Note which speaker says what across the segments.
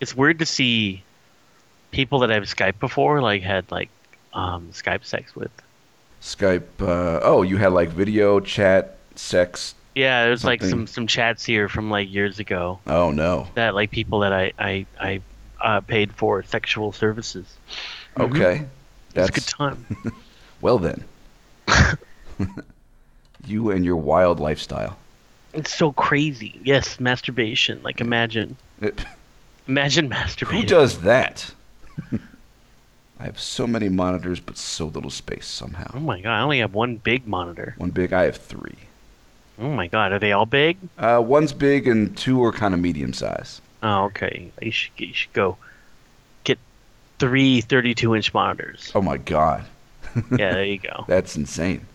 Speaker 1: it's weird to see people that I've Skyped before like had like um, Skype sex with.
Speaker 2: Skype. Uh, oh, you had like video chat sex.
Speaker 1: Yeah, there's like
Speaker 2: Something-
Speaker 1: some some chats here from like years ago
Speaker 2: Oh no.
Speaker 1: that like people that I I I uh, paid for sexual services.
Speaker 2: Okay.
Speaker 1: Mm-hmm. It's
Speaker 2: That's
Speaker 1: a good time.
Speaker 2: well then. you and your wild lifestyle.
Speaker 1: It's so crazy. Yes, masturbation. Like imagine,
Speaker 2: It-
Speaker 1: imagine
Speaker 2: Who
Speaker 1: masturbating.
Speaker 2: does that? I have so many monitors, but so little space
Speaker 1: Oh
Speaker 2: somehow.
Speaker 1: my god! I only have one big monitor.
Speaker 2: One big, I have three.
Speaker 1: Oh my god! Are they all big?
Speaker 2: Uh, one's big and two are kind of medium size.
Speaker 1: Oh, okay. You should you should go get three 32 inch monitors.
Speaker 2: Oh my god, Oh.
Speaker 1: Yeah, there you go.
Speaker 2: that's insane.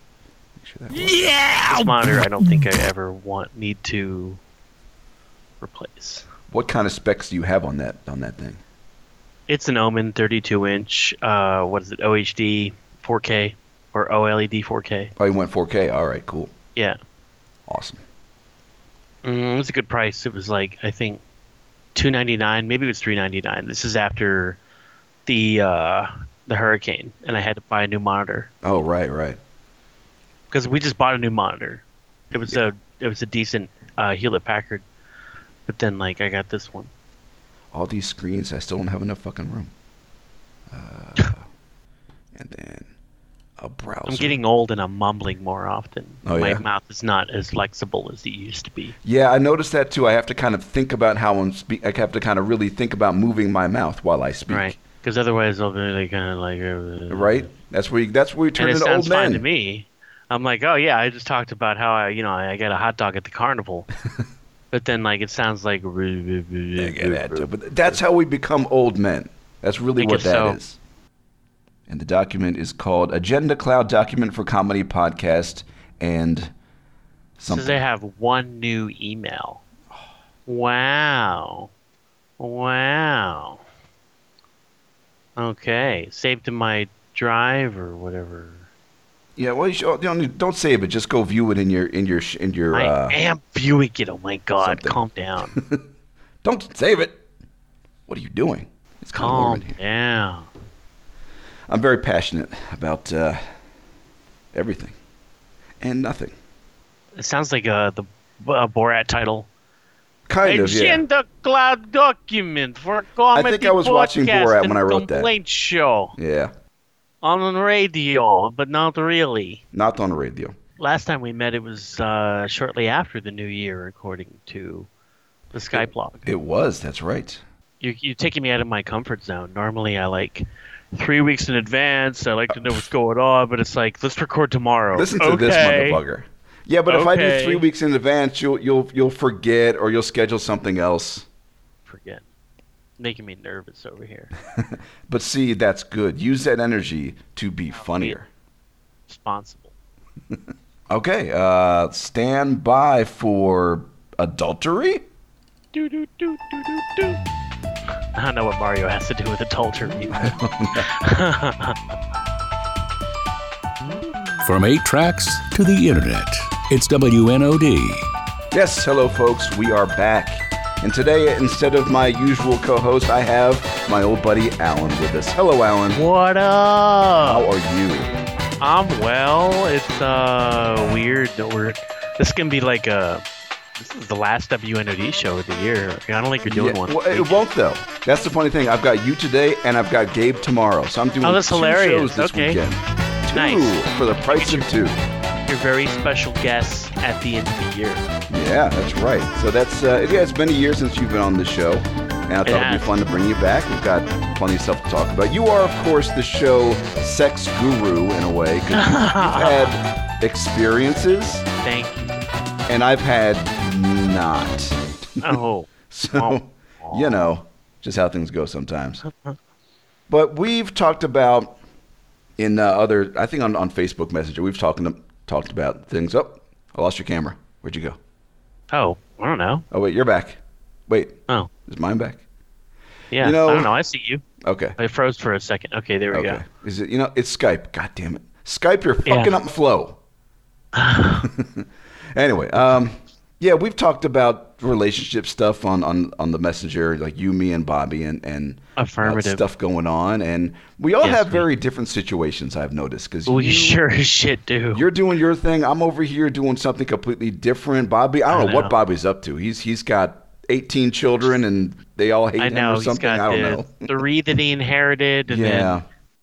Speaker 2: Make sure that works.
Speaker 1: This monitor, I don't think I ever want need to replace.
Speaker 2: What kind of specs do you have on that on that thing?
Speaker 1: It's an Omen 32 inch. Uh, what is it? OHD 4K or E OLED 4K?
Speaker 2: Oh, you went 4K. All right, cool,
Speaker 1: Yeah,
Speaker 2: awesome.
Speaker 1: mm, it was a good price. It was like I think 299, maybe it was 399. This is after the uh, the hurricane, and I had to buy a new monitor.
Speaker 2: Oh right, right.
Speaker 1: because we just bought a new monitor. It was a it was a decent uh, Hewlett Packard, but then like I got this one.
Speaker 2: All these screens, I still don't have enough fucking room. Uh, and then a browser.
Speaker 1: I'm getting old and I'm mumbling more often.
Speaker 2: Oh,
Speaker 1: My
Speaker 2: yeah?
Speaker 1: mouth is not as flexible as it used to be.
Speaker 2: Yeah, I noticed that too. I have to kind of think about how I'm speak. I have to kind of really think about moving my mouth while I speak.
Speaker 1: Right? Because otherwise I'll be like, kind of like uh,
Speaker 2: Right? That's where you, that's where you turn
Speaker 1: And it
Speaker 2: into
Speaker 1: sounds
Speaker 2: old
Speaker 1: fine
Speaker 2: men.
Speaker 1: to me. I'm like, oh yeah, I just talked about how I you know I got a hot dog at the carnival, but then like it sounds like.
Speaker 2: Yeah, yeah, that too. But that's how we become old men. That's really
Speaker 1: I
Speaker 2: what
Speaker 1: guess
Speaker 2: that is.
Speaker 1: so.
Speaker 2: And the document is called Agenda Cloud Document for Comedy Podcast and
Speaker 1: Says
Speaker 2: something.
Speaker 1: they have one new email. Wow. Wow. Okay. Saved to my drive or whatever.
Speaker 2: yeah, well, you should, oh, don't, don't save it. Just go view it in your in your sh- in your. Uh,
Speaker 1: I am viewing it. Oh my god.
Speaker 2: something.
Speaker 1: Calm down.
Speaker 2: don't save it. What are you doing? It's kinda warm in
Speaker 1: Calm
Speaker 2: here.
Speaker 1: down.
Speaker 2: I'm very passionate about uh, everything and nothing.
Speaker 1: It sounds like uh, the uh, Borat title.
Speaker 2: Kind of, yeah.
Speaker 1: Agenda Cloud document for comedy
Speaker 2: think I was watching
Speaker 1: podcast
Speaker 2: Borat
Speaker 1: and
Speaker 2: when I wrote that.
Speaker 1: complaint show
Speaker 2: Yeah,
Speaker 1: on the radio, but not really.
Speaker 2: not on the radio.
Speaker 1: Last time we met, it was uh, shortly after the new year, according to the Skype log.
Speaker 2: It was. That's right.
Speaker 1: You're, you're taking me out of my comfort zone. Normally, I like three weeks in advance. I like to know what's going on, but it's like let's record tomorrow.
Speaker 2: Listen to this
Speaker 1: Oh, Okay.
Speaker 2: motherfucker. Yeah, but if I do
Speaker 1: Okay.
Speaker 2: three weeks in advance, you'll you'll you'll forget or you'll schedule something else.
Speaker 1: Forget. Making me nervous over here.
Speaker 2: But see, that's good. Use that energy to be funnier.
Speaker 1: Responsible.
Speaker 2: Okay. Uh, stand by for adultery.
Speaker 1: Do do do do do do. I don't know what Mario has to do with adultery.
Speaker 3: From eight tracks to the internet, it's WNOD.
Speaker 2: Yes, hello, folks. We are back. And today, instead of my usual co host, I have my old buddy Alan with us. Hello, Alan.
Speaker 1: what up?
Speaker 2: How are you?
Speaker 1: I'm well. It's uh weird that we're this can be like a this is the last WNOD show of the year. I don't think you're doing
Speaker 2: Yeah,
Speaker 1: one.
Speaker 2: well, it won't, though. That's the funny thing. I've got you today, and I've got Gabe tomorrow. So I'm doing
Speaker 1: Oh, that's
Speaker 2: two
Speaker 1: hilarious.
Speaker 2: shows this
Speaker 1: Okay.
Speaker 2: weekend. Two
Speaker 1: Nice.
Speaker 2: for the price of two.
Speaker 1: Your very special guests at the end of the year.
Speaker 2: Yeah, that's right. So that's, uh, yeah, it's been a year since you've been on the show. And I thought it would
Speaker 1: has.
Speaker 2: be fun to bring you back. We've got plenty of stuff to talk about. You are, of course, the show sex guru in a way, 'cause you- you've had experiences
Speaker 1: Thank you.
Speaker 2: and I've had not.
Speaker 1: Oh,
Speaker 2: So, you know, just how things go sometimes. But we've talked about in uh, other, I think on, on Facebook Messenger, we've talked talked about things. Oh, I lost your camera. Where'd you go?
Speaker 1: oh, I don't know.
Speaker 2: Oh wait, you're back. Wait,
Speaker 1: Oh,
Speaker 2: is mine back?
Speaker 1: yeah.
Speaker 2: You know-
Speaker 1: I don't know. I see you.
Speaker 2: Okay.
Speaker 1: I froze for a second. Okay, there we
Speaker 2: Okay. Is it? You know, it's Skype. God damn it, Skype! You're fucking
Speaker 1: Yeah.
Speaker 2: up my flow. anyway, um, Yeah, we've talked about relationship stuff on, on, on the messenger, like you, me, and Bobby, and and uh,
Speaker 1: Affirmative.
Speaker 2: stuff going on, and we all
Speaker 1: Yes,
Speaker 2: have
Speaker 1: we-
Speaker 2: very different situations. I've noticed because
Speaker 1: We sure as shit do.
Speaker 2: you're doing your thing, I'm over here doing something completely different. Bobby, I don't
Speaker 1: I
Speaker 2: know, what
Speaker 1: know.
Speaker 2: Bobby's up to. He's he's got 18 children, and they all hate
Speaker 1: I
Speaker 2: him
Speaker 1: know
Speaker 2: or
Speaker 1: he's
Speaker 2: something. I
Speaker 1: got
Speaker 2: don't
Speaker 1: the
Speaker 2: know.
Speaker 1: three that he inherited, and
Speaker 2: Yeah.
Speaker 1: then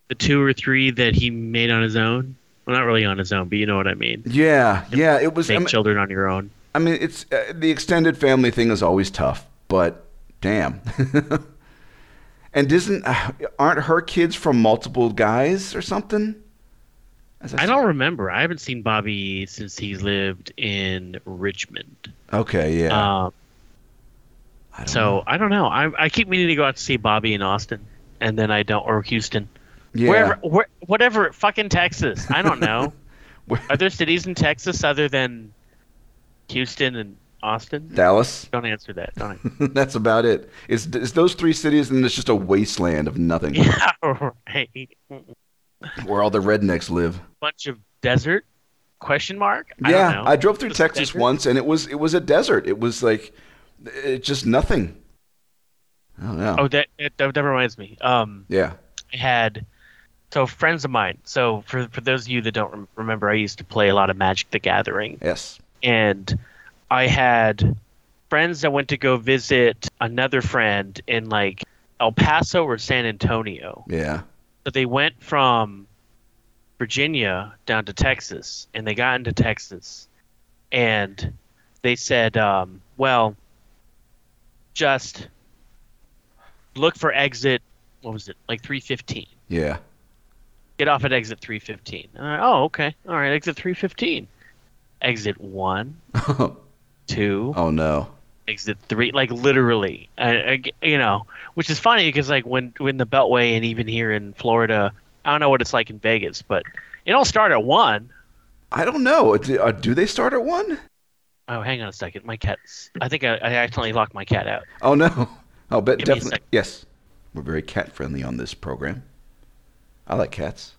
Speaker 1: the two or three that he made on his own. Well, not really on his own, but you know what I mean.
Speaker 2: Yeah, yeah. It was. I
Speaker 1: Make
Speaker 2: mean,
Speaker 1: children on your own.
Speaker 2: I mean, it's uh, the extended family thing is always tough, but damn. and isn't uh, aren't her kids from multiple guys or something? As
Speaker 1: I don't remember. I haven't seen Bobby since he lived in Richmond.
Speaker 2: said- Okay, yeah.
Speaker 1: Um,
Speaker 2: I don't know.
Speaker 1: So I don't know. I, I keep meaning to go out to see Bobby in Austin, and then I don't, or Houston,
Speaker 2: yeah,
Speaker 1: wherever, where, whatever, fucking Texas. I don't know.
Speaker 2: Where-
Speaker 1: Are there cities in Texas other than Houston and Austin?
Speaker 2: Dallas.
Speaker 1: Don't answer that. Don't. answer-
Speaker 2: That's about it. It's, it's those three cities, and it's just a wasteland of nothing
Speaker 1: yeah, right.
Speaker 2: where all the rednecks live.
Speaker 1: Bunch of desert? Question mark? I
Speaker 2: yeah,
Speaker 1: don't know.
Speaker 2: I drove through
Speaker 1: Just
Speaker 2: Texas
Speaker 1: desert?
Speaker 2: once, and it was it was a desert. It was like it, just nothing. I don't know.
Speaker 1: Oh, that, that that reminds me. Um,
Speaker 2: yeah.
Speaker 1: I had so friends of mine. So for for those of you that don't rem- remember, I used to play a lot of Magic the Gathering.
Speaker 2: Yes.
Speaker 1: and I had friends that went to go visit another friend in like El Paso or San Antonio.
Speaker 2: Yeah.
Speaker 1: So they went from Virginia down to Texas, and they got into Texas, and they said, um, "Well, just look for exit. What was it? Like 315."
Speaker 2: Yeah.
Speaker 1: get off at exit 315. And I, oh, okay. All right, exit 315. Exit 1, 2,
Speaker 2: Oh no.
Speaker 1: exit 3, like literally. I, I- you know, which is funny because like when when the beltway and even here in Florida, I don't know what it's like in Vegas, but it all start at 1.
Speaker 2: I don't know. Do, uh, do they start at one?
Speaker 1: Oh, hang on a second. My cat's I think I, I accidentally locked my cat out.
Speaker 2: Oh no. I'll bet
Speaker 1: Give me a
Speaker 2: definitely.
Speaker 1: sec.
Speaker 2: Yes. We're very cat friendly on this program. I like cats.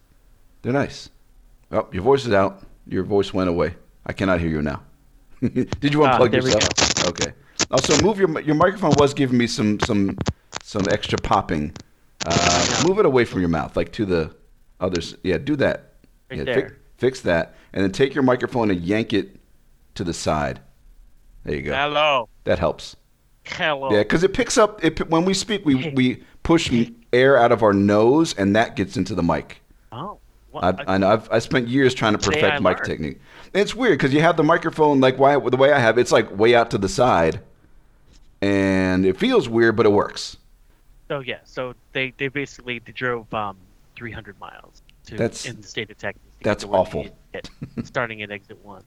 Speaker 2: They're nice. Oh, your voice is out. Your voice went away. I cannot hear you now. Did you
Speaker 1: Ah,
Speaker 2: unplug
Speaker 1: there we
Speaker 2: yourself? Okay. Also, move your mi- your microphone was giving me some some some extra popping. Uh, move it away from your mouth, like to the others. Yeah, do that.
Speaker 1: Right
Speaker 2: yeah,
Speaker 1: there.
Speaker 2: fix that, and then take your microphone and yank it to the side. There you go.
Speaker 1: Hello.
Speaker 2: that helps.
Speaker 1: Hello.
Speaker 2: Yeah, because it picks up it, when we speak. We we push air out of our nose, and that gets into the mic.
Speaker 1: Oh. Well,
Speaker 2: I've, I know, I've I spent years trying to
Speaker 1: Today
Speaker 2: perfect
Speaker 1: I
Speaker 2: mic
Speaker 1: learned.
Speaker 2: technique. It's weird because you have the microphone like why the way I have it's like way out to the side, and it feels weird, but it works.
Speaker 1: so yeah, so they they basically they drove um 300 miles to
Speaker 2: That's-
Speaker 1: in the state of Texas. to get
Speaker 2: that's
Speaker 1: to where they
Speaker 2: awful.
Speaker 1: needed to get, starting at exit one.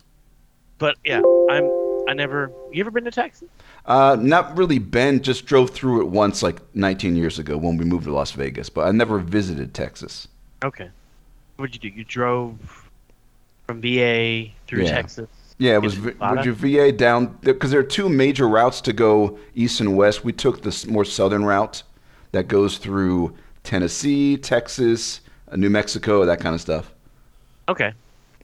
Speaker 1: But yeah, I'm I never. You ever been to Texas?
Speaker 2: Uh, not really. Ben just drove through it once, like 19 years ago when we moved to Las Vegas, but I never visited Texas.
Speaker 1: Okay. What'd you do? You drove from VA through
Speaker 2: Yeah.
Speaker 1: Texas.
Speaker 2: Yeah, it was
Speaker 1: Is
Speaker 2: v-
Speaker 1: Nevada?
Speaker 2: was your VA down because there are two major routes to go east and west. We took the s- more southern route that goes through Tennessee, Texas, uh, New Mexico, that kind of stuff.
Speaker 1: Okay.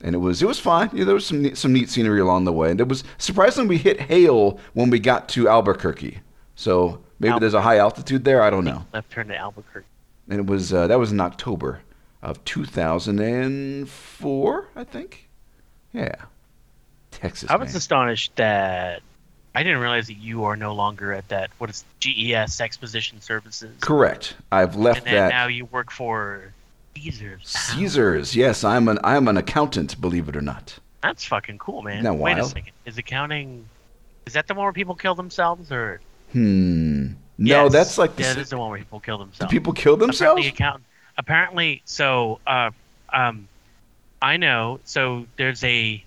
Speaker 2: And it was it was fine. Yeah, there was some neat, some neat scenery along the way. And it was surprisingly we hit hail when we got to Albuquerque. So maybe
Speaker 1: Al-
Speaker 2: there's a high altitude there. I don't know.
Speaker 1: Left turn to Albuquerque.
Speaker 2: And it was uh, that was in October of 2004, I think. Yeah, Texas.
Speaker 1: I was
Speaker 2: man.
Speaker 1: astonished that I didn't realize that you are no longer at that. What is GES Exposition Services?
Speaker 2: Correct. I've left
Speaker 1: And then
Speaker 2: that.
Speaker 1: now you work for Caesars.
Speaker 2: Caesars. Yes, I'm an I'm an accountant, believe it or not.
Speaker 1: That's fucking cool, man.
Speaker 2: Isn't that
Speaker 1: Wait a
Speaker 2: wild?
Speaker 1: second. Is accounting? Is that the one where people kill themselves, or
Speaker 2: Hmm. No,
Speaker 1: Yes.
Speaker 2: that's like the,
Speaker 1: yeah,
Speaker 2: s-
Speaker 1: that is the one where people kill
Speaker 2: do
Speaker 1: themselves.
Speaker 2: people kill themselves.
Speaker 1: Apparently, account- apparently so. Uh, um, I know. So there's a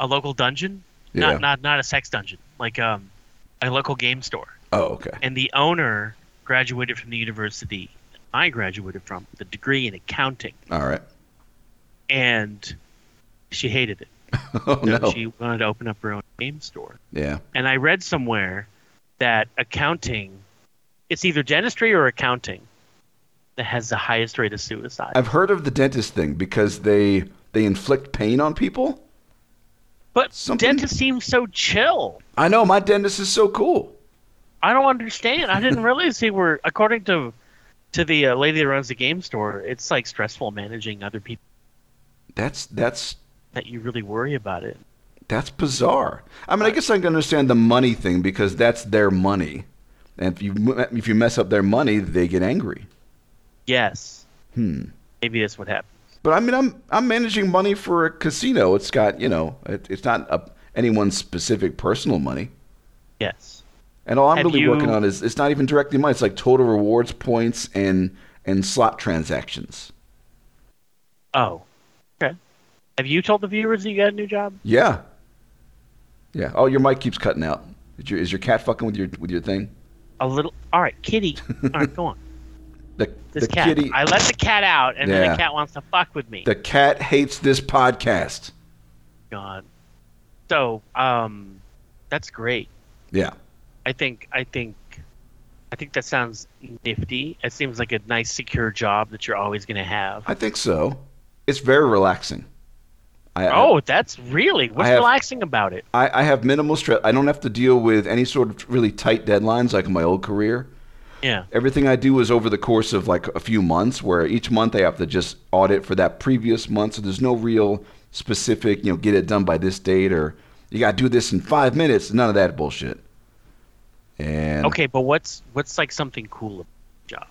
Speaker 1: a local dungeon,
Speaker 2: Yeah.
Speaker 1: not not not a sex dungeon, like um, a local game store,
Speaker 2: Oh, okay.
Speaker 1: and the owner graduated from the university I graduated from, with a degree in accounting,
Speaker 2: All right.
Speaker 1: and she hated it.
Speaker 2: Oh
Speaker 1: So
Speaker 2: no.
Speaker 1: She wanted to open up her own game store.
Speaker 2: Yeah.
Speaker 1: and I read somewhere that accounting, it's either dentistry or accounting that has the highest rate of suicide.
Speaker 2: I've heard of the dentist thing because they they inflict pain on people.
Speaker 1: But
Speaker 2: Something-
Speaker 1: dentists seem so chill.
Speaker 2: I know my dentist is so cool.
Speaker 1: I don't understand. I didn't realize they were, according to to the uh, lady that runs the game store, it's like stressful managing other people
Speaker 2: That's that's
Speaker 1: that you really worry about it.
Speaker 2: that's bizarre. I mean, I guess I can understand the money thing because that's their money, and if you if you mess up their money, they get angry.
Speaker 1: Yes,
Speaker 2: Hmm.
Speaker 1: maybe that's what happened.
Speaker 2: But I mean, I'm I'm managing money for a casino. It's got you know, it, it's not a, anyone's specific personal money.
Speaker 1: Yes.
Speaker 2: And all I'm
Speaker 1: Have
Speaker 2: really
Speaker 1: you-
Speaker 2: working on is it's not even directly money. It's like total rewards points and and slot transactions.
Speaker 1: Oh. Okay. Have you told the viewers that you got a new job?
Speaker 2: Yeah. Yeah. Oh, your mic keeps cutting out. Is your, is your cat fucking with your with your thing?
Speaker 1: A little. All right, kitty. All right, go on.
Speaker 2: The
Speaker 1: This
Speaker 2: the
Speaker 1: cat.
Speaker 2: kitty
Speaker 1: I let the cat out, and then
Speaker 2: Yeah.
Speaker 1: the cat wants to fuck with me.
Speaker 2: the cat hates this podcast.
Speaker 1: God. So, um, that's great.
Speaker 2: Yeah.
Speaker 1: I think I think I think that sounds nifty. It seems like a nice secure job that you're always going to have.
Speaker 2: I think so. It's very relaxing. I, I-
Speaker 1: oh, that's really what's
Speaker 2: I have-
Speaker 1: relaxing about it.
Speaker 2: I, I have minimal stress. I don't have to deal with any sort of really tight deadlines like in my old career.
Speaker 1: Yeah.
Speaker 2: Everything I do is over the course of like a few months, where each month I have to just audit for that previous month. So there's no real specific, you know, get it done by this date or you got to do this in five minutes. None of that bullshit. And
Speaker 1: Okay, but what's what's like something cool about the job?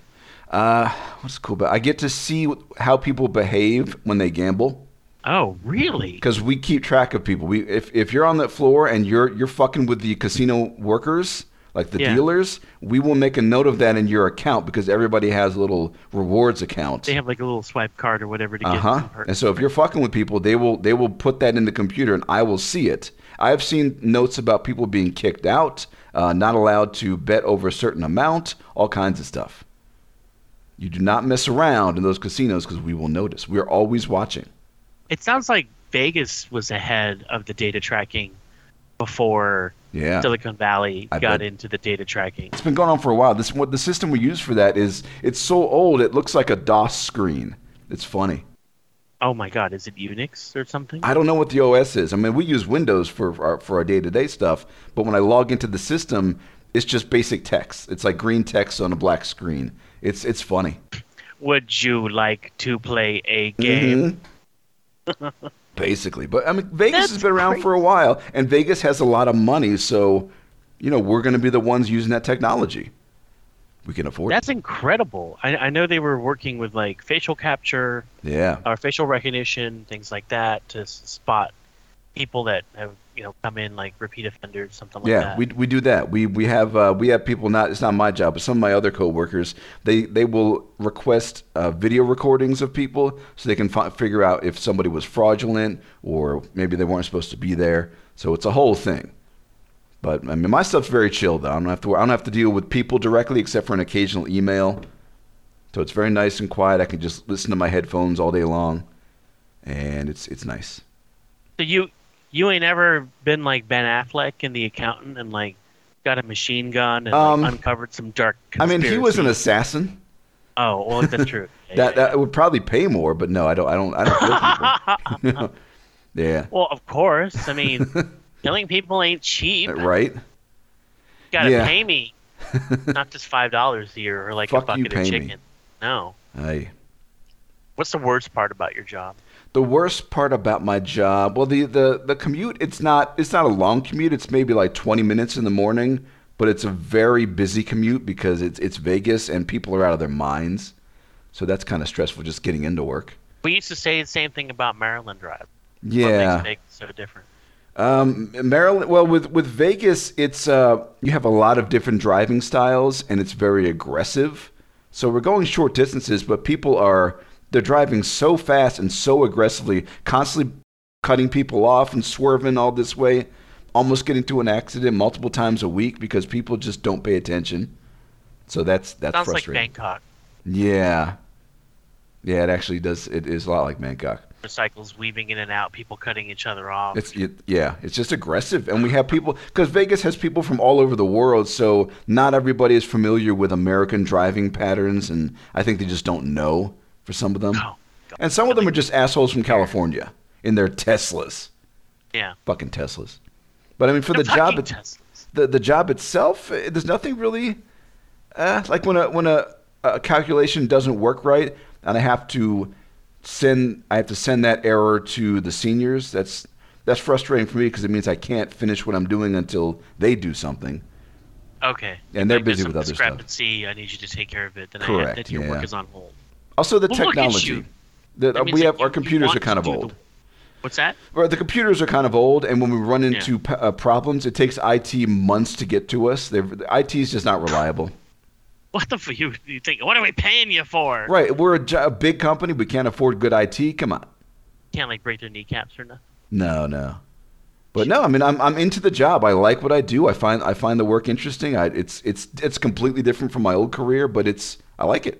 Speaker 2: uh, what's cool about I get to see how people behave when they gamble.
Speaker 1: Oh, really?
Speaker 2: because we keep track of people. We if, if you're on that floor and you're you're fucking with the casino workers, like the
Speaker 1: Yeah.
Speaker 2: dealers, we will make a note of that in your account because everybody has a little rewards account.
Speaker 1: They have like a little swipe card or whatever to get
Speaker 2: Uh huh.
Speaker 1: them hurt.
Speaker 2: And so if you're fucking with people, they will they will put that in the computer and I will see it. I've seen notes about people being kicked out, uh, not allowed to bet over a certain amount, all kinds of stuff. You do not mess around in those casinos because we will notice. We are always watching.
Speaker 1: It sounds like Vegas was ahead of the data tracking before
Speaker 2: Yeah.
Speaker 1: Silicon Valley
Speaker 2: I
Speaker 1: got
Speaker 2: bet.
Speaker 1: into the data tracking.
Speaker 2: It's been going on for a while. This what the system we use for that is it's so old it looks like a DOS screen. It's funny.
Speaker 1: Oh my God, is it Unix or something?
Speaker 2: I don't know what the OS is. I mean, we use Windows for for our, for our day-to-day stuff, but when I log into the system, it's just basic text. It's like green text on a black screen. It's it's funny.
Speaker 1: Would you like to play a
Speaker 2: Mm-hmm.
Speaker 1: game?
Speaker 2: Mhm. Basically, but I mean, Vegas has
Speaker 1: That's
Speaker 2: been around for a while, and Vegas has a lot of money, so you know we're going to be the ones using that technology. We can afford
Speaker 1: That's incredible. I, I know they were working with like facial capture
Speaker 2: it. Yeah.
Speaker 1: or facial recognition, things like that, to s- spot people that have you know come in like repeat offenders, something like
Speaker 2: yeah,
Speaker 1: that.
Speaker 2: we we do that. We we have uh, we have people not. It's not my job, but some of my other coworkers. They they will request uh, video recordings of people so they can fi- figure out if somebody was fraudulent or maybe they weren't supposed to be there. So it's a whole thing. But I mean, my stuff's very chill though. I don't have to. wor- I don't have to deal with people directly except for an occasional email. So it's very nice and quiet. I can just listen to my headphones all day long, and it's it's nice.
Speaker 1: So you you ain't ever been like Ben Affleck in The Accountant and like got a machine gun and like,
Speaker 2: Um,
Speaker 1: uncovered some dark.
Speaker 2: I mean,
Speaker 1: Conspiracy.
Speaker 2: he was an assassin.
Speaker 1: Oh well, that's true. Yeah,
Speaker 2: That,
Speaker 1: yeah.
Speaker 2: that would probably pay more, but no, I don't. I don't. I don't kill people. yeah,
Speaker 1: Well, of course. I mean, killing people ain't cheap.
Speaker 2: right.
Speaker 1: You gotta
Speaker 2: Yeah.
Speaker 1: pay me, not just five dollars a year or like
Speaker 2: Fuck
Speaker 1: a
Speaker 2: you,
Speaker 1: bucket
Speaker 2: pay
Speaker 1: of
Speaker 2: me.
Speaker 1: chicken. No.
Speaker 2: Aye.
Speaker 1: What's the worst part about your job?
Speaker 2: The worst part about my job, well, the, the the commute. It's not. It's not a long commute. It's maybe like twenty minutes in the morning, but it's a very busy commute because it's it's Vegas and people are out of their minds. So that's kind of stressful just getting into work.
Speaker 1: We used to say the same thing about Maryland Drive.
Speaker 2: Yeah.
Speaker 1: What makes Vegas so different?
Speaker 2: Um, Maryland. Well, with with Vegas, it's uh, you have a lot of different driving styles, and it's very aggressive. So we're going short distances, but people are they're driving so fast and so aggressively, constantly cutting people off and swerving all this way, almost getting to an accident multiple times a week because people just don't pay attention. So that's that's
Speaker 1: Sounds like
Speaker 2: frustrating.
Speaker 1: Bangkok.
Speaker 2: yeah, yeah, it actually does. It is a lot like Bangkok.
Speaker 1: Motorcycles weaving in and out, people cutting each other off.
Speaker 2: It's it, yeah, it's just aggressive, and we have people because Vegas has people from all over the world, so not everybody is familiar with American driving patterns, and I think they just don't know for some of them,
Speaker 1: Oh, God.
Speaker 2: and some of them are just assholes from California in their Teslas.
Speaker 1: Yeah.
Speaker 2: Fucking Teslas. But I mean, for the job,
Speaker 1: Fucking
Speaker 2: it-
Speaker 1: Teslas.
Speaker 2: the the job itself, eh, there's nothing really. Uh, like when a when a, a calculation doesn't work right, and I have to send I have to send that error to the seniors. That's that's frustrating for me because it means I can't finish what I'm doing until they do something.
Speaker 1: Okay.
Speaker 2: And they're
Speaker 1: Like, there's
Speaker 2: busy
Speaker 1: some
Speaker 2: with other stuff.
Speaker 1: discrepancy. I need you to take care of it. Then I
Speaker 2: Correct,
Speaker 1: have, that your work
Speaker 2: yeah.
Speaker 1: is on hold.
Speaker 2: Also, the
Speaker 1: Well, look at
Speaker 2: technology.
Speaker 1: you.
Speaker 2: That
Speaker 1: That means
Speaker 2: we
Speaker 1: that
Speaker 2: have
Speaker 1: you-
Speaker 2: our
Speaker 1: you
Speaker 2: computers are
Speaker 1: want to
Speaker 2: kind of
Speaker 1: do the-
Speaker 2: old.
Speaker 1: What's that?
Speaker 2: Or the computers are kind of old, and when we run into p- uh, problems, it takes IT months to get to us. They're, IT is just not reliable.
Speaker 1: What the f you, you think? What are we paying you for?
Speaker 2: right, we're a, jo- a big company. We can't afford good IT. Come on.
Speaker 1: Can't like break their kneecaps or nothing.
Speaker 2: No, no. But no, I mean, I'm, I'm into the job. I like what I do. I find I find the work interesting. I, it's it's it's completely different from my old career, but it's I like it.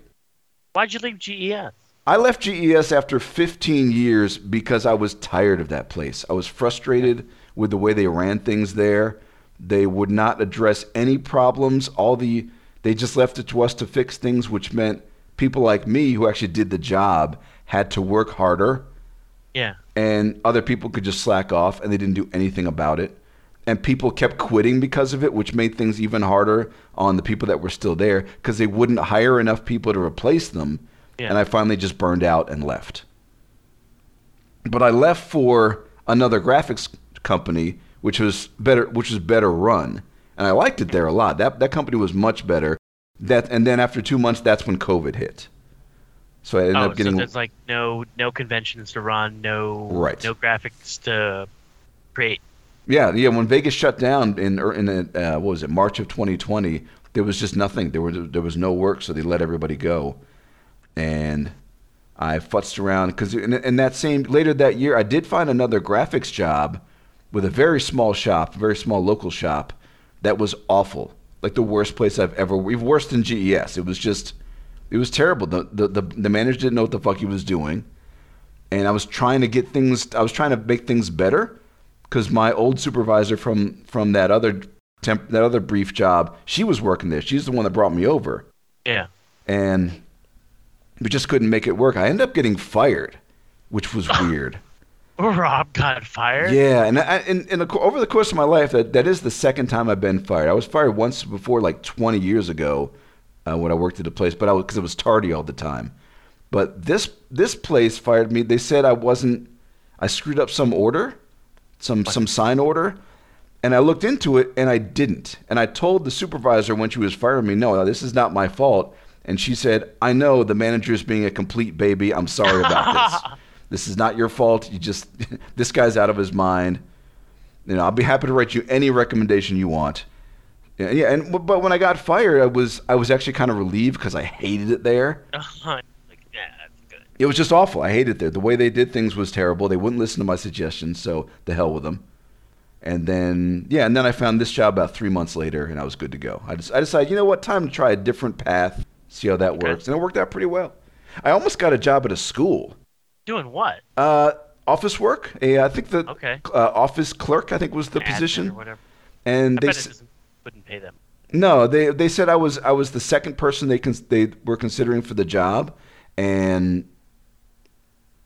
Speaker 1: Why'd you leave E GES?
Speaker 2: I left GES after 15 years because I was tired of that place. I was frustrated with the way they ran things there. They would not address any problems. All the they just left it to us to fix things, which meant people like me who actually did the job had to work harder
Speaker 1: Yeah.
Speaker 2: and other people could just slack off and they didn't do anything about it. And people kept quitting because of it, which made things even harder on the people that were still there because they wouldn't hire enough people to replace them.
Speaker 1: Yeah.
Speaker 2: And I finally just burned out and left. But I left for another graphics company, which was better, which was better run, and I liked it there a lot. That that company was much better. That and then after two months, that's when COVID hit. So I ended
Speaker 1: oh,
Speaker 2: up getting
Speaker 1: so there's like no no conventions to run, no
Speaker 2: Right.
Speaker 1: no graphics to create.
Speaker 2: Yeah, yeah. When Vegas shut down in or in uh, what was it March of 2020, there was just nothing. There was there was no work, so they let everybody go. And I futzed around because in, in that same later that year, I did find another graphics job with a very small shop, very small local shop that was awful, like the worst place I've ever. We've worse than GES. It was just, it was terrible. The the the, the manager didn't know what the fuck he was doing and I was trying to get things. I was trying to make things better because my old supervisor from from that other temp, that other brief job, she was working there. She's the one that brought me over,
Speaker 1: Yeah.
Speaker 2: and we just couldn't make it work. I ended up getting fired, which was weird.
Speaker 1: Rob got fired.
Speaker 2: Yeah, and I, and, and the co- over the course of my life, that, that is the second time I've been fired. I was fired once before, like 20 years ago, uh, when I worked at a place, but I because it was tardy all the time. But this this place fired me. They said I wasn't. I screwed up some order, some some sign order, and I looked into it and I didn't. And I told the supervisor when she was firing me, no, this is not my fault. And she said, I know the manager's being a complete baby. I'm sorry about this. This is not your fault. You just this guy's out of his mind. You know, I'll be happy to write you any recommendation you want. Yeah, yeah, and but when I got fired, I was I was actually kind of relieved because I hated it there.
Speaker 1: like, yeah, that's good.
Speaker 2: It was just awful. I hated it there. The way they did things was terrible. They wouldn't listen to my suggestions, so the hell with them. And then yeah, and then I found this job about three months later, and I was good to go. I just I decided you know what, time to try a different path, see how that works, and it worked out pretty well. I almost got a job at a school.
Speaker 1: Doing what?
Speaker 2: Uh, office work. A, I think the
Speaker 1: Okay.
Speaker 2: uh, office clerk. I think was the
Speaker 1: Admin
Speaker 2: position.
Speaker 1: or whatever.
Speaker 2: And
Speaker 1: I
Speaker 2: they
Speaker 1: bet
Speaker 2: s-
Speaker 1: it doesn't, wouldn't pay them.
Speaker 2: no, they they said I was I was the second person they cons- they were considering for the job, and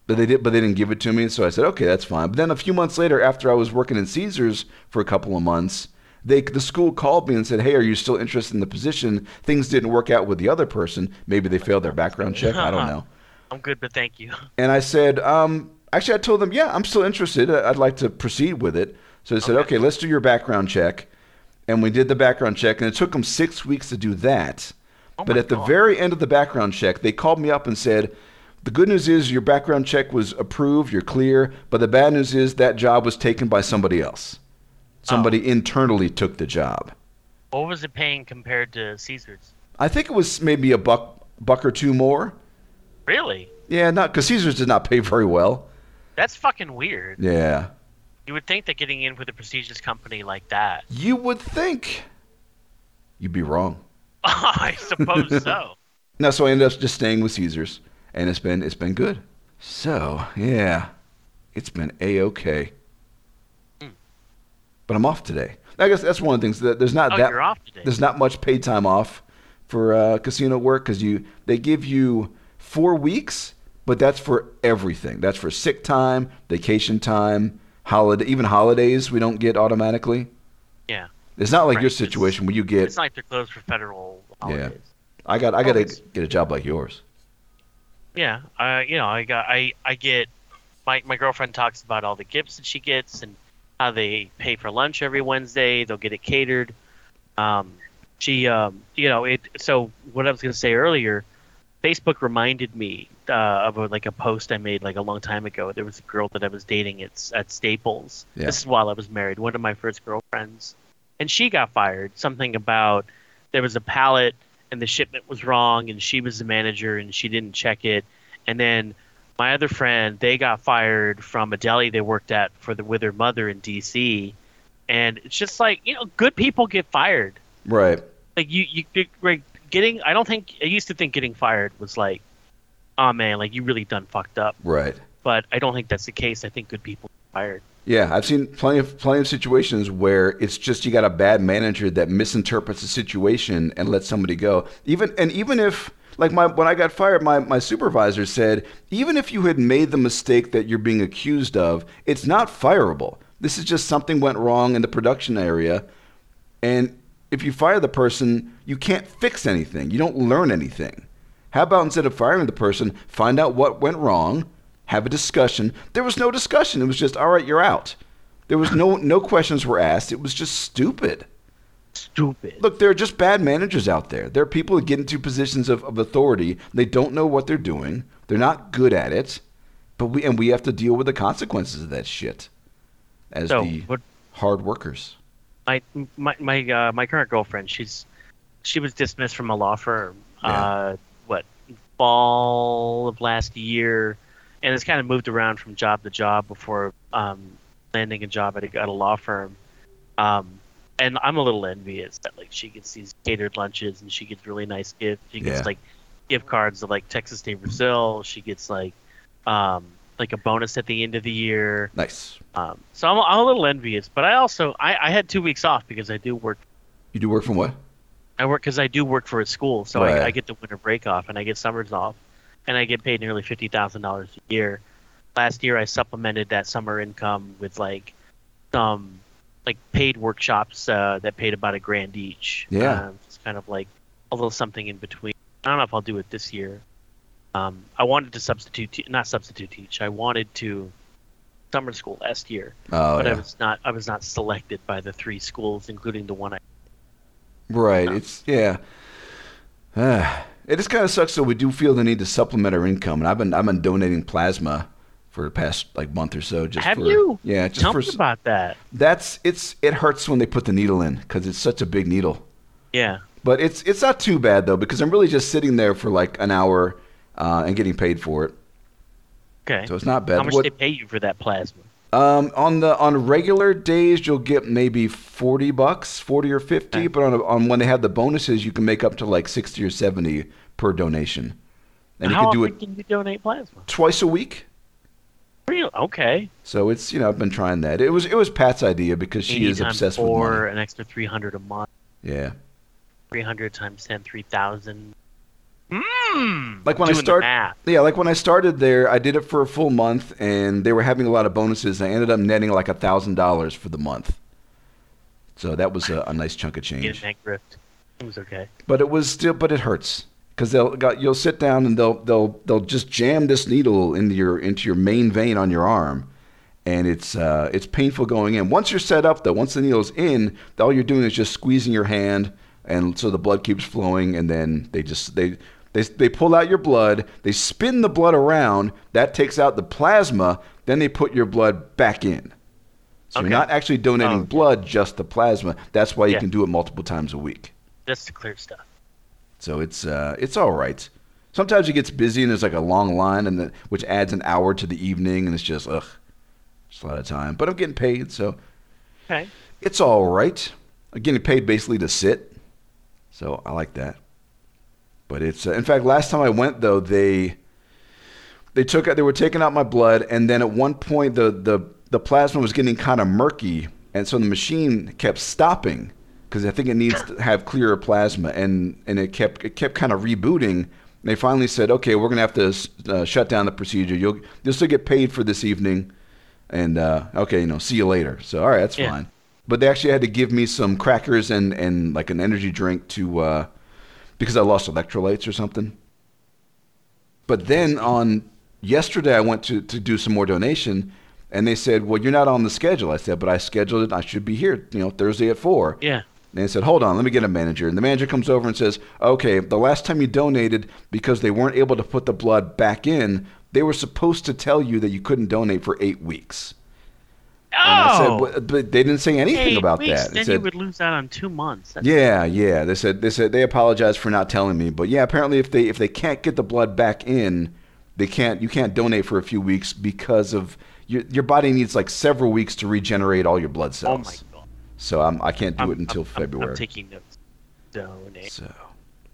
Speaker 2: but they did but they didn't give it to me. So I said okay, that's fine. But then a few months later, after I was working in Caesars for a couple of months, they the school called me and said, hey, are you still interested in the position? Things didn't work out with the other person. Maybe they failed their background check. I don't know.
Speaker 1: I'm good, but thank you.
Speaker 2: And I said, um, actually, I told them, yeah, I'm still interested. I- I'd like to proceed with it. So they said, okay. let's do your background check. And we did the background check, and it took them six weeks to do that.
Speaker 1: Oh
Speaker 2: but
Speaker 1: my
Speaker 2: at the
Speaker 1: God.
Speaker 2: very end of the background check, they called me up and said, the good news is your background check was approved, you're clear. But the bad news is that job was taken by somebody else. Somebody
Speaker 1: Oh.
Speaker 2: internally took the job.
Speaker 1: What was it paying compared to Caesar's?
Speaker 2: I think it was maybe a buck, buck or two more.
Speaker 1: Really?
Speaker 2: Yeah, not because Caesars did not pay very well.
Speaker 1: That's fucking weird.
Speaker 2: Yeah.
Speaker 1: You would think that getting in with a prestigious company like that.
Speaker 2: You would think you'd be wrong.
Speaker 1: I suppose so.
Speaker 2: No, so I ended up just staying with Caesars, and it's been it's been good. So yeah, it's been a okay.
Speaker 1: Mm.
Speaker 2: But I'm off today. I guess that's one of the things that there's not
Speaker 1: Oh,
Speaker 2: that
Speaker 1: you're off today.
Speaker 2: there's not much paid time off for uh, casino work because you they give you four weeks, but that's for everything. That's for sick time, vacation time, holiday, even holidays, we don't get automatically.
Speaker 1: Yeah.
Speaker 2: It's not like
Speaker 1: Right.
Speaker 2: your
Speaker 1: It's-
Speaker 2: situation where you
Speaker 1: It's
Speaker 2: get.
Speaker 1: not like they're closed for federal holidays.
Speaker 2: I got. I got to
Speaker 1: it's-
Speaker 2: get a job like yours.
Speaker 1: Yeah, I you know I got I I get my my girlfriend talks about all the gifts that she gets and how they pay for lunch every Wednesday. They'll get it catered. Um, she um you know it. So what I was gonna say earlier, Facebook reminded me uh, of a, like a post I made like a long time ago. There was a girl that I was dating at at Staples.
Speaker 2: Yeah.
Speaker 1: This is while I was married. One of my first girlfriends, and she got fired. Something about there was a pallet and the shipment was wrong and she was the manager and she didn't check it and then my other friend they got fired from a deli they worked at for the with her mother in DC and it's just like you know good people get fired
Speaker 2: Right.
Speaker 1: like you you you- like getting I don't think I used to think getting fired was like oh man like you really done fucked up
Speaker 2: Right.
Speaker 1: but I don't think that's the case I think good people get fired
Speaker 2: Yeah, I've seen plenty of plenty of situations where it's just you got a bad manager that misinterprets the situation and lets somebody go. Even and even if like my when I got fired, my, my supervisor said, even if you had made the mistake that you're being accused of, it's not fireable. This is just something went wrong in the production area. And if you fire the person, you can't fix anything. You don't learn anything. How about instead of firing the person, find out what went wrong, have a discussion. There was no discussion. It was just, all right, you're out. There was no no questions were asked. It was just stupid.
Speaker 1: stupid
Speaker 2: Look, there are just bad managers out there. There are people that get into positions of, of authority. They don't know what they're doing. They're not good at it. But we and we have to deal with the consequences of that shit. As
Speaker 1: so
Speaker 2: the
Speaker 1: what
Speaker 2: hard workers.
Speaker 1: my my my, uh, my current girlfriend she's she was dismissed from a law firm uh, what fall of last year and it's kind of moved around from job to job before um, landing a job at a, at a law firm um, and i'm a little envious that like she gets these catered lunches and she gets really nice gifts she gets
Speaker 2: Yeah.
Speaker 1: like gift cards to like texas state brazil she gets like um, like a bonus at the end of the year
Speaker 2: Nice.
Speaker 1: um, so I'm, I'm a little envious, but I also I, I had two weeks off because I do work.
Speaker 2: You do work from what?
Speaker 1: I work because I do work for a school, so
Speaker 2: Right.
Speaker 1: I, I get the winter break off and I get summers off, and I get paid nearly fifty thousand dollars a year. Last year, I supplemented that summer income with like some like paid workshops uh, that paid about a grand each.
Speaker 2: Yeah.
Speaker 1: um, it's kind of like a little something in between. I don't know if I'll do it this year. Um, I wanted to substitute, te- not substitute teach. I wanted to summer school last year
Speaker 2: Oh,
Speaker 1: but
Speaker 2: yeah.
Speaker 1: I was not I was not selected by the three schools, including the one I
Speaker 2: Right. It's yeah. Ah, it just kind of sucks. So we do feel the need to supplement our income, and I've been I've been donating plasma for the past like month or so. Just
Speaker 1: Have
Speaker 2: for,
Speaker 1: you?
Speaker 2: Yeah. Just
Speaker 1: tell
Speaker 2: for
Speaker 1: me about that.
Speaker 2: that's it's it hurts when they put the needle in because it's such a big needle.
Speaker 1: Yeah.
Speaker 2: But it's it's not too bad though because I'm really just sitting there for like an hour uh, and getting paid for it,
Speaker 1: Okay.
Speaker 2: so it's not bad.
Speaker 1: How much
Speaker 2: What-
Speaker 1: they pay you for that plasma?
Speaker 2: Um, on the on regular days, you'll get maybe forty bucks, forty or fifty.
Speaker 1: Okay.
Speaker 2: But on, on when they have the bonuses, you can make up to like sixty or seventy per donation, and
Speaker 1: How
Speaker 2: you can do
Speaker 1: often
Speaker 2: it
Speaker 1: can you donate plasma?
Speaker 2: twice a week.
Speaker 1: Really? Okay.
Speaker 2: So it's you know I've been trying that. It was it was Pat's idea because she
Speaker 1: 80
Speaker 2: is
Speaker 1: times
Speaker 2: obsessed
Speaker 1: four,
Speaker 2: with money.
Speaker 1: an extra three hundred a month.
Speaker 2: Yeah,
Speaker 1: Three hundred times ten, three thousand. Mmm.
Speaker 2: Like when I
Speaker 1: Doing the
Speaker 2: start-
Speaker 1: math.
Speaker 2: yeah. Like when I started there, I did it for a full month, and they were having a lot of bonuses. I ended up netting like a thousand dollars for the month. So that was a, a nice chunk of change.
Speaker 1: Getting that grift. It was okay.
Speaker 2: but it was still but it hurts because they'll got you'll sit down and they'll they'll they'll just jam this needle into your into your main vein on your arm and it's uh, it's painful going in once you're set up though once the needle's in all you're doing is just squeezing your hand and so the blood keeps flowing and then they just they they, they pull out your blood they spin the blood around that takes out the plasma then they put your blood back in so
Speaker 1: Okay.
Speaker 2: you're not actually donating
Speaker 1: Oh.
Speaker 2: blood just the plasma that's why you
Speaker 1: Yeah.
Speaker 2: can do it multiple times a week
Speaker 1: That's the clear stuff.
Speaker 2: so it's uh, it's all right. Sometimes it gets busy and there's like a long line, and the, which adds an hour to the evening, and it's just ugh, just a lot of time. But I'm getting paid, so
Speaker 1: Okay.
Speaker 2: it's all right. I'm getting paid basically to sit, so I like that. But it's uh, in fact, last time I went though, they they took out they were taking out my blood, and then at one point the the the plasma was getting kind of murky, and so the machine kept stopping because I think it needs to have clearer plasma, and and it kept it kept kind of rebooting. And they finally said, okay, we're gonna have to uh, shut down the procedure. You'll you'll still get paid for this evening and uh, okay, you know, see you later. So all right, that's
Speaker 1: Yeah.
Speaker 2: fine. But they actually had to give me some crackers and and like an energy drink to uh, because I lost electrolytes or something. But then on yesterday, I went to to do some more donation, and they said, "Well, you're not on the schedule." I said, "But I scheduled it. I should be here, you know, Thursday at 4.
Speaker 1: Yeah.
Speaker 2: And they said, hold on, let me get a manager. And the manager comes over and says, okay, the last time you donated, because they weren't able to put the blood back in, they were supposed to tell you that you couldn't donate for eight weeks. And I said,
Speaker 1: Oh,
Speaker 2: but, but they didn't say anything
Speaker 1: eight
Speaker 2: about
Speaker 1: weeks,
Speaker 2: that. They
Speaker 1: Then you
Speaker 2: said,
Speaker 1: would lose out on two months. That's-
Speaker 2: yeah, yeah. They said they said they apologized for not telling me, but yeah, apparently if they if they can't get the blood back in, they can't you can't donate for a few weeks because of your your body needs like several weeks to regenerate all your blood
Speaker 1: Oh my
Speaker 2: cells.
Speaker 1: god.
Speaker 2: So I'm, I can't do
Speaker 1: I'm-
Speaker 2: it until
Speaker 1: I'm- I'm-
Speaker 2: February.
Speaker 1: I'm taking notes. Donate.
Speaker 2: So,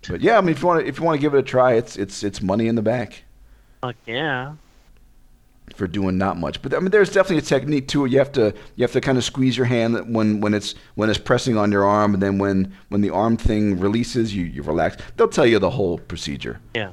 Speaker 2: but yeah, I mean, if you want to, if you want to give it a try, it's it's it's money in the back
Speaker 1: Fuck yeah.
Speaker 2: for doing not much. But I mean, there's definitely a technique to it. You have to you have to kind of squeeze your hand when when it's when it's pressing on your arm, and then when when the arm thing releases, you you relax. They'll tell you the whole procedure.
Speaker 1: Yeah.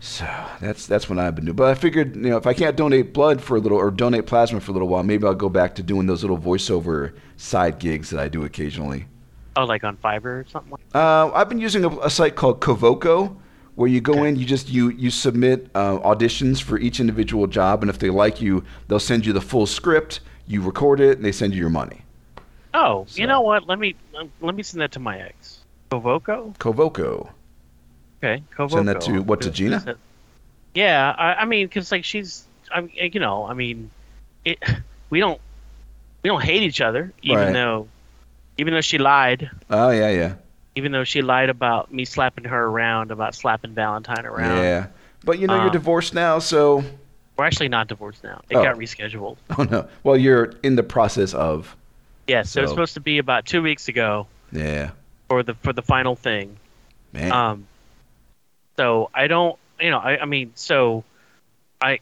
Speaker 2: So that's that's what I've been doing. But I figured, you know, if I can't donate blood for a little or donate plasma for a little while, maybe I'll go back to doing those little voiceover side gigs that I do occasionally.
Speaker 1: Oh, like on Fiverr or something. like
Speaker 2: Uh, I've been using a, a site called Cavoco, where you go
Speaker 1: Okay.
Speaker 2: in, you just you you submit uh, auditions for each individual job, and if they like you, they'll send you the full script. You record it, and they send you your money.
Speaker 1: Oh,
Speaker 2: So-
Speaker 1: you know what? Let me um, let me send that to my ex. Kovoco.
Speaker 2: Covoco.
Speaker 1: Okay, Kovoco.
Speaker 2: Send that to- what, to Gina?
Speaker 1: Yeah, I, I mean, because like she's, I mean, you know, I mean, it. We don't we don't hate each other, even
Speaker 2: Right.
Speaker 1: though even though she lied,
Speaker 2: Oh yeah, yeah,
Speaker 1: even though she lied about me slapping her around, about slapping Valentine around.
Speaker 2: yeah. But you know you're
Speaker 1: Um,
Speaker 2: divorced now, so
Speaker 1: We're actually not divorced now. It
Speaker 2: Oh.
Speaker 1: got rescheduled.
Speaker 2: oh no. Well, you're in the process of
Speaker 1: Yes, so. it was
Speaker 2: So-
Speaker 1: supposed to be about two weeks ago
Speaker 2: yeah,
Speaker 1: for the for the final thing.
Speaker 2: man.
Speaker 1: Um, so I don't, you know, I, I mean, so I,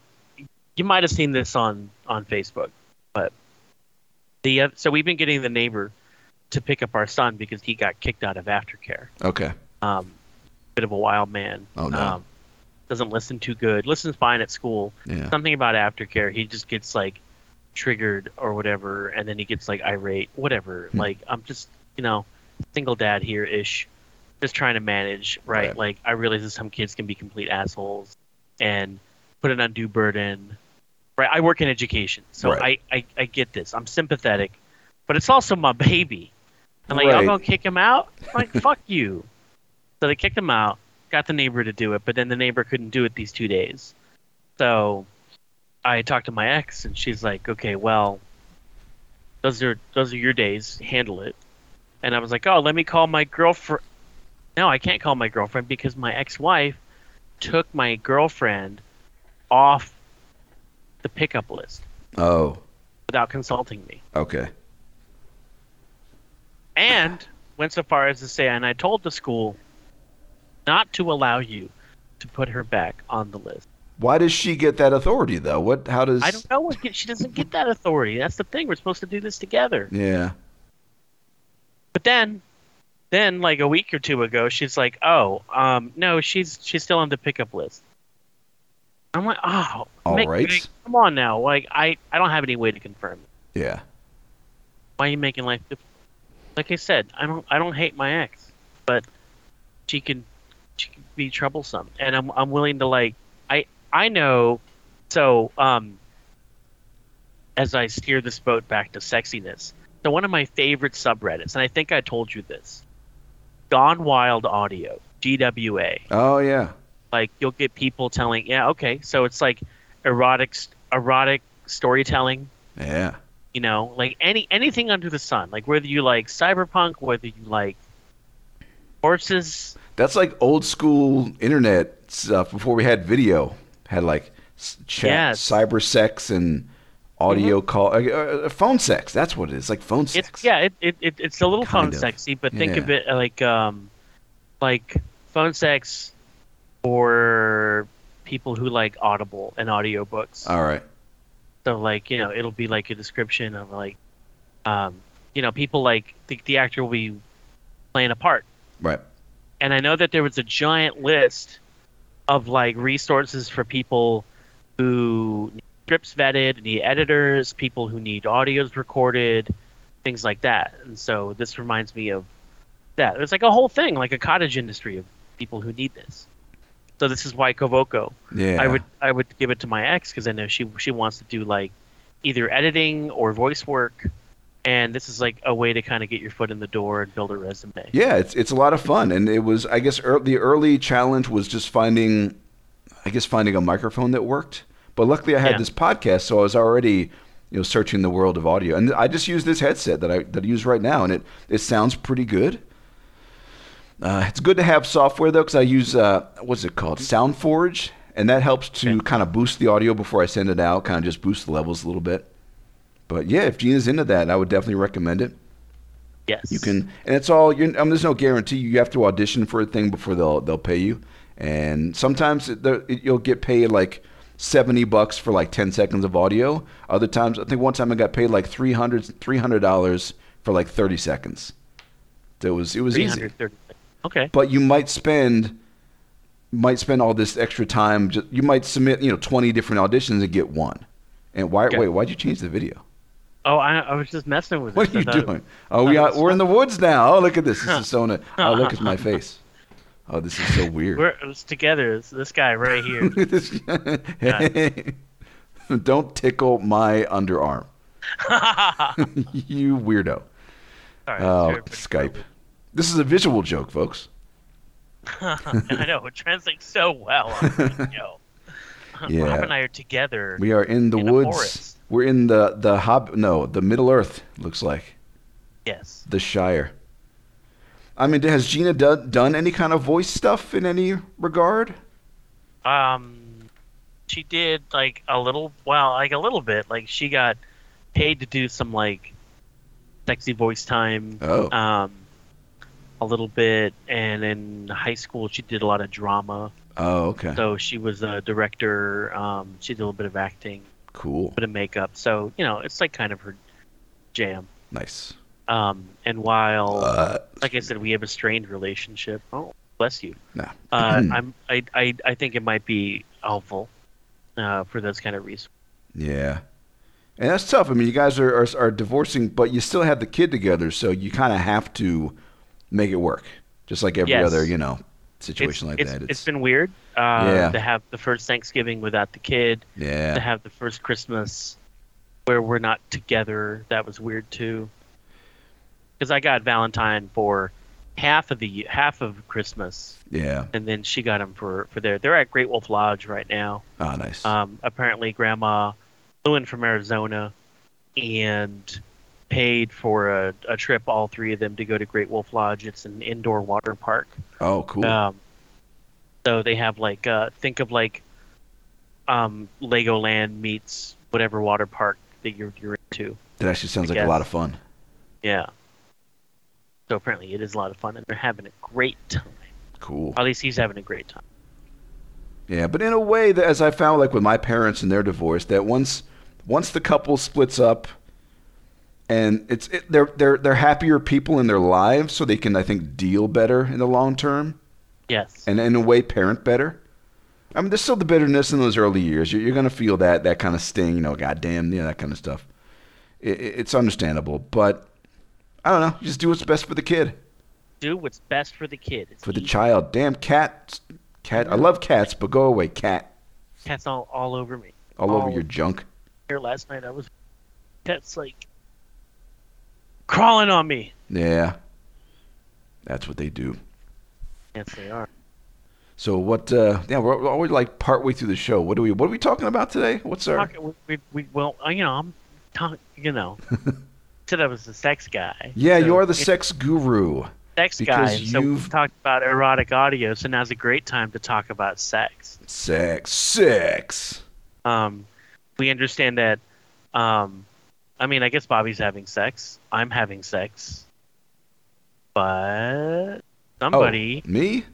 Speaker 1: you might have seen this on on Facebook, but the uh, so we've been getting the neighbor to pick up our son because he got kicked out of aftercare.
Speaker 2: okay.
Speaker 1: Um, bit of a wild man.
Speaker 2: Oh, no.
Speaker 1: Um, doesn't listen too good. Listens fine at school.
Speaker 2: Yeah.
Speaker 1: Something about aftercare. He just gets like triggered or whatever, and then he gets like irate, whatever.
Speaker 2: Hmm.
Speaker 1: Like I'm just, you know, single dad here ish, just trying to manage, right?
Speaker 2: Right.
Speaker 1: Like I realize that some kids can be complete assholes and put an undue burden. Right. I work in education, so
Speaker 2: Right.
Speaker 1: I, I I get this. I'm sympathetic, but it's also my baby. I'm like,
Speaker 2: Right.
Speaker 1: y'all gonna kick him out? I'm like, fuck you. So they kicked him out, got the neighbor to do it, but then the neighbor couldn't do it these two days. So I talked to my ex, and she's like, okay, well, those are those are your days. Handle it. And I was like, oh, let me call my girlfriend. No, I can't call my girlfriend because my ex-wife took my girlfriend off the pickup list
Speaker 2: Oh,
Speaker 1: without consulting me.
Speaker 2: okay.
Speaker 1: and went so far as to say, and I told the school not to allow you to put her back on the list.
Speaker 2: Why does she get that authority though? What? How does?
Speaker 1: I don't know what she doesn't get that authority. That's the thing. We're supposed to do this together.
Speaker 2: Yeah.
Speaker 1: But then, then like a week or two ago, she's like, "Oh, um, no, she's she's still on the pickup list." I'm like, "Oh,
Speaker 2: All
Speaker 1: make-
Speaker 2: right.
Speaker 1: make- come on now. Like, I I don't have any way to confirm. it.
Speaker 2: Yeah.
Speaker 1: Why are you making life difficult? Like I said, I don't I don't hate my ex, but she can she can be troublesome, and I'm I'm willing to like I I know. So um, as I steer this boat back to sexiness, so one of my favorite subreddits, and I think I told you this, Gone Wild Audio (GWA).
Speaker 2: Oh yeah.
Speaker 1: Like you'll get people telling, yeah, okay, so it's like erotic erotic storytelling
Speaker 2: Yeah.
Speaker 1: you know like any anything under the sun like whether you like cyberpunk whether you like horses
Speaker 2: That's like old school internet stuff before we had video. Had like s- chat,
Speaker 1: Yes. Mm-hmm.
Speaker 2: cyber sex, and audio call, uh, uh, phone sex. That's what it is. Like phone sex.
Speaker 1: it's yeah it, it, it it's a little
Speaker 2: Kind
Speaker 1: phone
Speaker 2: of.
Speaker 1: sexy but think
Speaker 2: Yeah.
Speaker 1: of it like um like phone sex for people who like audible and audiobooks
Speaker 2: All right.
Speaker 1: so like you know it'll be like a description of like um you know people like the, the actor will be playing a part
Speaker 2: Right.
Speaker 1: and I know that there was a giant list of like resources for people who need scripts vetted, you need editors, people who need audios recorded, things like that. And so this reminds me of that. It's like a whole thing, like a cottage industry of people who need this. So this is why Kovoko.
Speaker 2: Yeah.
Speaker 1: I would I would give it to my ex because I know she she wants to do like either editing or voice work, and this is like a way to kind of get your foot in the door and build a resume.
Speaker 2: Yeah, it's it's a lot of fun, and it was I guess ear the early challenge was just finding, I guess finding a microphone that worked. But luckily, I had
Speaker 1: Yeah.
Speaker 2: this podcast, so I was already you know searching the world of audio, and I just used this headset that I that I use right now, and it it sounds pretty good. Uh, it's good to have software though, because I use uh, what's it called, SoundForge, and that helps to kind of boost the audio before I send it out, kind of just boost the levels a little bit. But yeah, if Gina's into that, I would definitely recommend it.
Speaker 1: Yes,
Speaker 2: You can, and it's all. You're, um, there's no guarantee. You have to audition for a thing before they'll they'll pay you. And sometimes it, the- it, you'll get paid like seventy bucks for like ten seconds of audio. Other times, I think one time I got paid like 300 dollars for like thirty seconds. So It was it was
Speaker 1: Three
Speaker 2: easy.
Speaker 1: hundred thirty. Okay.
Speaker 2: But you might spend might spend all this extra time. Just, you might submit you know twenty different auditions and get one. And why
Speaker 1: Okay.
Speaker 2: wait? Why'd you change the video?
Speaker 1: Oh, I, I was just messing with.
Speaker 2: What
Speaker 1: this.
Speaker 2: are
Speaker 1: I
Speaker 2: you
Speaker 1: thought-
Speaker 2: doing? Oh, we
Speaker 1: thought
Speaker 2: are,
Speaker 1: it was
Speaker 2: we're in the woods now. Oh, look at this. This is so. Oh, look at my face. Oh, this is so weird.
Speaker 1: We're it was together. It's this guy right here.
Speaker 2: Look at this. Hey, don't tickle my underarm. you weirdo.
Speaker 1: Sorry,
Speaker 2: Oh,
Speaker 1: everybody-
Speaker 2: Skype. This is a visual joke, folks.
Speaker 1: I know it translates so well. I'm like, Yo, Rob and
Speaker 2: Yeah,
Speaker 1: I are together.
Speaker 2: we are in the
Speaker 1: in a
Speaker 2: woods.
Speaker 1: forest.
Speaker 2: We're in the the hob. No, the Middle Earth looks like
Speaker 1: yes.
Speaker 2: the Shire. I mean, has Gina done done any kind of voice stuff in any regard?
Speaker 1: Um, she did like a little. Well, like a little bit. Like she got paid to do some like sexy voice time.
Speaker 2: Oh,
Speaker 1: Um, a little bit, and in high school she did a lot of drama.
Speaker 2: oh, okay,
Speaker 1: So she was a director. Um, she did a little bit of acting.
Speaker 2: cool,
Speaker 1: bit of makeup. So, you know, it's like kind of her jam.
Speaker 2: nice.
Speaker 1: Um, and while,
Speaker 2: Uh,
Speaker 1: like I said, we have a strained relationship. Oh, bless you.
Speaker 2: No.
Speaker 1: Uh,
Speaker 2: Hmm.
Speaker 1: I'm, I, I, I think it might be helpful uh, for those kind of reasons.
Speaker 2: Yeah. And that's tough. I mean, you guys are, are, are divorcing, but you still have the kid together, so you kind of have to make it work, just like every
Speaker 1: Yes.
Speaker 2: other, you know,
Speaker 1: It's,
Speaker 2: situation like
Speaker 1: it's-
Speaker 2: that.
Speaker 1: it's been weird uh,
Speaker 2: Yeah.
Speaker 1: to have the first Thanksgiving without the kid, to
Speaker 2: yeah.
Speaker 1: have the first Christmas where we're not together. That was weird too. Because I got Valentine for half of the half of Christmas,
Speaker 2: Yeah.
Speaker 1: and then she got him for for there. They're at Great Wolf Lodge right now.
Speaker 2: Oh, nice.
Speaker 1: Um, apparently, Grandma flew in from Arizona and paid for a, a trip. All three of them to go to Great Wolf Lodge. It's an indoor water park.
Speaker 2: oh, cool.
Speaker 1: Um, so they have like uh, think of like um, Legoland meets whatever water park that you're you're into.
Speaker 2: that actually sounds
Speaker 1: I
Speaker 2: like a lot of fun.
Speaker 1: Yeah. So apparently, it is a lot of fun, and they're having a great time.
Speaker 2: Cool.
Speaker 1: At least he's having a great time.
Speaker 2: Yeah, but in a way that, as I found, like with my parents and their divorce, that once once the couple splits up, and it's it, they're they're they're happier people in their lives, so they can I think deal better in the long term.
Speaker 1: Yes.
Speaker 2: and in a way parent better. I mean, there's still the bitterness in those early years. You're, you're going to feel that that kind of sting, you know, goddamn, you know, that kind of stuff. It, it- it's understandable, but I don't know. Just do what's best for the kid,
Speaker 1: do what's best for the kid. It's
Speaker 2: for the
Speaker 1: easy.
Speaker 2: child. Damn cat, cat. I love cats, but go away, cat.
Speaker 1: Cat's all, all over me.
Speaker 2: All over
Speaker 1: Oh.
Speaker 2: your junk.
Speaker 1: Here last night, I was cat's like crawling on me.
Speaker 2: Yeah, that's what they do.
Speaker 1: Yes, they are.
Speaker 2: So what? Uh, yeah, we're, we're already like partway through the show. What are we? What are we talking about today? What's our?
Speaker 1: Talk- we, we, we, well, uh, you know, I'm talking. You know, said I was the sex guy.
Speaker 2: Yeah,
Speaker 1: So,
Speaker 2: you are the
Speaker 1: you know,
Speaker 2: sex guru.
Speaker 1: sex guy.
Speaker 2: because
Speaker 1: So
Speaker 2: you've-
Speaker 1: we've talked about erotic audio. So now's a great time to talk about sex.
Speaker 2: Sex, sex.
Speaker 1: Um, we understand that. Um, I mean, I guess Bobby's having sex. I'm having sex. But somebody.
Speaker 2: Oh, me?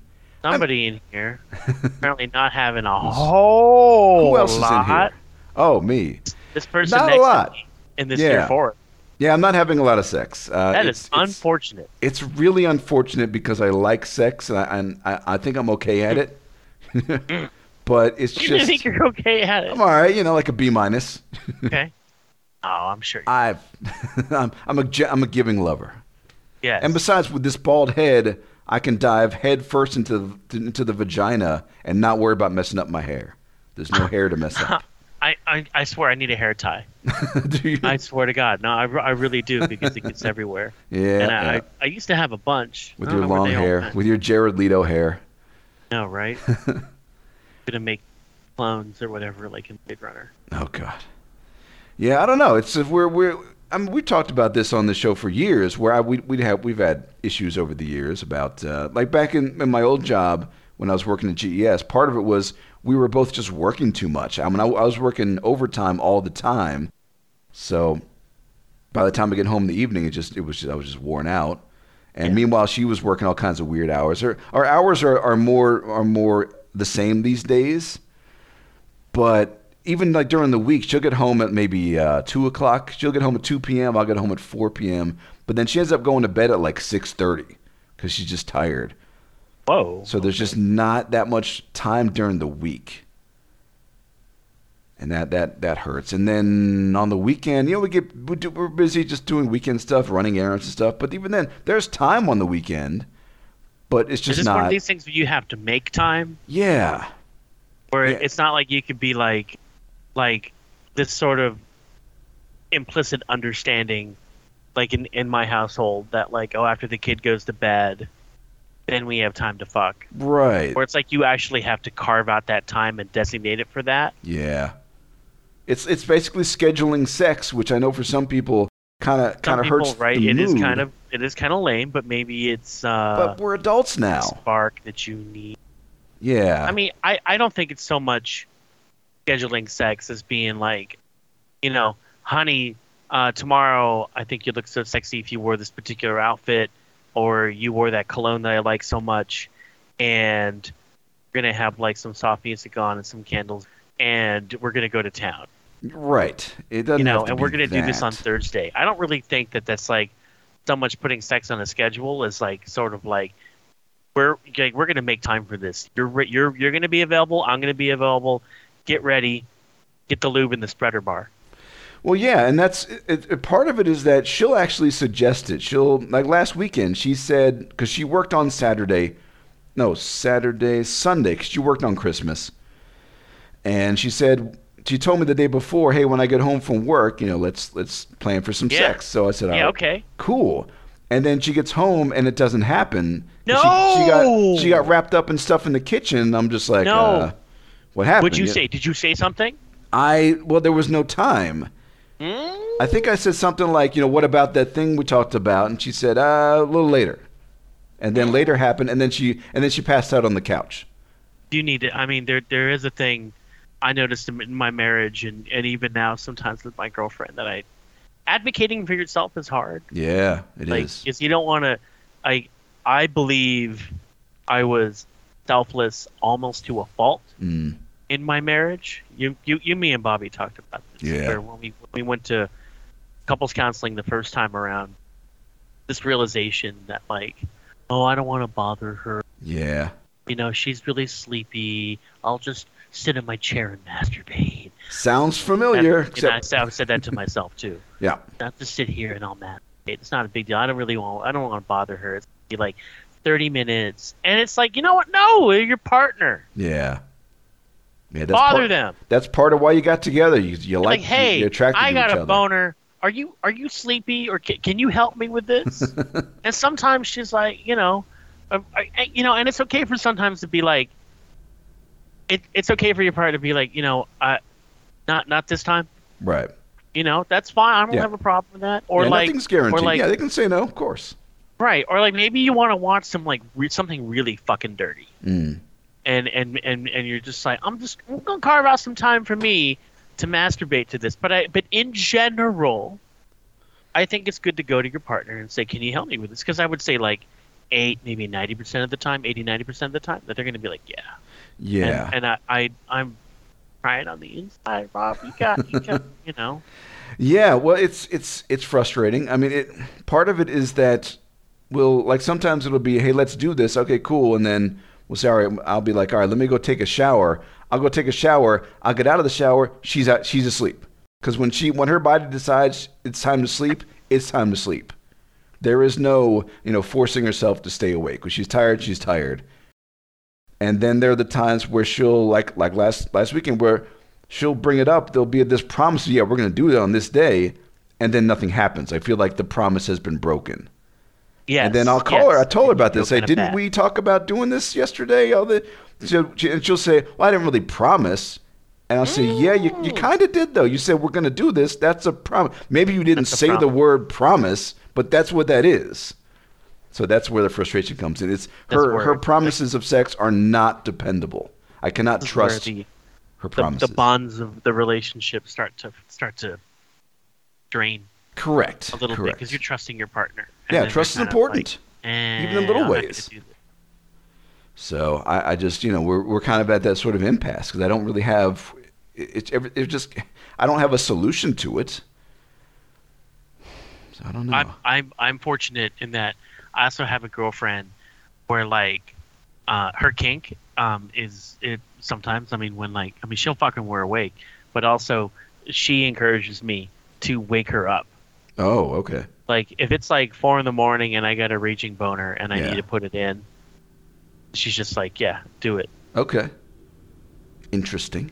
Speaker 1: Somebody in here apparently not having a whole
Speaker 2: Who else is in
Speaker 1: lot.
Speaker 2: here? Oh, me.
Speaker 1: This person
Speaker 2: Not a
Speaker 1: next
Speaker 2: lot.
Speaker 1: to me in this
Speaker 2: Yeah.
Speaker 1: year forward.
Speaker 2: Yeah, I'm not having a lot of sex. Uh,
Speaker 1: That
Speaker 2: it's,
Speaker 1: is unfortunate.
Speaker 2: It's, it's really unfortunate because I like sex and I, and I, I think I'm okay at it. but it's
Speaker 1: You
Speaker 2: just
Speaker 1: think you're okay at it?
Speaker 2: I'm all right. You know, like a B minus.
Speaker 1: Okay. Oh, I'm sure. you
Speaker 2: I've I'm I'm a ge- I'm a giving lover.
Speaker 1: yes.
Speaker 2: And besides, with this bald head, I can dive head first into the, into the vagina and not worry about messing up my hair. There's no hair to mess up.
Speaker 1: I, I, I swear I need a hair tie.
Speaker 2: Do you?
Speaker 1: I swear to God. No, I, re- I really do because it gets everywhere.
Speaker 2: yeah.
Speaker 1: and I,
Speaker 2: yeah.
Speaker 1: I, I used to have a bunch.
Speaker 2: with
Speaker 1: I don't
Speaker 2: your
Speaker 1: know where
Speaker 2: long
Speaker 1: they all
Speaker 2: hair,
Speaker 1: went.
Speaker 2: with your Jared Leto hair.
Speaker 1: No, right? Gonna make clones or whatever, like in Blade Runner.
Speaker 2: Oh God. Yeah, I don't know. It's uh, we're we're. I mean, we talked about this on the show for years, where I, we we have we've had issues over the years about uh, like back in, in my old job when I was working at GES. Part of it was we were both just working too much. I mean, I, I was working overtime all the time, so by the time I get home in the evening, it just it was just, I was just worn out. And
Speaker 1: Yeah.
Speaker 2: meanwhile, she was working all kinds of weird hours. Our, our hours are, are more are more the same these days but even like during the week, she'll get home at maybe uh, two o'clock. She'll get home at two p.m. I'll get home at four p.m. But then she ends up going to bed at like six thirty because she's just tired.
Speaker 1: Whoa.
Speaker 2: So there's just not that much time during the week, and that that that hurts. And then on the weekend, you know, we get we do, we're busy just doing weekend stuff, running errands and stuff. But even then, there's time on the weekend, but
Speaker 1: Is
Speaker 2: it's just
Speaker 1: this one of
Speaker 2: not.
Speaker 1: these things where you have to make time?
Speaker 2: Yeah,
Speaker 1: Where
Speaker 2: Yeah.
Speaker 1: it's not like you could be like, like this sort of implicit understanding, like in, in my household, that like, oh, after the kid goes to bed, then we have time to fuck.
Speaker 2: right.
Speaker 1: Where it's like you actually have to carve out that time and designate it for that.
Speaker 2: Yeah. It's it's basically scheduling sex, which I know for some people kind of
Speaker 1: Some
Speaker 2: kind of hurts
Speaker 1: people, right?
Speaker 2: the
Speaker 1: It is
Speaker 2: mood.
Speaker 1: kind of it is kind of lame, but maybe it's uh,
Speaker 2: But we're adults
Speaker 1: the
Speaker 2: now.
Speaker 1: spark that you need.
Speaker 2: Yeah.
Speaker 1: I mean, I, I don't think it's so much scheduling sex as being like, you know, honey, uh, tomorrow I think you'd look so sexy if you wore this particular outfit or you wore that cologne that I like so much and we're going to have like some soft music on and some candles and we're going to go to town,
Speaker 2: right. It doesn't
Speaker 1: you know,
Speaker 2: have to
Speaker 1: and we're
Speaker 2: be
Speaker 1: going to do this
Speaker 2: that.
Speaker 1: on Thursday. I don't really think that that's like so much putting sex on a schedule is like sort of like we're like, we're gonna make time for this. You're re- you're you're gonna be available. I'm gonna be available. Get ready. Get the lube in the spreader bar.
Speaker 2: Well, yeah, and that's it, it, part of it is that she'll actually suggest it. She'll like last weekend she said because she worked on Saturday, no Saturday Sunday because she worked on Christmas, and she said she told me the day before, hey, when I get home from work, you know, let's let's plan for some
Speaker 1: Yeah.
Speaker 2: sex. So I said, "Oh,
Speaker 1: Yeah.
Speaker 2: "All right,
Speaker 1: Okay.
Speaker 2: cool. And then she gets home and it doesn't happen. She- She,
Speaker 1: No!
Speaker 2: got she got wrapped up in stuff in the kitchen. and I'm just like,
Speaker 1: No.
Speaker 2: uh, what happened?
Speaker 1: What'd you say? Did you say something?
Speaker 2: I well, there was no time. I think I said something like, you know, what about that thing we talked about? And she said, uh, a little later. And then later happened, and then she and then she passed out on the couch.
Speaker 1: Do you need to? I mean, there there is a thing I noticed in my marriage and and even now sometimes with my girlfriend that I advocating for yourself is hard.
Speaker 2: Yeah, it is.
Speaker 1: like because you don't want to i i believe i was selfless almost to a fault
Speaker 2: Mm.
Speaker 1: in my marriage you you, you me and bobby talked about this
Speaker 2: Yeah.
Speaker 1: where when we, when we went to couples counseling the first time around this realization that like oh i don't want to bother her
Speaker 2: Yeah.
Speaker 1: you know she's really sleepy i'll just sit in my chair and masturbate
Speaker 2: Sounds
Speaker 1: That-
Speaker 2: familiar.
Speaker 1: and
Speaker 2: except,
Speaker 1: I, I said that to myself too
Speaker 2: yeah.
Speaker 1: not to sit here and all that. It's not a big deal. I don't really want. I don't want to bother her. It's gonna be like thirty minutes, and it's like you know what? No, you're your partner.
Speaker 2: Yeah. Yeah, that's
Speaker 1: bother
Speaker 2: part,
Speaker 1: them.
Speaker 2: That's part of why you got together. You, you
Speaker 1: Like,
Speaker 2: like,
Speaker 1: hey,
Speaker 2: you're attracted
Speaker 1: I
Speaker 2: to
Speaker 1: got
Speaker 2: each
Speaker 1: a
Speaker 2: other.
Speaker 1: boner. Are you are you sleepy or can, can you help me with this? and sometimes she's like, you know, uh, I- I- you know, and it's okay for sometimes to be like, it, it's okay for your partner to be like, you know, uh, not not this time.
Speaker 2: Right.
Speaker 1: You know, that's fine. I don't
Speaker 2: Yeah.
Speaker 1: have a problem with that. Or
Speaker 2: yeah,
Speaker 1: like,
Speaker 2: nothing's guaranteed.
Speaker 1: or like,
Speaker 2: yeah, they can say no, of course.
Speaker 1: Right, or like maybe you want to watch some like re- something really fucking dirty,
Speaker 2: Mm.
Speaker 1: and and and and you're just like, I'm just I'm gonna carve out some time for me to masturbate to this. But I but in general, I think it's good to go to your partner and say, can you help me with this? Because I would say like eight, maybe ninety percent of the time, 80, 90 percent of the time, that they're gonna be like, yeah.
Speaker 2: Yeah.
Speaker 1: And, and I, I I'm crying on the inside, Rob. You got you got you know.
Speaker 2: Yeah, well, it's it's it's frustrating. I mean, it part of it is that we'll like sometimes it'll be, hey, let's do this, okay, cool, and then Well, sorry, I'll be like, all right, let me go take a shower. I'll go take a shower. I'll get out of the shower. She's out. She's asleep. Because when she, when her body decides it's time to sleep, it's time to sleep. There is no, you know, forcing herself to stay awake. When she's tired, she's tired. And then there are the times where she'll, like, like last last weekend, where she'll bring it up. There'll be this promise, yeah, we're going to do it on this day, and then nothing happens. I feel like the promise has been broken.
Speaker 1: Yes.
Speaker 2: And then I'll call her. I
Speaker 1: yes.
Speaker 2: told her about
Speaker 1: You
Speaker 2: this.
Speaker 1: feel
Speaker 2: Say,
Speaker 1: kinda
Speaker 2: didn't
Speaker 1: bad.
Speaker 2: we talk about doing this yesterday? All the, she'll, she, and she'll say, well, I didn't really promise. And I'll say, yeah, you, you
Speaker 1: Mm.
Speaker 2: kind of did, though. You said we're going to do this. That's a promise. Maybe you didn't
Speaker 1: That's a
Speaker 2: say the
Speaker 1: promise.
Speaker 2: word promise, but that's what that is. So that's where the frustration comes in. It's
Speaker 1: That's
Speaker 2: her,
Speaker 1: where-
Speaker 2: her promises of sex are not dependable. I cannot
Speaker 1: This is where
Speaker 2: trust
Speaker 1: the,
Speaker 2: her
Speaker 1: the,
Speaker 2: promises.
Speaker 1: the bonds of the relationship start to start to drain
Speaker 2: Correct.
Speaker 1: a little bit
Speaker 2: Correct.
Speaker 1: because you're trusting your partner. and
Speaker 2: Yeah,
Speaker 1: then
Speaker 2: trust
Speaker 1: you're kind
Speaker 2: is
Speaker 1: of
Speaker 2: important.
Speaker 1: like, eh,
Speaker 2: Even in little
Speaker 1: I'm not gonna
Speaker 2: ways.
Speaker 1: do this.
Speaker 2: So I, I just, you know, we're, we're kind of at that sort of impasse because I don't really have, it- it's every, it just, I don't have a solution to it. So I don't know.
Speaker 1: I'm, I'm I'm fortunate in that I also have a girlfriend where like uh, her kink um, is it sometimes I mean when like I mean she'll fucking we're awake, but also she encourages me to wake her up.
Speaker 2: oh, okay.
Speaker 1: Like if it's like four in the morning and I got a raging boner and I
Speaker 2: Yeah.
Speaker 1: need to put it in, she's just like yeah do it.
Speaker 2: Okay. Interesting.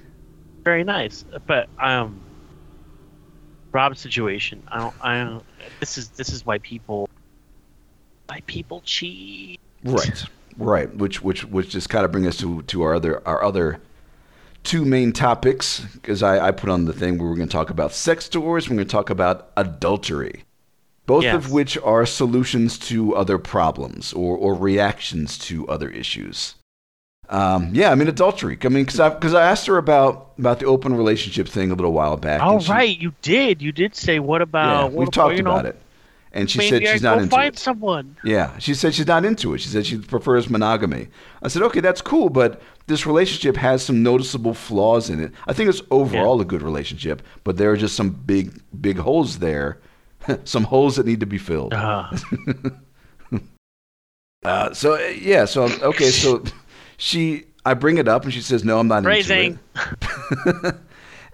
Speaker 1: Very nice, but um. Rob's situation. I don't. I don't. This is this is why people. Why people cheat.
Speaker 2: Right. Right. Which, which, which just kind of bring us to, to our other, our other two main topics because I, I put on the thing where we're going to talk about sex tours. We're going to talk about adultery. both
Speaker 1: Yes.
Speaker 2: of which are solutions to other problems or, or reactions to other issues. Um, yeah, I mean adultery. I mean, because I because I asked her about about the open relationship thing a little while back.
Speaker 1: Oh
Speaker 2: and she-
Speaker 1: right, you did. You did say what
Speaker 2: yeah,
Speaker 1: about?
Speaker 2: we
Speaker 1: what
Speaker 2: talked
Speaker 1: you know,
Speaker 2: about it, and she
Speaker 1: maybe
Speaker 2: said
Speaker 1: I
Speaker 2: she's not
Speaker 1: go
Speaker 2: into
Speaker 1: find
Speaker 2: it.
Speaker 1: someone.
Speaker 2: Yeah, she said she's not into it. She said she prefers monogamy. I said, okay, that's cool, but this relationship has some noticeable flaws in it. I think it's overall a good relationship, but there are just some big, big holes there, some holes that need to be filled.
Speaker 1: Uh,
Speaker 2: Uh, so uh, yeah, so okay, so she, I bring it up, and she says, "No, I'm not
Speaker 1: Phrasing.
Speaker 2: into it."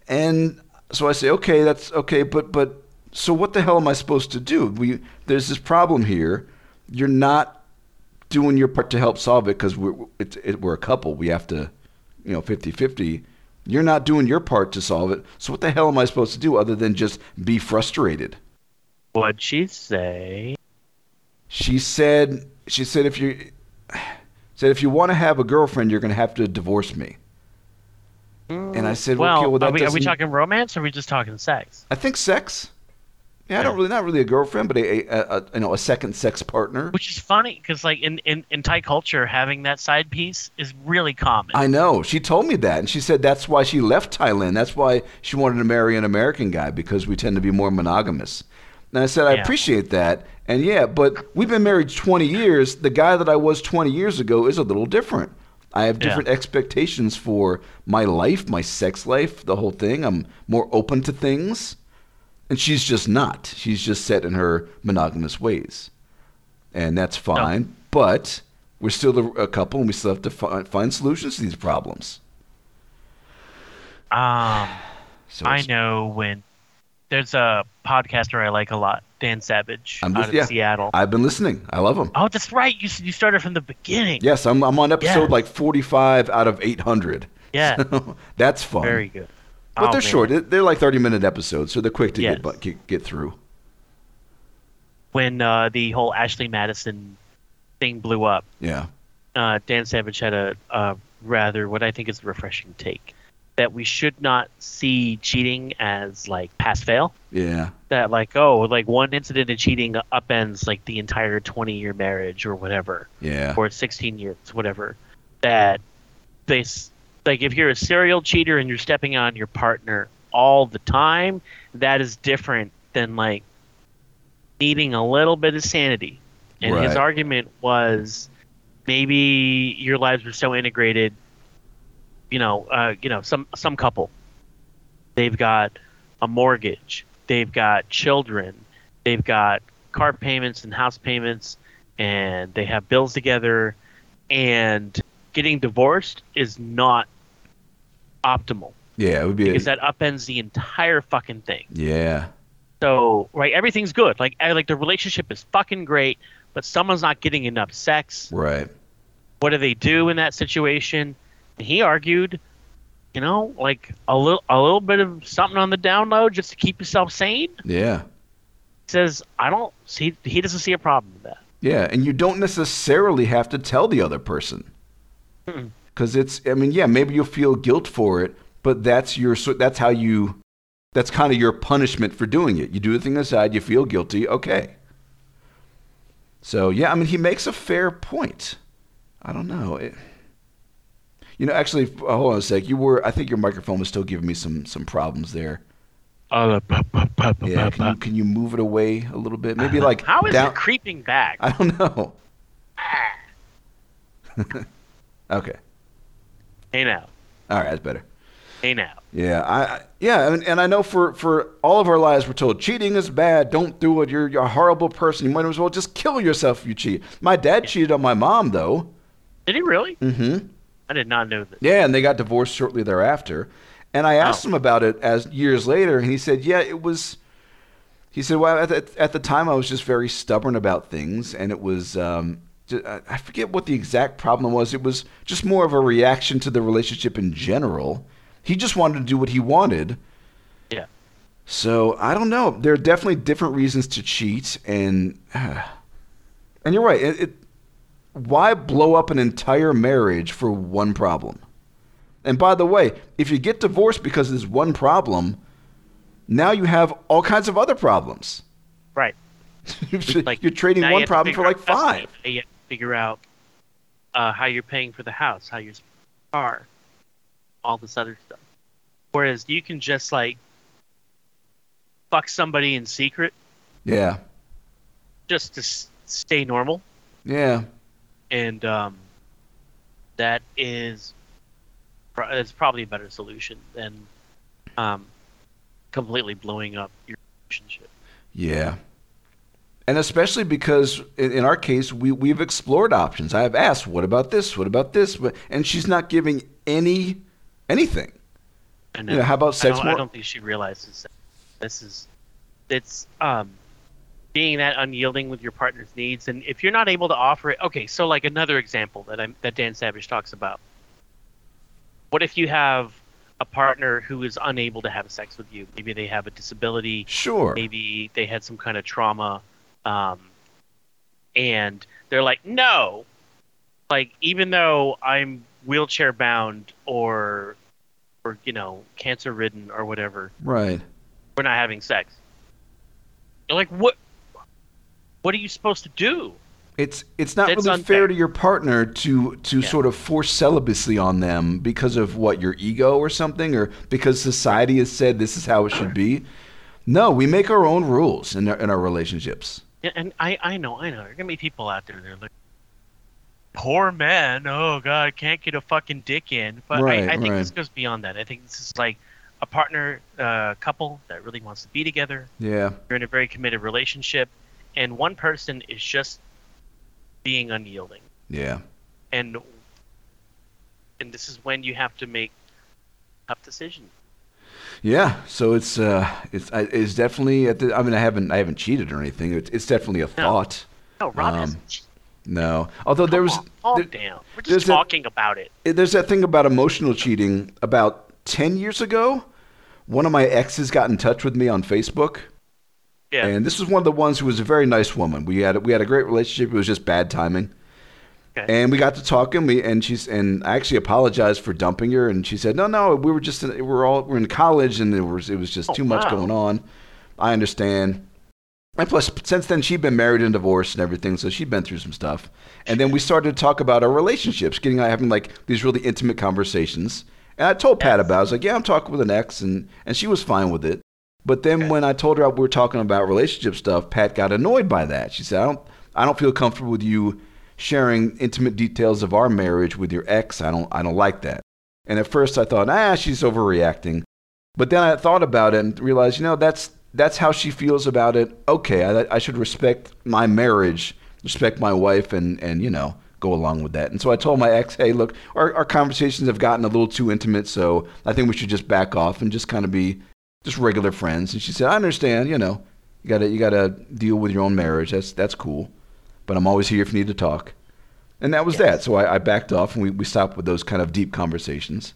Speaker 2: and so I say, "Okay, that's okay, but but so what the hell am I supposed to do? We there's this problem here. You're not doing your part to help solve it because we're it's it, we're a couple. We have to, you know, 50-50. You're not doing your part to solve it. So what the hell am I supposed to do other than just be frustrated?"
Speaker 1: what'd she say?
Speaker 2: she said she said if you said if you want to have a girlfriend you're going to have to divorce me and i said well,
Speaker 1: Well,
Speaker 2: okay, well that
Speaker 1: are, we, are we
Speaker 2: doesn't-
Speaker 1: talking romance or are we just talking sex?
Speaker 2: i think sex yeah, i don't
Speaker 1: Yeah.
Speaker 2: really not really a girlfriend but a, a, a you know a second sex partner
Speaker 1: Which is funny because like in, in in Thai culture, having that side piece is really common.
Speaker 2: i know she told me that and she said that's why she left thailand that's why she wanted to marry an american guy because we tend to be more monogamous and i said i
Speaker 1: Yeah.
Speaker 2: appreciate that and yeah but we've been married 20 years the guy that i was 20 years ago is a little different I have
Speaker 1: Yeah.
Speaker 2: different expectations for my life, my sex life, the whole thing. I'm more open to things. And she's just not. She's just set in her monogamous ways. And that's
Speaker 1: Oh.
Speaker 2: fine. But we're still a, a couple and we still have to fi- find solutions to these problems.
Speaker 1: um,
Speaker 2: So
Speaker 1: I
Speaker 2: it's-
Speaker 1: know when there's a podcaster I like a lot, Dan Savage
Speaker 2: I'm
Speaker 1: out
Speaker 2: just-
Speaker 1: of
Speaker 2: yeah.
Speaker 1: Seattle.
Speaker 2: I've been listening. I love them.
Speaker 1: oh, that's right. You s- you started from the beginning.
Speaker 2: Yes, I'm, I'm on episode
Speaker 1: Yeah.
Speaker 2: like 45 out of 800.
Speaker 1: Yeah.
Speaker 2: that's fun.
Speaker 1: Very good.
Speaker 2: But
Speaker 1: Oh,
Speaker 2: they're
Speaker 1: man.
Speaker 2: short. They're- They're like 30 minute episodes, so they're quick to
Speaker 1: Yes.
Speaker 2: get, get, get through.
Speaker 1: When uh, the whole Ashley Madison thing blew up,
Speaker 2: Yeah.
Speaker 1: uh, Dan Savage had a, a rather what I think is a refreshing take that we should not see cheating as like pass fail.
Speaker 2: Yeah.
Speaker 1: That like oh like one incident of cheating upends like the entire twenty year marriage or whatever
Speaker 2: Yeah.
Speaker 1: or sixteen years whatever. That they s- like if you're a serial cheater and you're stepping on your partner all the time, that is different than like needing a little bit of sanity. And his
Speaker 2: Right.
Speaker 1: argument was maybe your lives were so integrated, you know, uh, you know, some some couple. They've got a mortgage, they've got children, they've got car payments and house payments, and they have bills together, and getting divorced is not optimal
Speaker 2: Yeah, it would be. A,
Speaker 1: because that upends the entire fucking thing.
Speaker 2: yeah.
Speaker 1: So, right, everything's good. Like, I, like the relationship is fucking great, but someone's not getting enough sex.
Speaker 2: Right.
Speaker 1: What do they do in that situation? And he argued, you know, like a little, a little bit of something on the down low just to keep yourself sane.
Speaker 2: Yeah.
Speaker 1: says, I don't see. He doesn't see a problem with that.
Speaker 2: Yeah, and you don't necessarily have to tell the other person.
Speaker 1: Hmm.
Speaker 2: Cuz it's I mean, yeah, maybe you'll feel guilt for it, but that's your so that's how you that's kind of your punishment for doing it. You do the thing aside, you feel guilty, okay. So, yeah, I mean, he makes a fair point. I don't know. It, you know, actually, f- uh, hold on a sec. You were I think your microphone was still giving me some some problems there. Yeah, can you, can you move it away a little bit? Maybe like
Speaker 1: How is
Speaker 2: down,
Speaker 1: it creeping back?
Speaker 2: I don't know. okay.
Speaker 1: hey now,
Speaker 2: All right, that's better.
Speaker 1: hey now.
Speaker 2: Yeah, I I- yeah, and, and I know for for all of our lives we're told cheating is bad. Don't do it. You're, you're a horrible person. You might as well just kill yourself if you cheat. My dad cheated on my mom though.
Speaker 1: Did he really?
Speaker 2: Mhm.
Speaker 1: I did not know that.
Speaker 2: Yeah, and they got divorced shortly thereafter. And I asked
Speaker 1: Wow.
Speaker 2: him about it as years later, and he said, "Yeah, it was." He said, "Well, at the, at the time, I was just very stubborn about things, and it was." Um, ju- I I forget what the exact problem was. It was just more of a reaction to the relationship in general. He just wanted to do what he wanted.
Speaker 1: Yeah.
Speaker 2: So I don't know. There are definitely different reasons to cheat, and and you're right. It, it, why blow up an entire marriage for one problem? And by the way, if you get divorced because of this one problem, now you have all kinds of other problems.
Speaker 1: Right.
Speaker 2: You're-
Speaker 1: Like
Speaker 2: you're trading
Speaker 1: now you
Speaker 2: one
Speaker 1: have to
Speaker 2: problem for
Speaker 1: figure
Speaker 2: like
Speaker 1: out custody.
Speaker 2: five.
Speaker 1: Now You have to figure out uh, how you're paying for the house, how you're car, all this other stuff. Whereas you can just like fuck somebody in secret
Speaker 2: Yeah.
Speaker 1: just to s- stay normal.
Speaker 2: Yeah.
Speaker 1: and um, that is pro- it's probably a better solution than um, completely blowing up your relationship.
Speaker 2: Yeah. And especially because in, in our case, we, we've explored options. I have asked, what about this? What about this? But, and she's not giving any anything.
Speaker 1: And
Speaker 2: You know, how about
Speaker 1: I
Speaker 2: sex
Speaker 1: don't, I
Speaker 2: more?
Speaker 1: don't think she realizes that this is it's um, being that unyielding with your partner's needs, and if you're not able to offer it, okay. So like another example that I'm that Dan Savage talks about. What if you have a partner who is unable to have sex with you? Maybe they have a disability.
Speaker 2: Sure.
Speaker 1: maybe they had some kind of trauma um, and they're like no like even though i'm wheelchair bound or or you know cancer ridden or whatever
Speaker 2: Right.
Speaker 1: we're not having sex you're like what what are you supposed to do
Speaker 2: It's it's not
Speaker 1: It's
Speaker 2: really fair
Speaker 1: unfair.
Speaker 2: to your partner to to
Speaker 1: Yeah.
Speaker 2: sort of force celibacy on them because of what your ego or something or because society has said this is how it should be. No, we make our own rules in our, in our relationships.
Speaker 1: Yeah, and I, I know, I know. There are gonna be people out there that are like, poor man. Oh God, I can't get a fucking dick in. But
Speaker 2: Right,
Speaker 1: I, I think
Speaker 2: right.
Speaker 1: this goes beyond that. I think this is like a partner, uh, couple that really wants to be together.
Speaker 2: Yeah.
Speaker 1: You're in a very committed relationship, and one person is just being unyielding.
Speaker 2: Yeah.
Speaker 1: And and this is when you have to make tough decisions.
Speaker 2: Yeah, so it's uh, it's I- it's definitely. At the, I mean, I haven't I haven't cheated or anything. It's, it's definitely a thought.
Speaker 1: No, Rob
Speaker 2: Um,
Speaker 1: hasn't.
Speaker 2: No, although there
Speaker 1: Come
Speaker 2: was
Speaker 1: on, calm
Speaker 2: there-
Speaker 1: down. We're
Speaker 2: there's
Speaker 1: just
Speaker 2: a-
Speaker 1: talking about it.
Speaker 2: it- there's that thing about emotional cheating. About ten years ago, one of my exes got in touch with me on Facebook,
Speaker 1: Yeah.
Speaker 2: and this was one of the ones who was a very nice woman. We had we had a great relationship. It was just bad timing.
Speaker 1: Okay.
Speaker 2: And we got to talking. We and she's and I actually apologized for dumping her. And she said, "No, no, we were just in, we're all we're in college, and it was it was just
Speaker 1: Oh,
Speaker 2: too much
Speaker 1: wow.
Speaker 2: going on." I understand. And plus, since then she'd been married and divorced and everything, so she'd been through some stuff. And then we started to talk about our relationships, getting out having like these really intimate conversations. And I told Pat about. It. I was like, "Yeah, I'm talking with an ex," and and she was fine with it. But then when I told her we were talking about relationship stuff, Pat got annoyed by that. She said, "I don't, I don't feel comfortable with you sharing intimate details of our marriage with your ex. I don't, I don't like that." And at first I thought, "Ah, she's overreacting," but then I thought about it and realized, you know, that's that's how she feels about it. Okay, I, I should respect my marriage, respect my wife, and and you know, go along with that. And so I told my ex, hey, look, our, our conversations have gotten a little too intimate, so I think we should just back off and just kind of be just regular friends. And she said, I understand, you know, you gotta you gotta deal with your own marriage. That's that's cool, but I'm always here if you need to talk. And that was that. So I, I backed off, and we, we stopped with those kind of deep conversations.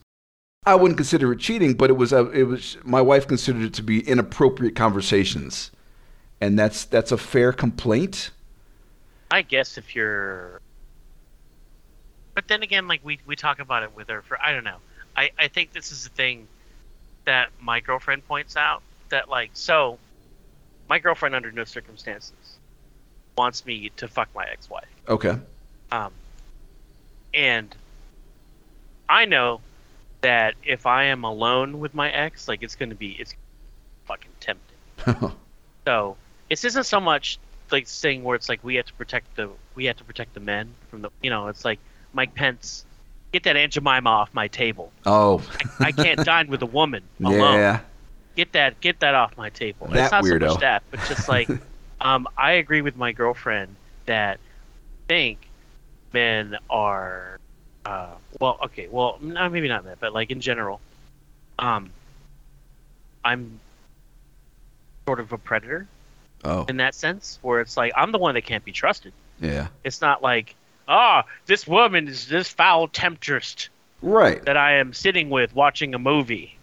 Speaker 2: I wouldn't consider it cheating, but it was a, it was my wife considered it to be inappropriate conversations, and that's that's a fair complaint.
Speaker 1: I guess if you're, but then again, like we we talk about it with her for I don't know. I I think this is the thing that my girlfriend points out that like so, my girlfriend under no circumstances wants me to fuck my ex-wife.
Speaker 2: Okay.
Speaker 1: Um, and I know that if I am alone with my ex, like it's going to be it's fucking tempting. So this isn't so much like saying where it's like we have to protect the we have to protect the men from the you know it's like Mike Pence get that Aunt Jemima off my table.
Speaker 2: oh,
Speaker 1: I can't dine with a woman alone.
Speaker 2: yeah.
Speaker 1: Get that get that off my table.
Speaker 2: That
Speaker 1: it's not so
Speaker 2: weirdo.
Speaker 1: much that, but just like um, I agree with my girlfriend that I think men are uh, well okay well no, maybe not that but like in general um, I'm sort of a predator
Speaker 2: Oh,
Speaker 1: in that sense where it's like I'm the one that can't be trusted.
Speaker 2: yeah.
Speaker 1: It's not like ah this woman is this foul temptress
Speaker 2: Right.
Speaker 1: that I am sitting with watching a movie.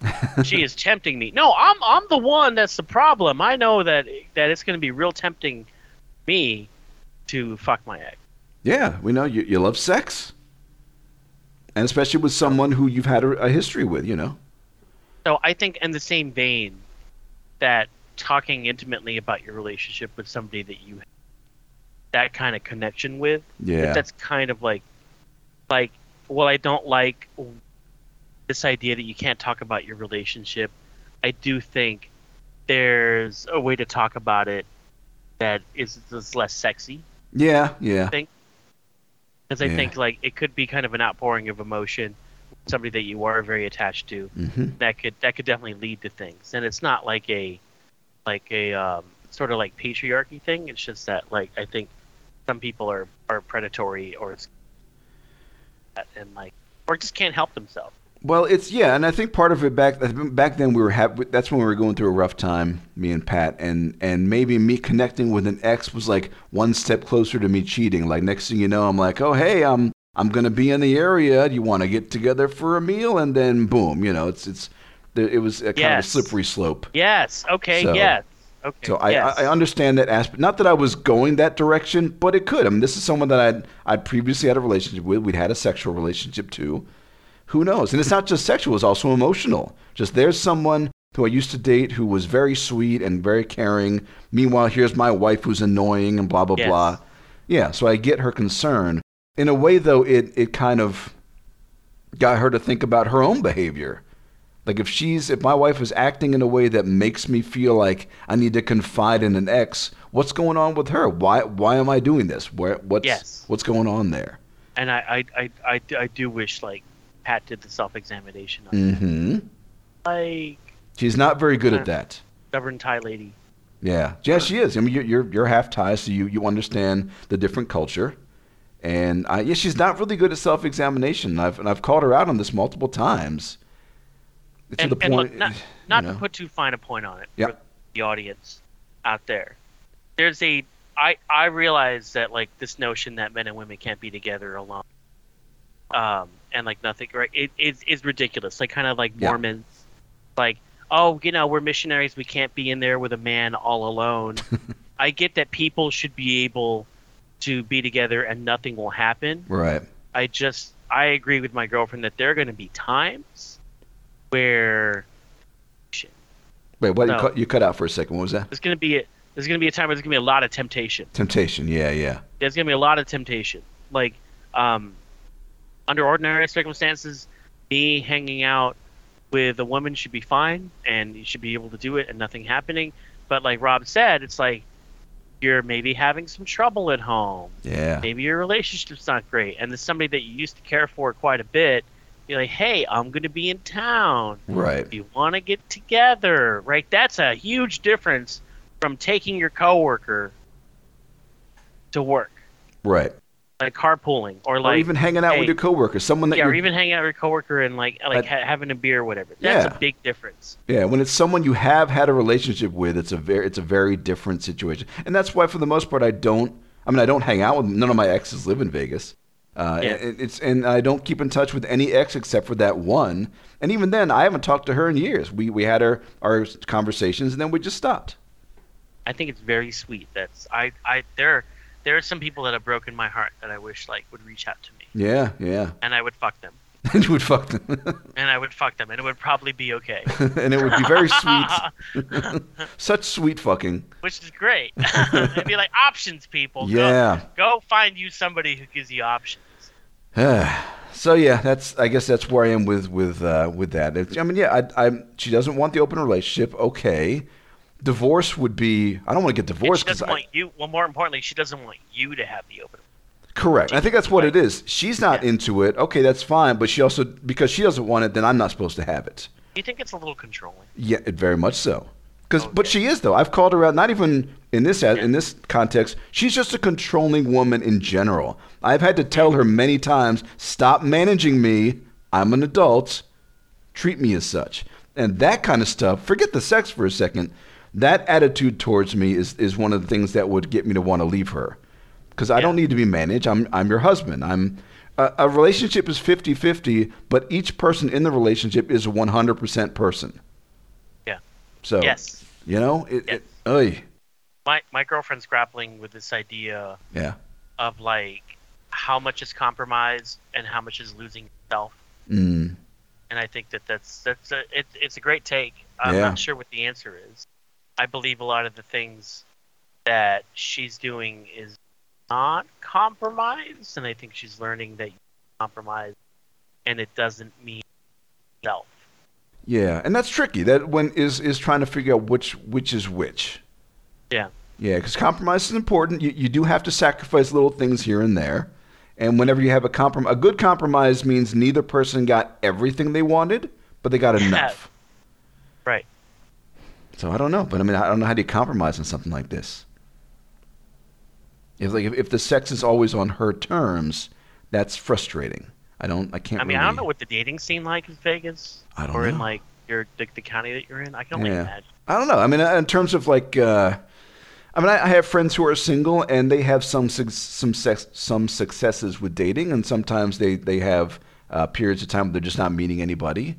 Speaker 1: she is tempting me. No, I'm I'm the one that's the problem. I know that that it's going to be real tempting me to fuck my ex.
Speaker 2: Yeah, we know you, you love sex. And especially with someone who you've had a, a history with, you know?
Speaker 1: So I think in the same vein that talking intimately about your relationship with somebody that you have that kind of connection with,
Speaker 2: Yeah.
Speaker 1: that's kind of like like well I don't like this idea that you can't talk about your relationship. I do think there's a way to talk about it that is that's less sexy
Speaker 2: yeah, yeah.
Speaker 1: because I
Speaker 2: Yeah.
Speaker 1: think like it could be kind of an outpouring of emotion with somebody that you are very attached to
Speaker 2: hmm
Speaker 1: that could that could definitely lead to things and it's not like a like a um, sort of like patriarchy thing it's just that like i think some people are are predatory or it's and like or just can't help themselves
Speaker 2: Well, it's yeah, and I think part of it back back then we were happy. That's when we were going through a rough time, me and Pat, and and maybe me connecting with an ex was like one step closer to me cheating. Like next thing you know, I'm like, oh hey, I'm I'm gonna be in the area. Do you want to get together for a meal? And then boom, you know, it's it's it was a kind
Speaker 1: Yes.
Speaker 2: of a slippery slope.
Speaker 1: yes okay
Speaker 2: So-
Speaker 1: yes okay
Speaker 2: So I,
Speaker 1: yes.
Speaker 2: I I understand that aspect. Not that I was going that direction, but it could. I mean, this is someone that I'd, I'd previously had a relationship with. We'd had a sexual relationship too. Who knows? And it's not just sexual, it's also emotional. Just there's someone who I used to date who was very sweet and very caring. Meanwhile, here's my wife who's annoying and blah, blah,
Speaker 1: Yes.
Speaker 2: blah. Yeah, so I get her concern. In a way, though, it, it kind of got her to think about her own behavior. Like if she's if my wife is acting in a way that makes me feel like I need to confide in an ex, what's going on with her? Why why am I doing this? Where what's
Speaker 1: Yes.
Speaker 2: what's going on there?
Speaker 1: and I, I, I, I, I do wish like pat did the self-examination on
Speaker 2: hmm
Speaker 1: like
Speaker 2: She's not very good at that.
Speaker 1: stubborn thai lady
Speaker 2: Yeah, yeah, she is. I mean, you're you're, you're half Thai, so you you understand the different culture, and I, yeah, she's not really good at self examination. I've and I've called her out on this multiple times.
Speaker 1: and, and look, not,
Speaker 2: you
Speaker 1: not
Speaker 2: know.
Speaker 1: to put too fine a point on it
Speaker 2: Yeah.
Speaker 1: for the audience out there. There's a I I realize that like this notion that men and women can't be together alone, um, and like nothing right it is is ridiculous. Like kind of like
Speaker 2: Yeah.
Speaker 1: Mormons, like oh you know we're missionaries we can't be in there with a man all alone. I get that people should be able to be together and nothing will happen.
Speaker 2: right.
Speaker 1: I just I agree with my girlfriend that there are going to be times where
Speaker 2: Wait, what you
Speaker 1: No.
Speaker 2: cut you cut out for a second? What was that?
Speaker 1: there's going to be a, there's going to be a time where there's going to be a lot of temptation.
Speaker 2: Temptation. Yeah, yeah.
Speaker 1: There's going to be a lot of temptation. Like um, under ordinary circumstances, me hanging out with a woman should be fine, and you should be able to do it, and nothing happening. But like Rob said, it's like you're maybe having some trouble at home.
Speaker 2: Yeah.
Speaker 1: maybe your relationship's not great and there's somebody that you used to care for quite a bit you're like hey i'm going to be in town
Speaker 2: Right.
Speaker 1: you want to get together right that's a huge difference from taking your coworker to work
Speaker 2: Right.
Speaker 1: like carpooling or like
Speaker 2: or even hanging out
Speaker 1: hey,
Speaker 2: with your coworkers, someone that
Speaker 1: yeah, or
Speaker 2: you're,
Speaker 1: even hanging out with your coworker and like like
Speaker 2: That-
Speaker 1: ha- having a beer or whatever. That's
Speaker 2: Yeah.
Speaker 1: a big difference.
Speaker 2: yeah, when it's someone you have had a relationship with, it's a very it's a very different situation, and that's why for the most part I don't. I mean, I don't hang out with none of my exes live in Vegas. Uh,
Speaker 1: Yeah.
Speaker 2: and it's and I don't keep in touch with any ex except for that one, and even then I haven't talked to her in years. We we had our our conversations and then we just stopped.
Speaker 1: I think it's very sweet. That's I I there there are some people that have broken my heart that I wish like would reach out to me
Speaker 2: Yeah, yeah,
Speaker 1: and I would fuck them
Speaker 2: and you would fuck them.
Speaker 1: and I would fuck them and it would probably be okay,
Speaker 2: and it would be very sweet. Such sweet fucking.
Speaker 1: which is great. It'd be like options, people. Go-
Speaker 2: Yeah.
Speaker 1: go find you somebody who gives you options.
Speaker 2: so yeah, that's I guess that's where I am with with uh, with that. It's- I mean, yeah, I, I'm. She doesn't want the open relationship. Okay, divorce would be. I don't want to get
Speaker 1: And
Speaker 2: divorced
Speaker 1: she doesn't
Speaker 2: I-
Speaker 1: want you. Well, more importantly, she doesn't want you to have the open.
Speaker 2: correct. I think that's what it is. She's not
Speaker 1: Yeah.
Speaker 2: into it. Okay, that's fine. But she also because she doesn't want it, then I'm not supposed to have it.
Speaker 1: Do you think it's a little controlling?
Speaker 2: Yeah, it- very much so. Because, but
Speaker 1: Okay.
Speaker 2: she is though. I've called her out. Not even in this ad
Speaker 1: Oh, Yeah.
Speaker 2: in this context. She's just a controlling woman in general. I've had to tell her many times, stop managing me. I'm an adult. Treat me as such. And that kind of stuff. Forget the sex for a second. That attitude towards me is is one of the things that would get me to want to leave her. Because I
Speaker 1: Yeah.
Speaker 2: don't need to be managed. I'm I'm your husband. I'm a, a relationship is 50-50, but each person in the relationship is a 100% person.
Speaker 1: Yeah.
Speaker 2: So
Speaker 1: Yes.
Speaker 2: you know it.
Speaker 1: Yes.
Speaker 2: it oy.
Speaker 1: My my girlfriend's grappling with this idea
Speaker 2: yeah.
Speaker 1: of like how much is compromise and how much is losing yourself.
Speaker 2: Mm.
Speaker 1: And I think that that's that's a it, it's a great take. I'm
Speaker 2: Yeah.
Speaker 1: not sure what the answer is. I believe a lot of the things that she's doing is not compromise, and I think she's learning that you compromise, and it doesn't mean self.
Speaker 2: Yeah, and that's tricky. That when is is trying to figure out which which is which.
Speaker 1: Yeah.
Speaker 2: Yeah, because compromise is important. You you do have to sacrifice little things here and there, and whenever you have a comprom a good compromise means neither person got everything they wanted, but they got
Speaker 1: Yeah.
Speaker 2: enough.
Speaker 1: Right.
Speaker 2: So I don't know, but I mean I don't know how do you compromise on something like this. If like if, if the sex is always on her terms, that's frustrating. I don't I can't.
Speaker 1: I mean, I
Speaker 2: really-
Speaker 1: don't know what the dating scene like in Vegas
Speaker 2: I don't
Speaker 1: or in
Speaker 2: know.
Speaker 1: like your the, the county that you're in. I can only
Speaker 2: Yeah.
Speaker 1: imagine.
Speaker 2: I don't know. I mean, uh, in terms of like, uh, I mean, I I have friends who are single and they have some suc- some sex, some successes with dating, and sometimes they they have uh, periods of time where they're just not meeting anybody.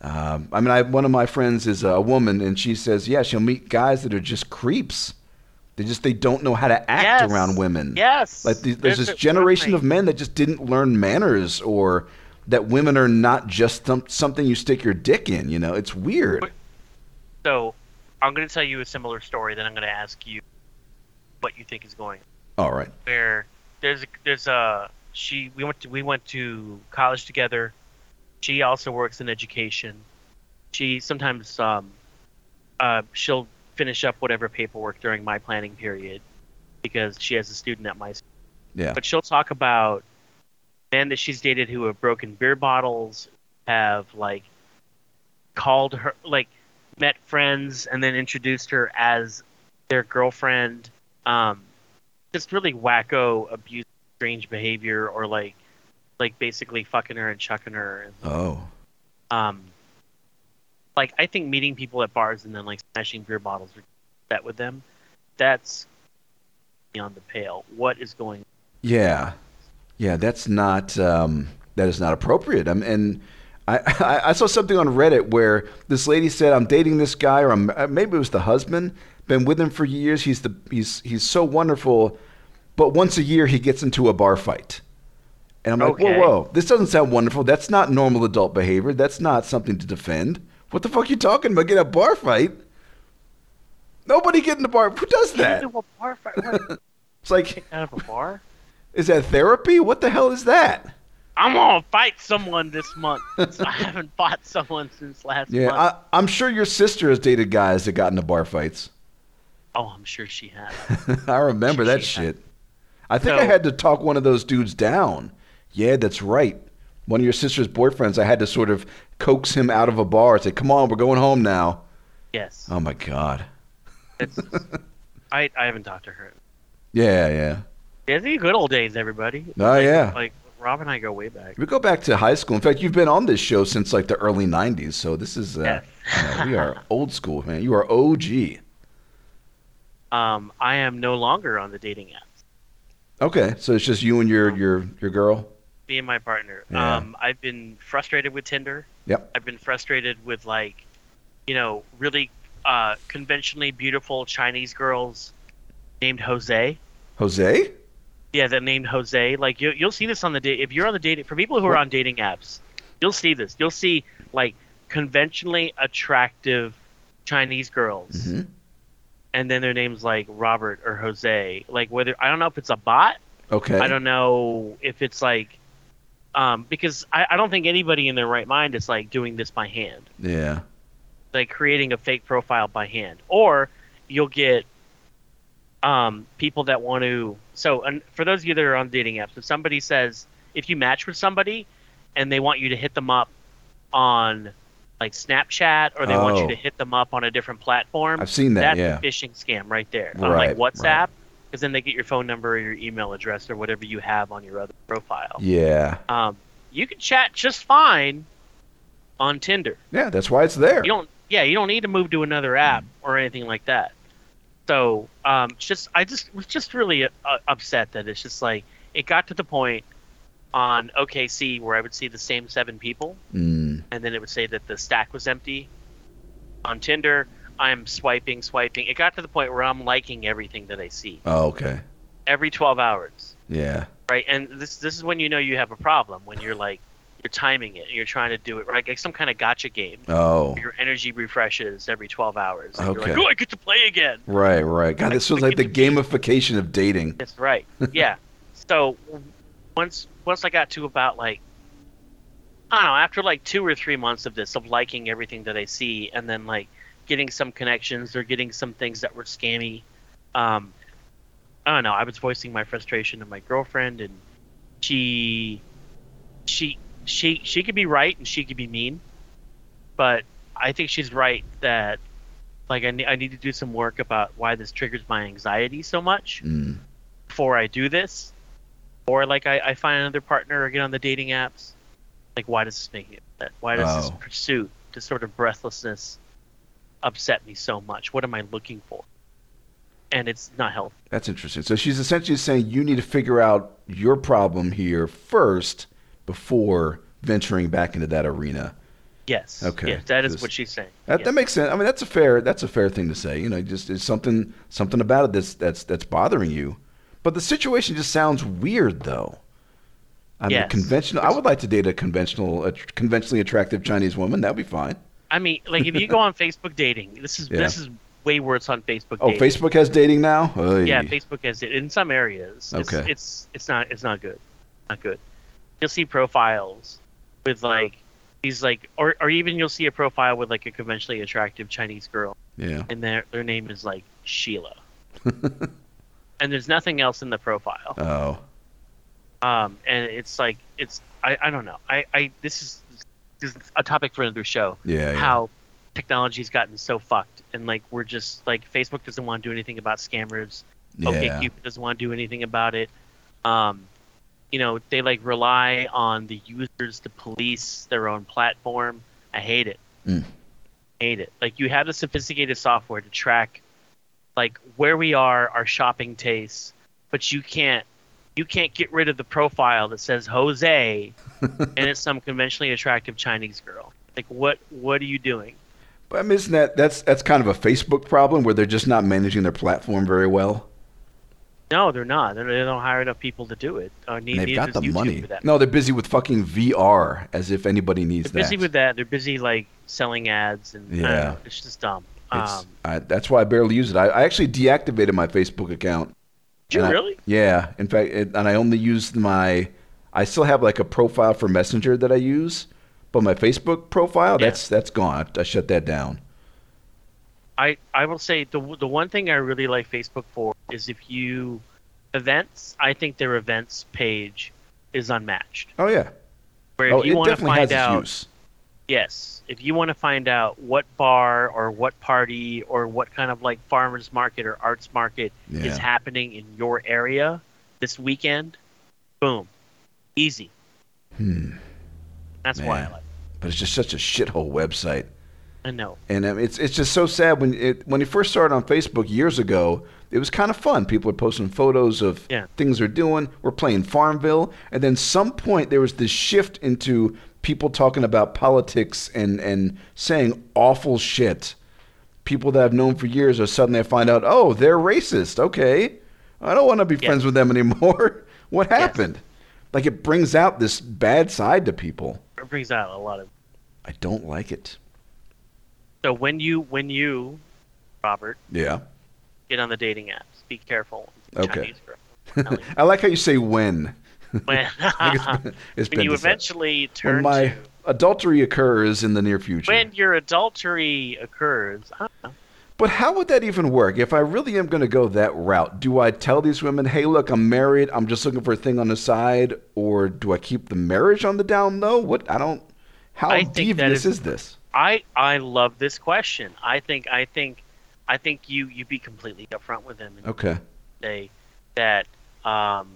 Speaker 2: Um, I mean, I, one of my friends is a woman, and she says, yeah, she'll meet guys that are just creeps. They just they don't know how to act
Speaker 1: Yes.
Speaker 2: around women.
Speaker 1: Yes.
Speaker 2: Like the, there's this generation of men that just didn't learn manners or that women are not just some, something you stick your dick in, you know? It's weird.
Speaker 1: So, I'm going to tell you a similar story. Then I'm going to ask you what you think is going. on.
Speaker 2: All right.
Speaker 1: Where there's a, there's a she we went to we went to college together. She also works in education. She sometimes um, uh, she'll finish up whatever paperwork during my planning period because she has a student at my
Speaker 2: Yeah.
Speaker 1: but she'll talk about men that she's dated who have broken beer bottles, have like called her, like met friends, and then introduced her as their girlfriend. Um, just really wacko, abuse, strange behavior, or like, like basically fucking her and chucking her.
Speaker 2: Oh.
Speaker 1: Um, like I think meeting people at bars and then like smashing beer bottles, or that with them, that's beyond the pale. What is going?
Speaker 2: Yeah, yeah, that's not um, that is not appropriate. i and I, I I saw something on Reddit where this lady said, "I'm dating this guy, or I'm, uh, maybe it was the husband. Been with him for years. He's the he's he's so wonderful, but once a year he gets into a bar fight." And I'm like,
Speaker 1: Okay.
Speaker 2: "Whoa, whoa, this doesn't sound wonderful. That's not normal adult behavior. That's not something to defend. What the fuck you talking about? Get in a bar fight? Nobody get in a bar. Who does that?
Speaker 1: Into a bar fight? What,
Speaker 2: It's like,
Speaker 1: out of a bar?
Speaker 2: is that therapy? What the hell is that?"
Speaker 1: I'm gonna fight someone this month. I haven't fought someone since last
Speaker 2: Yeah,
Speaker 1: month.
Speaker 2: I, I'm sure your sister has dated guys that got into bar fights.
Speaker 1: oh, I'm sure she has.
Speaker 2: I remember that
Speaker 1: She-
Speaker 2: shit. I think I
Speaker 1: No.
Speaker 2: had to talk one of those dudes down. Yeah, that's right. One of your sister's boyfriends, I had to sort of coax him out of a bar and say, "Come on, we're going home now."
Speaker 1: Yes.
Speaker 2: Oh my god.
Speaker 1: It's- I I haven't talked to her.
Speaker 2: Yeah, yeah.
Speaker 1: It's the good old days, everybody.
Speaker 2: Oh,
Speaker 1: Like-
Speaker 2: yeah.
Speaker 1: Like Rob and I go way back.
Speaker 2: We go back to high school. In fact, you've been on this show since like the early '90s, so this is uh,
Speaker 1: Yes.
Speaker 2: you know, we are old school, man. You are OG.
Speaker 1: Um, I am no longer on the dating apps.
Speaker 2: Okay, so it's just you and your your your girl.
Speaker 1: Me and my partner.
Speaker 2: Yeah.
Speaker 1: Um, I've been frustrated with Tinder.
Speaker 2: Yep.
Speaker 1: I've been frustrated with like, you know, really uh, conventionally beautiful Chinese girls named Jose.
Speaker 2: Jose?
Speaker 1: Yeah, that named Jose. Like you, you'll see this on the date. If you're on the dating, for people who are on dating apps, you'll see this. You'll see like conventionally attractive Chinese girls,
Speaker 2: Mhm.
Speaker 1: and then their names like Robert or Jose. Like whether I don't know if it's a bot.
Speaker 2: Okay.
Speaker 1: I don't know if it's like, um, because I, I don't think anybody in their right mind is like doing this by hand,
Speaker 2: Yeah.
Speaker 1: like creating a fake profile by hand, or you'll get um, people that want to. So, and for those of you that are on dating apps, if somebody says if you match with somebody and they want you to hit them up on like Snapchat or they want
Speaker 2: Oh.
Speaker 1: you to hit them up on a different platform,
Speaker 2: I've seen that,
Speaker 1: that's
Speaker 2: yeah.
Speaker 1: a phishing scam right there.
Speaker 2: Right,
Speaker 1: Unlike WhatsApp,
Speaker 2: right.
Speaker 1: because then they get your phone number or your email address or whatever you have on your other profile.
Speaker 2: Yeah.
Speaker 1: Um, you can chat just fine on Tinder.
Speaker 2: Yeah, that's why it's there.
Speaker 1: You don't, yeah, you don't need to move to another app or anything like that. So, um, it's just I just was just really uh, upset that it's just like it got to the point on OKC where I would see the same seven people,
Speaker 2: Mm.
Speaker 1: and then it would say that the stack was empty. On Tinder, I'm swiping, swiping. It got to the point where I'm liking everything that I see
Speaker 2: Oh, okay.
Speaker 1: every 12 hours
Speaker 2: Yeah.
Speaker 1: right? And this this is when you know you have a problem when you're like you're timing it, and you're trying to do it right, like some kind of gotcha game.
Speaker 2: Oh.
Speaker 1: where Your energy refreshes every 12 hours. And You're
Speaker 2: Okay.
Speaker 1: like, oh, I get to play again.
Speaker 2: Right, right. God, this was like the gamification of dating.
Speaker 1: That's right. Yeah. so once once I got to about like I don't know, after like two or three months of this, of liking everything that I see, and then like getting some connections or getting some things that were scammy. Um, I don't know. I was voicing my frustration to my girlfriend, and she, she, she, she could be right and she could be mean, but I think she's right that like I, ne- I need to do some work about why this triggers my anxiety so much
Speaker 2: Mm.
Speaker 1: before I do this, or like I, I find another partner or get on the dating apps. Like, why does this make me upset? Why does
Speaker 2: Oh.
Speaker 1: this pursuit, this sort of breathlessness, upset me so much? What am I looking for? And it's not healthy.
Speaker 2: That's interesting. So she's essentially saying you need to figure out your problem here first before venturing back into that arena.
Speaker 1: Yes.
Speaker 2: Okay,
Speaker 1: Yes, that is
Speaker 2: just-
Speaker 1: what she's saying.
Speaker 2: That,
Speaker 1: Yes.
Speaker 2: that makes sense. I mean, that's a fair that's a fair thing to say. You know, just it's something something about it that's that's that's bothering you. But the situation just sounds weird, though. I mean,
Speaker 1: Yes.
Speaker 2: conventional. I would like to date a conventional, a conventionally attractive Chinese woman. That'd be fine.
Speaker 1: I mean, like if you go on Facebook dating, this is
Speaker 2: Yeah.
Speaker 1: this is way worse on Facebook.
Speaker 2: Oh,
Speaker 1: dating.
Speaker 2: Facebook has dating now. Oy.
Speaker 1: Yeah, Facebook has it in some areas. It's,
Speaker 2: Okay.
Speaker 1: It's it's not it's not good, not good. You'll see profiles with like these like or or even you'll see a profile with like a conventionally attractive Chinese girl
Speaker 2: yeah.
Speaker 1: and their their name is like Sheila, and there's nothing else in the profile.
Speaker 2: Oh,
Speaker 1: Um, and it's like it's I I don't know I I this is this is a topic for another show
Speaker 2: yeah. yeah.
Speaker 1: how technology's gotten so fucked and like we're just like Facebook doesn't want to do anything about scammers.
Speaker 2: Yeah.
Speaker 1: Okay, Cupid doesn't want to do anything about it. Um, you know, they like rely on the users to police their own platform. I hate it.
Speaker 2: Mm.
Speaker 1: Hate it. Like you have the sophisticated software to track like where we are, our shopping tastes, but you can't you can't get rid of the profile that says Jose and it's some conventionally attractive Chinese girl. Like what what are you doing?
Speaker 2: But I mean, isn't that that's that's kind of a Facebook problem where they're just not managing their platform very well?
Speaker 1: No, they're not. They're, they don't hire enough people to do it. Uh,
Speaker 2: And
Speaker 1: need,
Speaker 2: they've got the money.
Speaker 1: For that.
Speaker 2: No, they're busy with fucking VR, as if anybody needs
Speaker 1: they're busy
Speaker 2: that.
Speaker 1: with that. They're busy like selling ads and I don't
Speaker 2: Yeah.
Speaker 1: know. it's just dumb.
Speaker 2: It's-
Speaker 1: um,
Speaker 2: I, that's why I barely use it. I, I actually deactivated my Facebook account.
Speaker 1: did you
Speaker 2: and I-
Speaker 1: really?
Speaker 2: yeah. In fact, it, and I only used my. I still have like a profile for Messenger that I use, but my Facebook profile
Speaker 1: Yeah.
Speaker 2: that's that's gone. I, I shut that down.
Speaker 1: I, I will say the the one thing I really like Facebook for is if you events. I think their events page is unmatched.
Speaker 2: Oh yeah.
Speaker 1: Where if
Speaker 2: Oh,
Speaker 1: you
Speaker 2: it
Speaker 1: want to
Speaker 2: definitely has
Speaker 1: find
Speaker 2: its
Speaker 1: out,
Speaker 2: use.
Speaker 1: yes, if you want to find out what bar or what party or what kind of like farmers market or arts market
Speaker 2: Yeah.
Speaker 1: is happening in your area, this weekend, boom, easy. That's why I
Speaker 2: Hmm. Man.
Speaker 1: like. it.
Speaker 2: But it's just such a shithole website.
Speaker 1: I know.
Speaker 2: And um, it's it's just so sad when it when it first started on Facebook years ago. It was kind of fun. People were posting photos of
Speaker 1: Yeah.
Speaker 2: things they're doing. We're playing Farmville, and then some point there was this shift into people talking about politics and and saying awful shit. People that I've known for years are suddenly I find out, oh, they're racist. Okay, I don't want to be
Speaker 1: Yeah.
Speaker 2: friends with them anymore. what happened? Like it brings out this bad side to people.
Speaker 1: It brings out a lot of.
Speaker 2: I don't like it.
Speaker 1: So when you when you, Robert,
Speaker 2: Yeah.
Speaker 1: get on the dating apps, be careful.
Speaker 2: Okay.
Speaker 1: Chinese girl. Ellie.
Speaker 2: I like how you say when.
Speaker 1: when
Speaker 2: it's been, it's
Speaker 1: Uh-huh. when
Speaker 2: been
Speaker 1: you
Speaker 2: this-
Speaker 1: eventually
Speaker 2: when
Speaker 1: turn
Speaker 2: my
Speaker 1: to
Speaker 2: adultery occurs in the near future.
Speaker 1: when your adultery occurs, I don't know.
Speaker 2: but how would that even work? If I really am going to go that route, do I tell these women, "Hey, look, I'm married. I'm just looking for a thing on the side," or do I keep the marriage on the down low? What I don't. How
Speaker 1: I think that
Speaker 2: devious
Speaker 1: is-
Speaker 2: is this?
Speaker 1: I I love this question. I think I think I think you you be completely upfront with them and
Speaker 2: Okay.
Speaker 1: say that um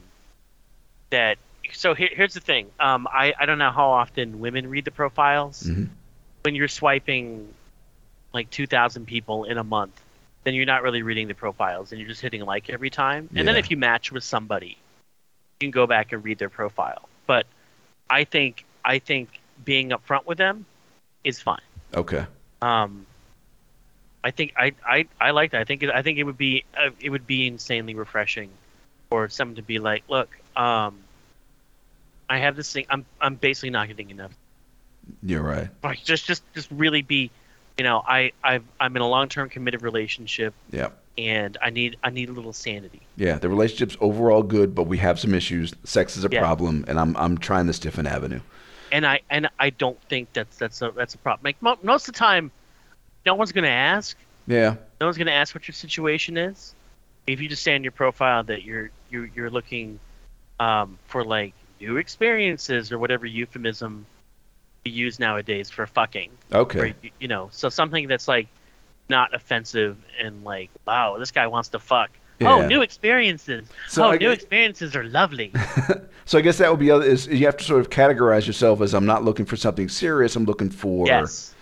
Speaker 1: that so here, here's the thing. Um, I I don't know how often women read the profiles.
Speaker 2: Mhm.
Speaker 1: When you're swiping like 2,000 people in a month, then you're not really reading the profiles and you're just hitting like every time. And then
Speaker 2: Yeah.
Speaker 1: if you match with somebody, you can go back and read their profile. But I think I think being upfront with them is fine.
Speaker 2: Okay.
Speaker 1: Um, I think I, I, I like that. I think it, I think it would be uh, it would be insanely refreshing for someone to be like, look, um, I have this thing. I'm I'm basically not getting enough.
Speaker 2: You're right.
Speaker 1: Like just just just really be, you know, I I've, I'm in a long term committed relationship
Speaker 2: Yeah.
Speaker 1: and I need I need a little sanity.
Speaker 2: Yeah. The relationship's overall good, but we have some issues. Sex is a
Speaker 1: Yeah.
Speaker 2: problem, and I'm I'm trying this different avenue.
Speaker 1: And I and I don't think that's that's a that's a problem. Like mo- most of the time, no one's gonna ask.
Speaker 2: Yeah.
Speaker 1: no one's going to ask what your situation is. If you just say in your profile that you're you're, you're looking um, for like new experiences or whatever euphemism we use nowadays for fucking,
Speaker 2: Okay.
Speaker 1: or, you, you know, so something that's like not offensive and like, wow, this guy wants to fuck.
Speaker 2: Yeah.
Speaker 1: Oh, new experiences.
Speaker 2: So
Speaker 1: oh,
Speaker 2: I-
Speaker 1: new experiences are lovely.
Speaker 2: So I guess that would be other is you have to sort of categorize yourself as I'm not looking for something serious. I'm looking for
Speaker 1: yes,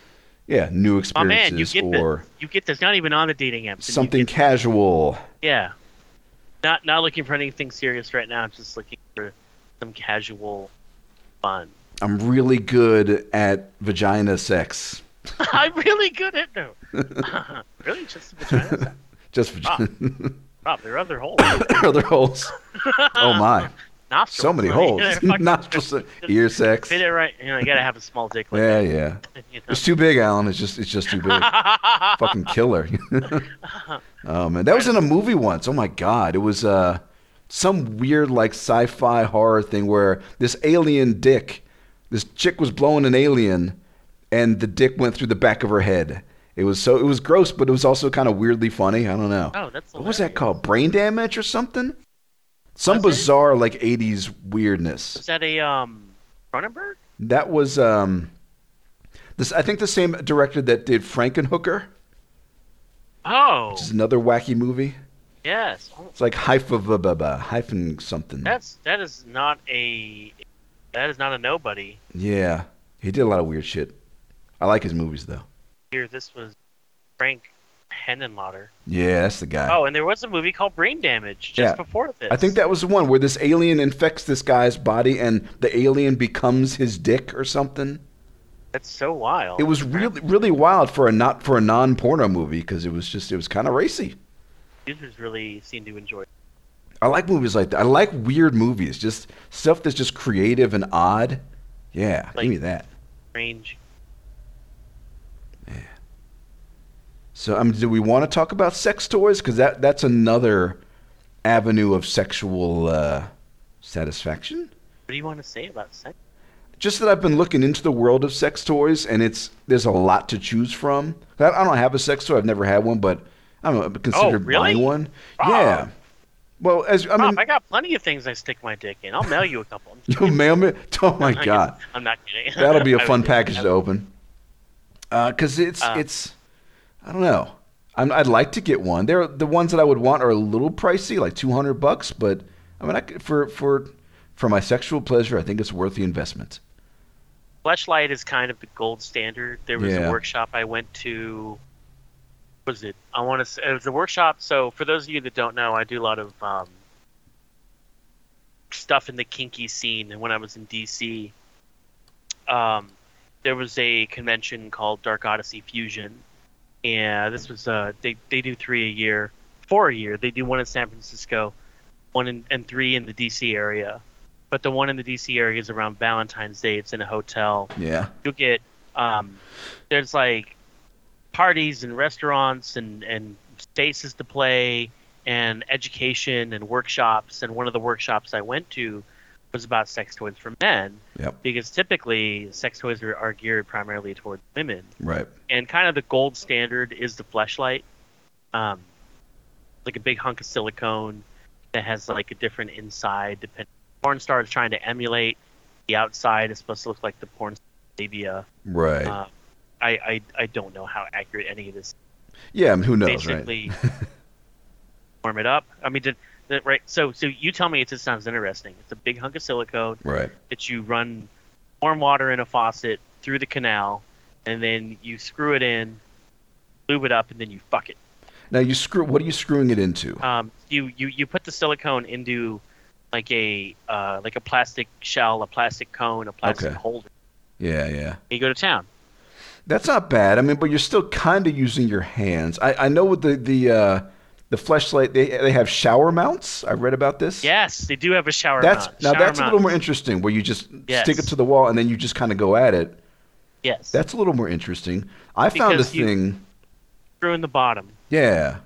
Speaker 2: yeah new
Speaker 1: my man, you
Speaker 2: experiences
Speaker 1: get
Speaker 2: or
Speaker 1: this. You get this. Not even on the dating apps. and you
Speaker 2: something
Speaker 1: get-
Speaker 2: casual.
Speaker 1: yeah, not not looking for anything serious right now. Just looking for some casual fun.
Speaker 2: I'm really good at vagina sex.
Speaker 1: I'm really good at no. really, just the vagina.
Speaker 2: Just
Speaker 1: Ah.
Speaker 2: vagina.
Speaker 1: Rob, there are other holes.
Speaker 2: other holes. Oh my,
Speaker 1: Nostrils.
Speaker 2: so many
Speaker 1: right?
Speaker 2: holes.
Speaker 1: They're fucking-
Speaker 2: Nostrils, ear sex.
Speaker 1: Fit it right. You know, you gotta have a small dick. Like
Speaker 2: Yeah, yeah.
Speaker 1: that, you know?
Speaker 2: It's too big, Alan. It's just it's just too big. Fucking killer. oh man, that was in a movie once. Oh my god, it was uh some weird like sci-fi horror thing where this alien dick, this chick was blowing an alien, and the dick went through the back of her head. It was so it was gross, but it was also kind of weirdly funny. I don't know.
Speaker 1: Oh, that's.
Speaker 2: what was
Speaker 1: hilarious.
Speaker 2: that called? Brain damage or something? Some
Speaker 1: Was it?
Speaker 2: bizarre like '80s weirdness.
Speaker 1: Was that a um Cronenberg?
Speaker 2: That was um, this. I think the same director that did Frankenhooker,
Speaker 1: Oh,
Speaker 2: which is another wacky movie.
Speaker 1: yes. Oh,
Speaker 2: It's like hyphen hyphen something.
Speaker 1: That's that is not a. That is not a nobody.
Speaker 2: yeah, he did a lot of weird shit. I like his movies though.
Speaker 1: Here, this was Frank Henenlotter.
Speaker 2: Yeah, that's the guy.
Speaker 1: Oh, and there was a movie called Brain Damage just
Speaker 2: Yeah.
Speaker 1: before this.
Speaker 2: I think that was the one where this alien infects this guy's body and the alien becomes his dick or something.
Speaker 1: that's so wild.
Speaker 2: It was really really wild for a not for a non porno movie because it was just it was kind of racy.
Speaker 1: Users really seem to enjoy. it.
Speaker 2: I like movies like that. I like weird movies, just stuff that's just creative and odd. Yeah,
Speaker 1: Like-
Speaker 2: give me that.
Speaker 1: Strange.
Speaker 2: So, um, do we want to talk about sex toys? Because that that's another avenue of sexual uh, satisfaction.
Speaker 1: What do you want to say about sex?
Speaker 2: Just that I've been looking into the world of sex toys, and it's there's a lot to choose from. I, I don't have a sex toy. I've never had one, but I'm uh, considered
Speaker 1: Oh, really?
Speaker 2: buying one.
Speaker 1: Wow.
Speaker 2: Yeah. Well, as I
Speaker 1: Rob,
Speaker 2: mean,
Speaker 1: I got plenty of things I stick my dick in. I'll mail you a couple. I'm
Speaker 2: you mail me. Oh my
Speaker 1: kidding.
Speaker 2: god.
Speaker 1: I'm not kidding.
Speaker 2: That'll be a
Speaker 1: I
Speaker 2: fun
Speaker 1: would-
Speaker 2: package
Speaker 1: I
Speaker 2: to open. Because it's
Speaker 1: Uh,
Speaker 2: it's, I don't know. I'm, I'd like to get one. They're the ones that I would want are a little pricey, like two hundred bucks, but I mean, I could, for for for my sexual pleasure, I think it's worth the investment.
Speaker 1: Fleshlight is kind of the gold standard. There was
Speaker 2: Yeah.
Speaker 1: a workshop I went to. What was it? I want to. say It was a workshop. So for those of you that don't know, I do a lot of um, stuff in the kinky scene. And when I was in DC, um, there was a convention called Dark Odyssey Fusion. And this was uh, they they do three a year, four a year. They do one in San Francisco, one in, and three in the DC area. But the one in the DC area is around Valentine's Day. It's in a hotel
Speaker 2: Yeah.
Speaker 1: you'll get um, there's like parties and restaurants and and spaces to play and education and workshops and one of the workshops i went to was about sex toys for men
Speaker 2: Yep.
Speaker 1: because typically sex toys are, are geared primarily towards women
Speaker 2: Right.
Speaker 1: and kind of the gold standard is the fleshlight um, like a big hunk of silicone that has like a different inside depending porn star is trying to emulate the outside is supposed to look like the porn star labia
Speaker 2: Right.
Speaker 1: uh, I, I i don't know how accurate any of this
Speaker 2: yeah. I mean, who knows, right?
Speaker 1: basically warm it up i mean did that right so so you tell me it just sounds interesting it's a big hunk of silicone
Speaker 2: Right.
Speaker 1: that you run warm water in a faucet through the canal, and then you screw it in, lube it up, and then you fuck it.
Speaker 2: Now you screw. What are you screwing it into?
Speaker 1: Um, you, you you put the silicone into like a uh, like a plastic shell, a plastic cone, a plastic
Speaker 2: Okay.
Speaker 1: holder.
Speaker 2: Yeah. Yeah.
Speaker 1: And you go to town.
Speaker 2: That's not bad. I mean, but you're still kind of using your hands. I, I know with the the uh, the fleshlight they they have shower mounts. I read about this.
Speaker 1: Yes, they do have a shower.
Speaker 2: That's
Speaker 1: mount.
Speaker 2: now
Speaker 1: Shower
Speaker 2: that's a little
Speaker 1: mount.
Speaker 2: more interesting where you just
Speaker 1: Yes.
Speaker 2: stick it to the wall and then you just kind of go at it.
Speaker 1: Yes, that's
Speaker 2: That's a little more interesting. I found a
Speaker 1: Because you-
Speaker 2: thing.
Speaker 1: screw in the bottom,
Speaker 2: Yeah.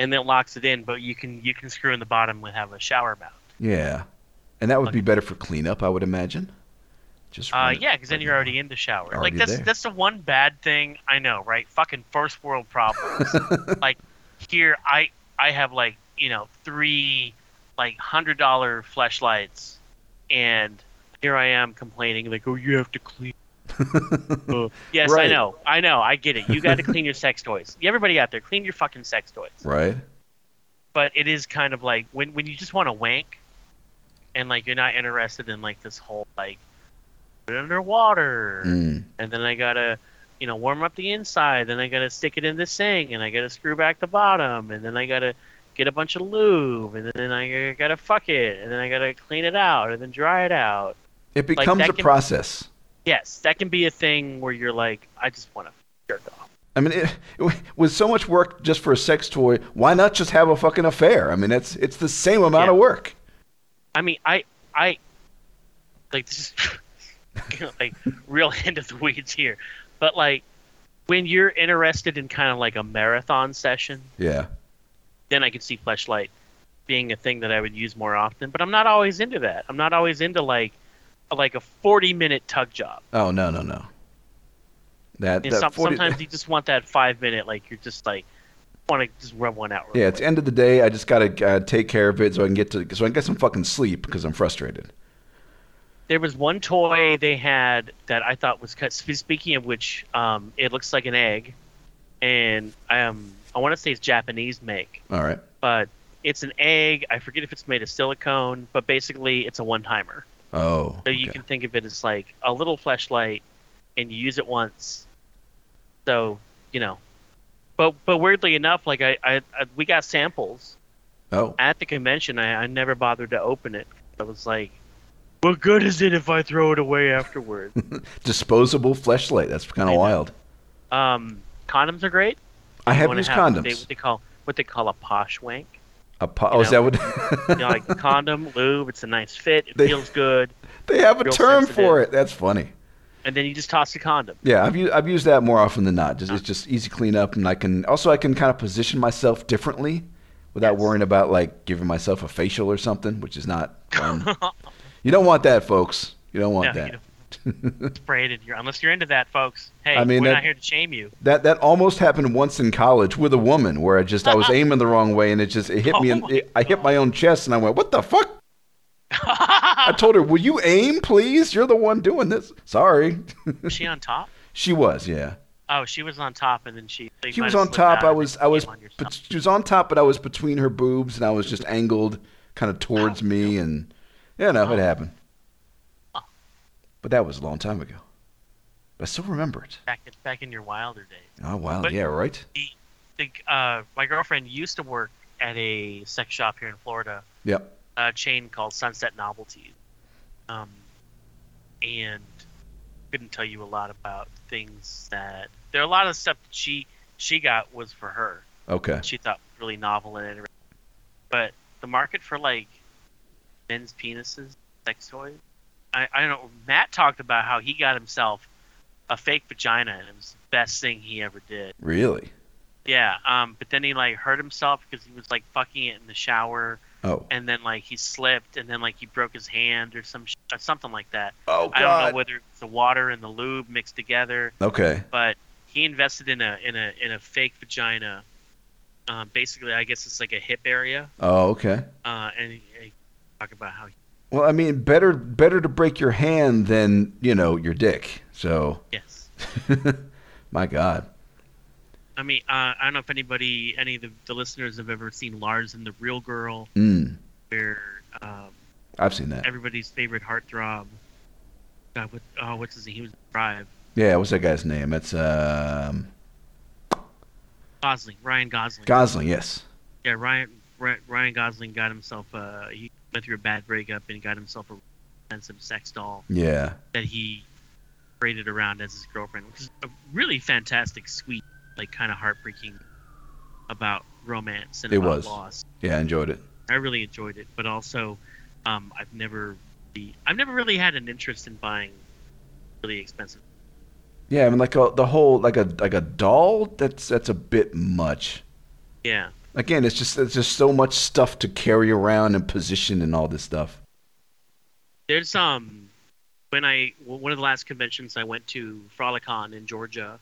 Speaker 1: and then it locks it in. But you can you can screw in the bottom and have a shower mount.
Speaker 2: Yeah. And that would be better for cleanup, I would imagine. Just
Speaker 1: Uh,
Speaker 2: run it-
Speaker 1: yeah, because then you're already in the shower. like
Speaker 2: Already
Speaker 1: that's
Speaker 2: there.
Speaker 1: that's the one bad thing I know, right? Fucking first world problems. like here, I I have like you know three like hundred dollar flashlights, and here I am complaining like, oh, you have to clean. Uh, yes, I
Speaker 2: Right.
Speaker 1: know, I know, I get it. You got to clean your sex toys. Everybody out there, clean your fucking sex toys
Speaker 2: Right.
Speaker 1: but it is kind of like when when you just want to wank and like you're not interested in like this whole like put it underwater
Speaker 2: Mm.
Speaker 1: and then i gotta you know warm up the inside then i gotta stick it in the sink and i gotta screw back the bottom and then i gotta get a bunch of lube and then i gotta fuck it and then i gotta clean it out and then dry it out
Speaker 2: It becomes
Speaker 1: that
Speaker 2: a
Speaker 1: can-
Speaker 2: process.
Speaker 1: yes that can be a thing where you're like i just want to jerk off
Speaker 2: I mean, it, it, with so much work just for a sex toy, why not just have a fucking affair? I mean, it's it's the same amount
Speaker 1: Yeah.
Speaker 2: of work.
Speaker 1: i mean i i like this is like real end of the weeds here but like when you're interested in kind of like a marathon session
Speaker 2: Yeah.
Speaker 1: then i could see fleshlight being a thing that i would use more often but i'm not always into that i'm not always into like like a 40 minute tug job
Speaker 2: Oh no no no. That,
Speaker 1: And
Speaker 2: that
Speaker 1: some,
Speaker 2: 40
Speaker 1: sometimes you just want that five minute like you're just like want to just rub one out real
Speaker 2: yeah.
Speaker 1: quick.
Speaker 2: It's end of the day. I just gotta uh, take care of it so I can get to so I can get some fucking sleep because I'm frustrated.
Speaker 1: there was one toy they had that I thought was cut. sp- Speaking of which, um, it looks like an egg, and um, I want to say it's Japanese make,
Speaker 2: All right.
Speaker 1: but it's an egg. I forget if it's made of silicone, but basically it's a one timer.
Speaker 2: Oh.
Speaker 1: So you
Speaker 2: okay.
Speaker 1: can think of it as like a little flashlight, and you use it once. So you know, but but weirdly enough, like I, I, I we got samples
Speaker 2: Oh.
Speaker 1: at the convention. I, I never bothered to open it. I was like, what good is it if I throw it away afterwards?
Speaker 2: Disposable fleshlight. That's kind
Speaker 1: I
Speaker 2: of
Speaker 1: know.
Speaker 2: wild.
Speaker 1: Um, condoms are great.
Speaker 2: I
Speaker 1: You
Speaker 2: have
Speaker 1: wanna
Speaker 2: used
Speaker 1: have what
Speaker 2: condoms.
Speaker 1: They, what they call what they call a posh wank.
Speaker 2: A po- oh, is that
Speaker 1: know.
Speaker 2: what?
Speaker 1: You know, like condom, lube. It's a nice fit. It
Speaker 2: They-
Speaker 1: feels good.
Speaker 2: they have a
Speaker 1: Real
Speaker 2: term for
Speaker 1: sensitive.
Speaker 2: it. That's funny.
Speaker 1: And then you just toss the condom.
Speaker 2: Yeah, I've used I've used that more often than not. Just, it's just easy cleanup, and I can also I can kind of position myself differently without
Speaker 1: Yes.
Speaker 2: worrying about like giving myself a facial or something, which is not fun. you don't want that, folks. You don't want
Speaker 1: No,
Speaker 2: that.
Speaker 1: you don't- spray it in your unless you're into that, folks. Hey,
Speaker 2: I mean,
Speaker 1: we're
Speaker 2: that-
Speaker 1: not here to shame you.
Speaker 2: That that almost happened once in college with a woman where I just I was aiming the wrong way and it just it hit me
Speaker 1: Oh
Speaker 2: and
Speaker 1: my
Speaker 2: it, I hit my own chest and I went what the fuck. I told her, "Will you aim, please? You're the one doing this." Sorry.
Speaker 1: Was she on top?
Speaker 2: she was, yeah.
Speaker 1: Oh, she was on top, and then she. they
Speaker 2: She
Speaker 1: might
Speaker 2: was
Speaker 1: have
Speaker 2: on
Speaker 1: slipped
Speaker 2: top.
Speaker 1: out
Speaker 2: I
Speaker 1: and
Speaker 2: was
Speaker 1: then
Speaker 2: I was
Speaker 1: came on your top.
Speaker 2: bet- she was on top, but I was between her boobs and I was just angled kind of towards me, and you know
Speaker 1: Oh.
Speaker 2: it happened. But that was a long time ago. But I still remember it.
Speaker 1: back in, back in your wilder days.
Speaker 2: Oh wow,
Speaker 1: But-
Speaker 2: yeah, right.
Speaker 1: The, uh, my girlfriend used to work at a sex shop here in Florida,
Speaker 2: Yep.
Speaker 1: a chain called Sunset Novelties, um, and couldn't tell you a lot about things that there are a lot of stuff that she she got was for her.
Speaker 2: Okay.
Speaker 1: She thought really novel and interesting, but the market for like men's penises, sex toys. I, I don't know. Matt talked about how he got himself a fake vagina, and it was the best thing he ever did.
Speaker 2: Really?
Speaker 1: Yeah, um, but then he like hurt himself because he was like fucking it in the shower,
Speaker 2: Oh.
Speaker 1: and then like he slipped, and then like he broke his hand or some sh- or something like that.
Speaker 2: Oh
Speaker 1: I don't know whether it's the water and the lube mixed together,
Speaker 2: Okay.
Speaker 1: but he invested in a in a in a fake vagina. Um, basically, I guess it's like a hip area,
Speaker 2: Oh okay.
Speaker 1: uh, and he, he talk about how
Speaker 2: Well, I mean, better better to break your hand than you know your dick. So,
Speaker 1: yes.
Speaker 2: my God.
Speaker 1: I mean, uh, I don't know if anybody, any of the, the listeners have ever seen Lars and the Real Girl,
Speaker 2: Mm,
Speaker 1: where um,
Speaker 2: I've seen that.
Speaker 1: everybody's favorite heartthrob. God, what, oh, what's his name? He was in Drive.
Speaker 2: Yeah. What's that guy's name? That's um,
Speaker 1: Gosling, Ryan Gosling.
Speaker 2: Gosling. Yes.
Speaker 1: yeah, Ryan Ry- Ryan Gosling got himself. Uh, he went through a bad breakup and got himself a expensive sex doll
Speaker 2: Yeah.
Speaker 1: that he paraded around as his girlfriend, which is a really fantastic, sweet, like kind of heartbreaking about romance and
Speaker 2: It
Speaker 1: about
Speaker 2: was.
Speaker 1: loss.
Speaker 2: Yeah. I enjoyed it.
Speaker 1: I really enjoyed it, but also, um, I've never, be, I've never really had an interest in buying really expensive.
Speaker 2: Yeah. I mean, like a, the whole like a like a doll. That's that's a bit much.
Speaker 1: Yeah.
Speaker 2: Again, it's just it's just so much stuff to carry around and position and all this stuff.
Speaker 1: There's um when I w- one of the last conventions I went to Frolicon in Georgia,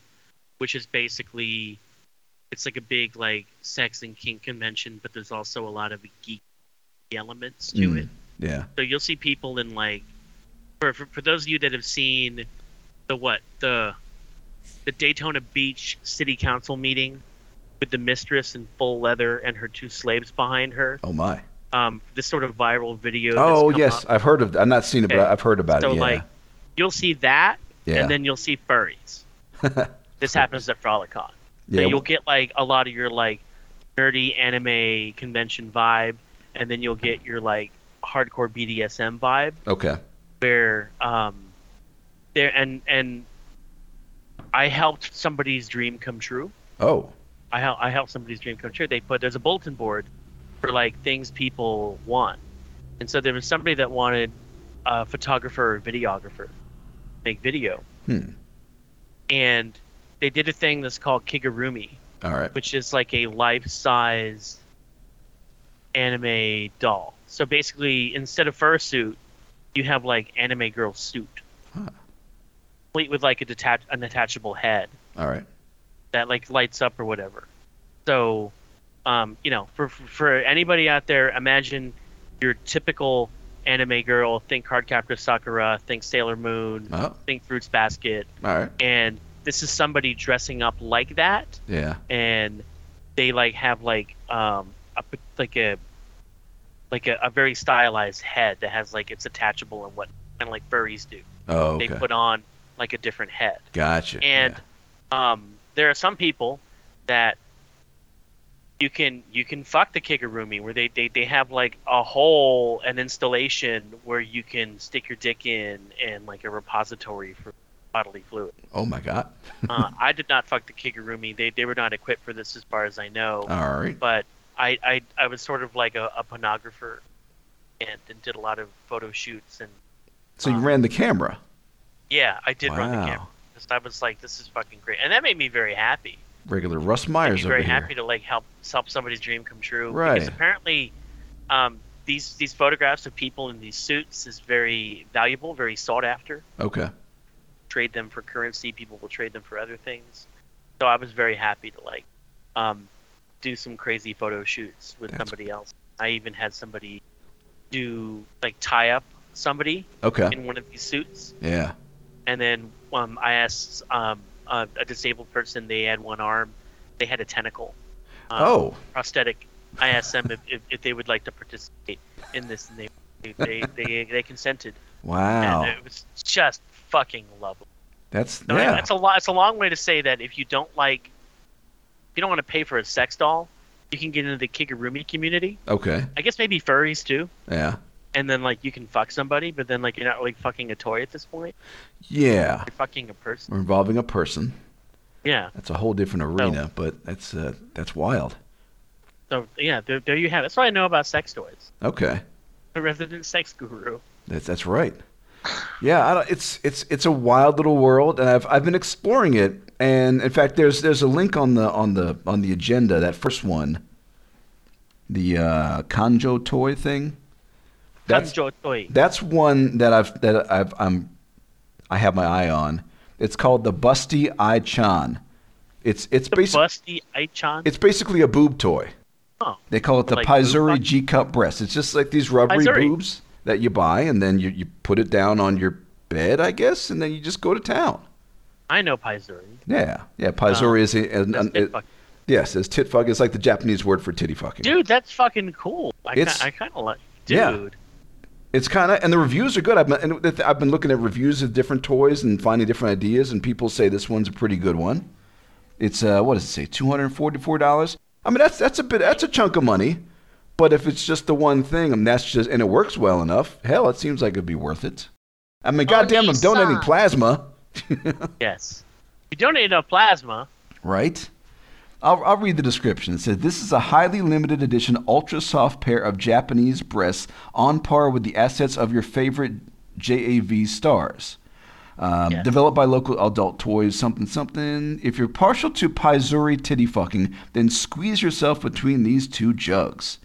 Speaker 1: which is basically it's like a big like sex and kink convention, but there's also a lot of geeky elements to
Speaker 2: Mm.
Speaker 1: it.
Speaker 2: Yeah.
Speaker 1: So you'll see people in like for, for for those of you that have seen the what the the Daytona Beach City Council meeting with the mistress in full leather and her two slaves behind her.
Speaker 2: Oh my.
Speaker 1: Um, this sort of viral video. that's
Speaker 2: Oh
Speaker 1: come
Speaker 2: yes,
Speaker 1: up.
Speaker 2: I've heard of. I've not seen it, but
Speaker 1: Okay.
Speaker 2: I've heard about
Speaker 1: So
Speaker 2: it. Uh, Yeah.
Speaker 1: like, you'll see that,
Speaker 2: yeah.
Speaker 1: and then you'll see furries. this happens at Frolicon.
Speaker 2: yeah.
Speaker 1: So you'll get like a lot of your like nerdy anime convention vibe, and then you'll get your like hardcore BDSM vibe
Speaker 2: okay.
Speaker 1: where um there and and I helped somebody's dream come true.
Speaker 2: Oh.
Speaker 1: I help I helped somebody's dream come true. They put there's a bulletin board for like things people want, and so there was somebody that wanted a photographer or videographer to make video,
Speaker 2: Hmm.
Speaker 1: and they did a thing that's called Kigurumi,
Speaker 2: All right.
Speaker 1: which is like a life-size anime doll. So basically, instead of fursuit, you have like anime girl suit,
Speaker 2: Huh.
Speaker 1: complete with like a detach an detachable head
Speaker 2: All right.
Speaker 1: that like lights up or whatever. So, um, you know, for for- for anybody out there, imagine your typical anime girl. Think Cardcaptor Sakura. Think Sailor Moon.
Speaker 2: Oh. All
Speaker 1: Think Fruits Basket.
Speaker 2: right.
Speaker 1: And this is somebody dressing up like that,
Speaker 2: Yeah.
Speaker 1: and they like have like um a, p- like a like a, a very stylized head that has like it's attachable and what and like furries do.
Speaker 2: Oh. Okay.
Speaker 1: They put on like a different head.
Speaker 2: gotcha.
Speaker 1: And um, there are some people that you can you can fuck the kigurumi where they, they, they have like a whole an installation where you can stick your dick in and like a repository for bodily fluid.
Speaker 2: yeah. Oh my God.
Speaker 1: Uh, I did not fuck the kigurumi. They they were not equipped for this as far as I know.
Speaker 2: All right.
Speaker 1: But I, I I was sort of like a, a pornographer and, and did a lot of photo shoots and
Speaker 2: So you
Speaker 1: uh,
Speaker 2: ran the camera.
Speaker 1: yeah, I did run the
Speaker 2: Wow.
Speaker 1: camera. I was like, this is fucking great, and that made me very happy.
Speaker 2: Regular Russ
Speaker 1: I'd
Speaker 2: Myers
Speaker 1: be
Speaker 2: over
Speaker 1: very
Speaker 2: here.
Speaker 1: happy to like help help somebody's dream come true.
Speaker 2: Right.
Speaker 1: Because apparently, um, these these photographs of people in these suits is very valuable, very sought after.
Speaker 2: Okay.
Speaker 1: Trade them for currency. People will trade them for other things. So I was very happy to like um, do some crazy photo shoots with
Speaker 2: That's-
Speaker 1: somebody else. I even had somebody do like tie up somebody
Speaker 2: Okay.
Speaker 1: in one of these suits
Speaker 2: Yeah.
Speaker 1: and then um, I asked um, a, a disabled person. They had one arm. They had a tentacle. Um,
Speaker 2: Oh.
Speaker 1: prosthetic I asked them if, if, if they would like to participate in this, and they they they, they consented.
Speaker 2: Wow.
Speaker 1: And it was just fucking lovely.
Speaker 2: That's
Speaker 1: No,
Speaker 2: yeah.
Speaker 1: That's a lot. It's a long way to say that if you don't like, if you don't want to pay for a sex doll, you can get into the Kigurumi community.
Speaker 2: okay.
Speaker 1: I guess maybe furries too.
Speaker 2: Yeah.
Speaker 1: And then like you can fuck somebody, but then like you're not like fucking a toy at this point.
Speaker 2: Yeah.
Speaker 1: You're fucking a person.
Speaker 2: We're involving a person.
Speaker 1: Yeah.
Speaker 2: That's a whole different arena, but that's uh, that's wild.
Speaker 1: So yeah, there, there you have. it. That's what I know about sex toys.
Speaker 2: Okay.
Speaker 1: The resident sex guru.
Speaker 2: That's that's right. Yeah, I don't, it's it's it's a wild little world, and I've I've been exploring it. And in fact, there's there's a link on the on the on the agenda. That first one, the uh, Kanjo toy thing. That's
Speaker 1: Kanjo toy.
Speaker 2: that's one that I've that I've I'm I have my eye on. It's called the Busty Eye Chan. It's it's
Speaker 1: The
Speaker 2: basically
Speaker 1: busty Aichan.
Speaker 2: it's basically a boob toy.
Speaker 1: Oh.
Speaker 2: They call it the
Speaker 1: Like boob
Speaker 2: Pizuri
Speaker 1: box?
Speaker 2: G cup breast. It's just like these rubbery
Speaker 1: Pizuri.
Speaker 2: boobs that you buy, and then you, you put it down on your bed, I guess, and then you just go to town.
Speaker 1: I know Pizuri.
Speaker 2: Yeah, yeah. Pizuri is a, an,
Speaker 1: Oh. That's
Speaker 2: an,
Speaker 1: tit
Speaker 2: it-
Speaker 1: fuck.
Speaker 2: yes, it's tit fuck. It's like the Japanese word for titty fucking.
Speaker 1: Dude, that's fucking cool. I,
Speaker 2: It's-
Speaker 1: ki- I kind of like. Dude.
Speaker 2: Yeah. It's kind of and the reviews are good. I've been and the th- I've been looking at reviews of different toys and finding different ideas, and people say this one's a pretty good one. It's uh, what does it say? Two hundred forty-four dollars. I mean, that's that's a bit that's a chunk of money, but if it's just the one thing, and that's just and it works well enough, hell, it seems like it'd be worth it. I mean, goddamn, I'm donating plasma,
Speaker 1: Yes. You donate enough plasma.
Speaker 2: right? I'll, I'll read the description. It says this is a highly limited edition, ultra soft pair of Japanese breasts on par with the assets of your favorite JAV stars. Um,
Speaker 1: Yes.
Speaker 2: Developed by local adult toys, something, something. If you're partial to Paizuri titty fucking, then squeeze yourself between these two jugs.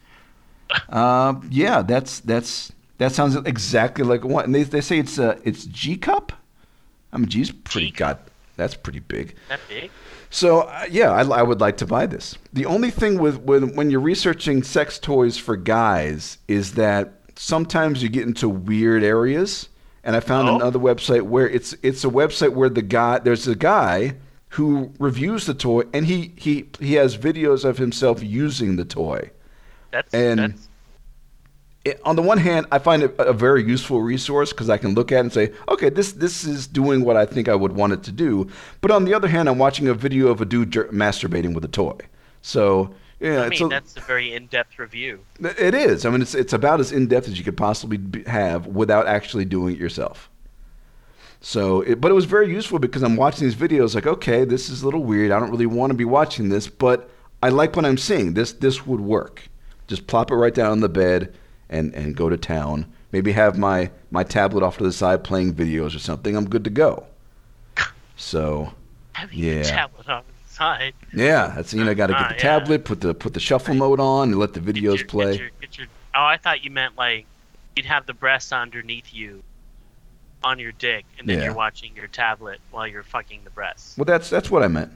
Speaker 2: Uh, yeah, that's that's that sounds exactly like one. And they, they say it's uh, it's G cup. I mean, G's pretty god. That's pretty big.
Speaker 1: That big?
Speaker 2: So uh, yeah, I, I would like to buy this. The only thing with when when you're researching sex toys for guys is that sometimes you get into weird areas. And I found
Speaker 1: Oh.
Speaker 2: another website where it's it's a website where the guy there's a guy who reviews the toy and he he he has videos of himself using the toy.
Speaker 1: That's
Speaker 2: And-
Speaker 1: that's
Speaker 2: It, on the one hand, I find it a a very useful resource because I can look at it and say, okay, this this is doing what I think I would want it to do. But on the other hand, I'm watching a video of a dude jer- masturbating with a toy. So yeah,
Speaker 1: I
Speaker 2: it's
Speaker 1: mean,
Speaker 2: a-
Speaker 1: that's a very in-depth review.
Speaker 2: it is. I mean, it's it's about as in depth as you could possibly be, have without actually doing it yourself. So, it, but it was very useful because I'm watching these videos. Like, okay, this is a little weird. I don't really want to be watching this, but I like what I'm seeing. This this would work. Just plop it right down on the bed and and go to town. Maybe have my my tablet off to the side playing videos or something. I'm good to go. So
Speaker 1: Having
Speaker 2: Yeah.
Speaker 1: a tablet on the side.
Speaker 2: yeah, that's you know, got to get
Speaker 1: Ah,
Speaker 2: the
Speaker 1: yeah.
Speaker 2: tablet, put the put the shuffle mode on, and let the
Speaker 1: Get
Speaker 2: videos
Speaker 1: your-
Speaker 2: play.
Speaker 1: Get your, get your, oh, I thought you meant like you'd have the breasts underneath you on your dick, and then
Speaker 2: Yeah.
Speaker 1: you're watching your tablet while you're fucking the breasts.
Speaker 2: Well, that's that's what I meant.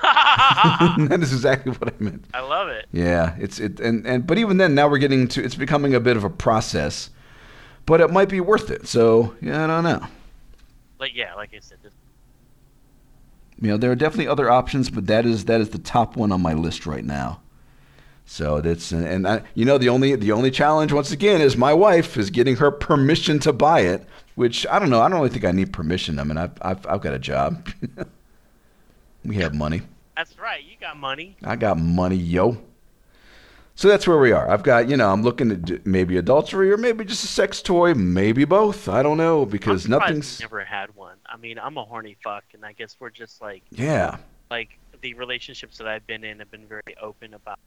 Speaker 1: I
Speaker 2: that is exactly what I meant.
Speaker 1: love it.
Speaker 2: Yeah, it's it and, and but even then now we're getting to it's becoming a bit of a process, but it might be worth it. So yeah, I don't know.
Speaker 1: Like yeah, like I said, this-
Speaker 2: You know, there are definitely other options, but that is that is the top one on my list right now. So that's and, and I, you know the only the only challenge once again is my wife is getting her permission to buy it, which I don't know. I don't really think I need permission. I mean, I've I've, I've got a job. we have money.
Speaker 1: that's right. You got money.
Speaker 2: I got money, yo. So that's where we are. I've got, you know, I'm looking at d- maybe adultery or maybe just a sex toy, maybe both. I don't know
Speaker 1: I'm
Speaker 2: because
Speaker 1: surprised
Speaker 2: nothing's.
Speaker 1: we never had one. I mean, I'm a horny fuck, and I guess we're just like
Speaker 2: Yeah,
Speaker 1: like the relationships that I've been in have been very open about.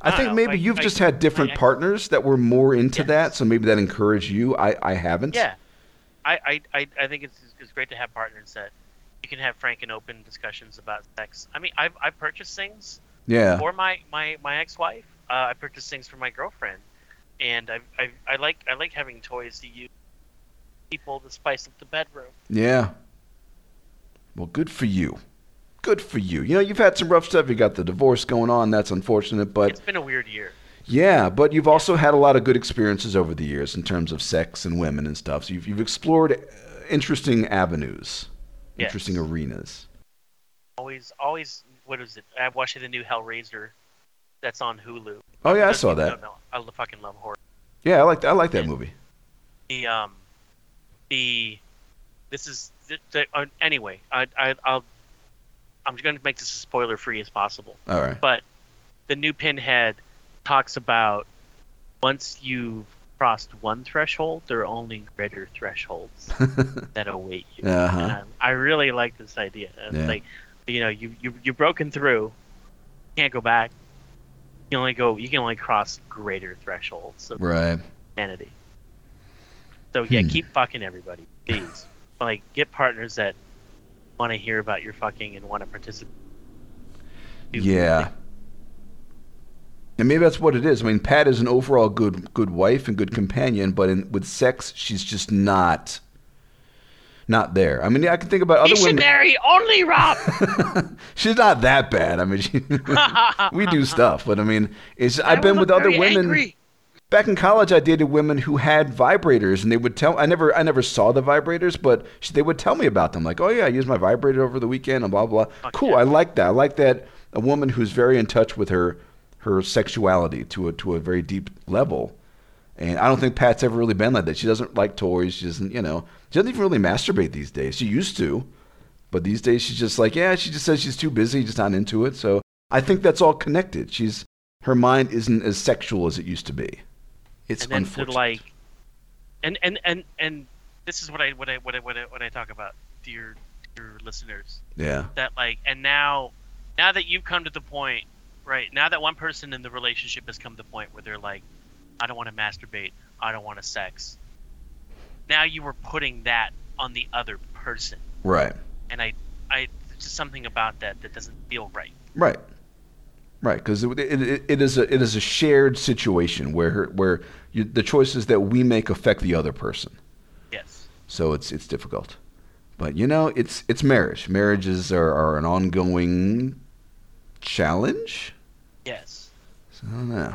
Speaker 2: I,
Speaker 1: I
Speaker 2: think
Speaker 1: don't know,
Speaker 2: maybe
Speaker 1: like-
Speaker 2: you've
Speaker 1: like-
Speaker 2: just had different
Speaker 1: like-
Speaker 2: partners that were more into
Speaker 1: Yes.
Speaker 2: that, so maybe that encouraged you. I I haven't.
Speaker 1: Yeah, I I, I, I think it's, it's great to have partners that you can have frank and open discussions about sex. I mean, I've I've purchased things
Speaker 2: Yeah.
Speaker 1: for my my my ex-wife. Uh, I purchased things for my girlfriend, and I I I like I like having toys to use people to spice up the bedroom.
Speaker 2: Yeah. Well, good for you. Good for you. You know, you've had some rough stuff. You got the divorce going on. That's unfortunate, but
Speaker 1: It's been a weird year.
Speaker 2: Yeah, but you've also had a lot of good experiences over the years in terms of sex and women and stuff. So you've, you've explored uh, interesting avenues,
Speaker 1: Yes.
Speaker 2: interesting arenas.
Speaker 1: Always always what is it? I watched the new Hellraiser that's on Hulu.
Speaker 2: Oh yeah, I
Speaker 1: Those
Speaker 2: saw
Speaker 1: people
Speaker 2: that.
Speaker 1: don't know. I lo- fucking love horror.
Speaker 2: Yeah, I like I like that movie.
Speaker 1: The um, the this is the, the, uh, anyway. I, I I'll I'm going to make this as spoiler free as possible.
Speaker 2: All right.
Speaker 1: But the new Pinhead talks about once you've crossed one threshold, there are only greater thresholds that await you.
Speaker 2: Uh-huh.
Speaker 1: And I, Um, I really like this idea. It's
Speaker 2: Yeah.
Speaker 1: Like, you know, you you you're broken through, can't go back. You only go. You can only cross greater thresholds of
Speaker 2: Right.
Speaker 1: humanity. So yeah,
Speaker 2: Hmm.
Speaker 1: keep fucking everybody, please. like, get partners that want to hear about your fucking and want to participate.
Speaker 2: Yeah. And maybe that's what it is. I mean, Pat is an overall good good wife and good companion, but in, with sex, she's just not not there. I mean, I can think about other
Speaker 1: He should
Speaker 2: women.
Speaker 1: marry only Rob.
Speaker 2: She's not that bad. I mean, she, we do stuff, but I mean, it's. I've been
Speaker 1: was
Speaker 2: with other
Speaker 1: very
Speaker 2: women.
Speaker 1: angry.
Speaker 2: Back in college, I dated women who had vibrators, and they would tell. I never, I never saw the vibrators, but sh- they would tell me about them. Like, oh yeah, I used my vibrator over the weekend, and blah blah. cool. I like that. I like that a woman who's very in touch with her her sexuality to a to a very deep level. And I don't think Pat's ever really been like that. She doesn't like toys. She doesn't, you know, she doesn't even really masturbate these days. She used to, but these days she's just like, yeah, she just says she's too busy, just not into it. So I think that's all connected. She's her mind isn't as sexual as it used to be. It's
Speaker 1: and then to
Speaker 2: unfortunate.
Speaker 1: like, and and and and this is what I what I what I what I, what I talk about to your to your listeners
Speaker 2: yeah,
Speaker 1: that like and now now that you've come to the point right now that one person in the relationship has come to the point where they're like I don't want to masturbate I don't want to sex now you were putting that on the other person
Speaker 2: right,
Speaker 1: and I I there's just something about that that doesn't feel right
Speaker 2: right, right. Because it, it, it- it is a it is a shared situation where her, where you, the choices that we make affect the other person.
Speaker 1: yes
Speaker 2: So it's it's difficult. But you know, it's it's marriage. Marriages are, are an ongoing challenge.
Speaker 1: yes
Speaker 2: So I don't know.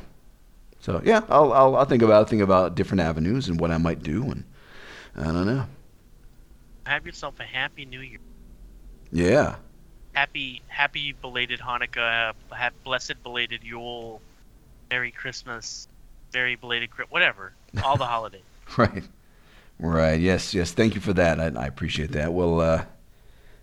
Speaker 2: So yeah, I'll I'll, I'll think about think about different avenues and what I might do, and I don't know.
Speaker 1: have yourself a happy new year
Speaker 2: Yeah,
Speaker 1: happy happy belated Hanukkah, ha- blessed belated Yule, Merry Christmas, very belated Chri- whatever, all the holidays.
Speaker 2: right, right. Yes, yes. Thank you for that. I, I appreciate that. Well, uh,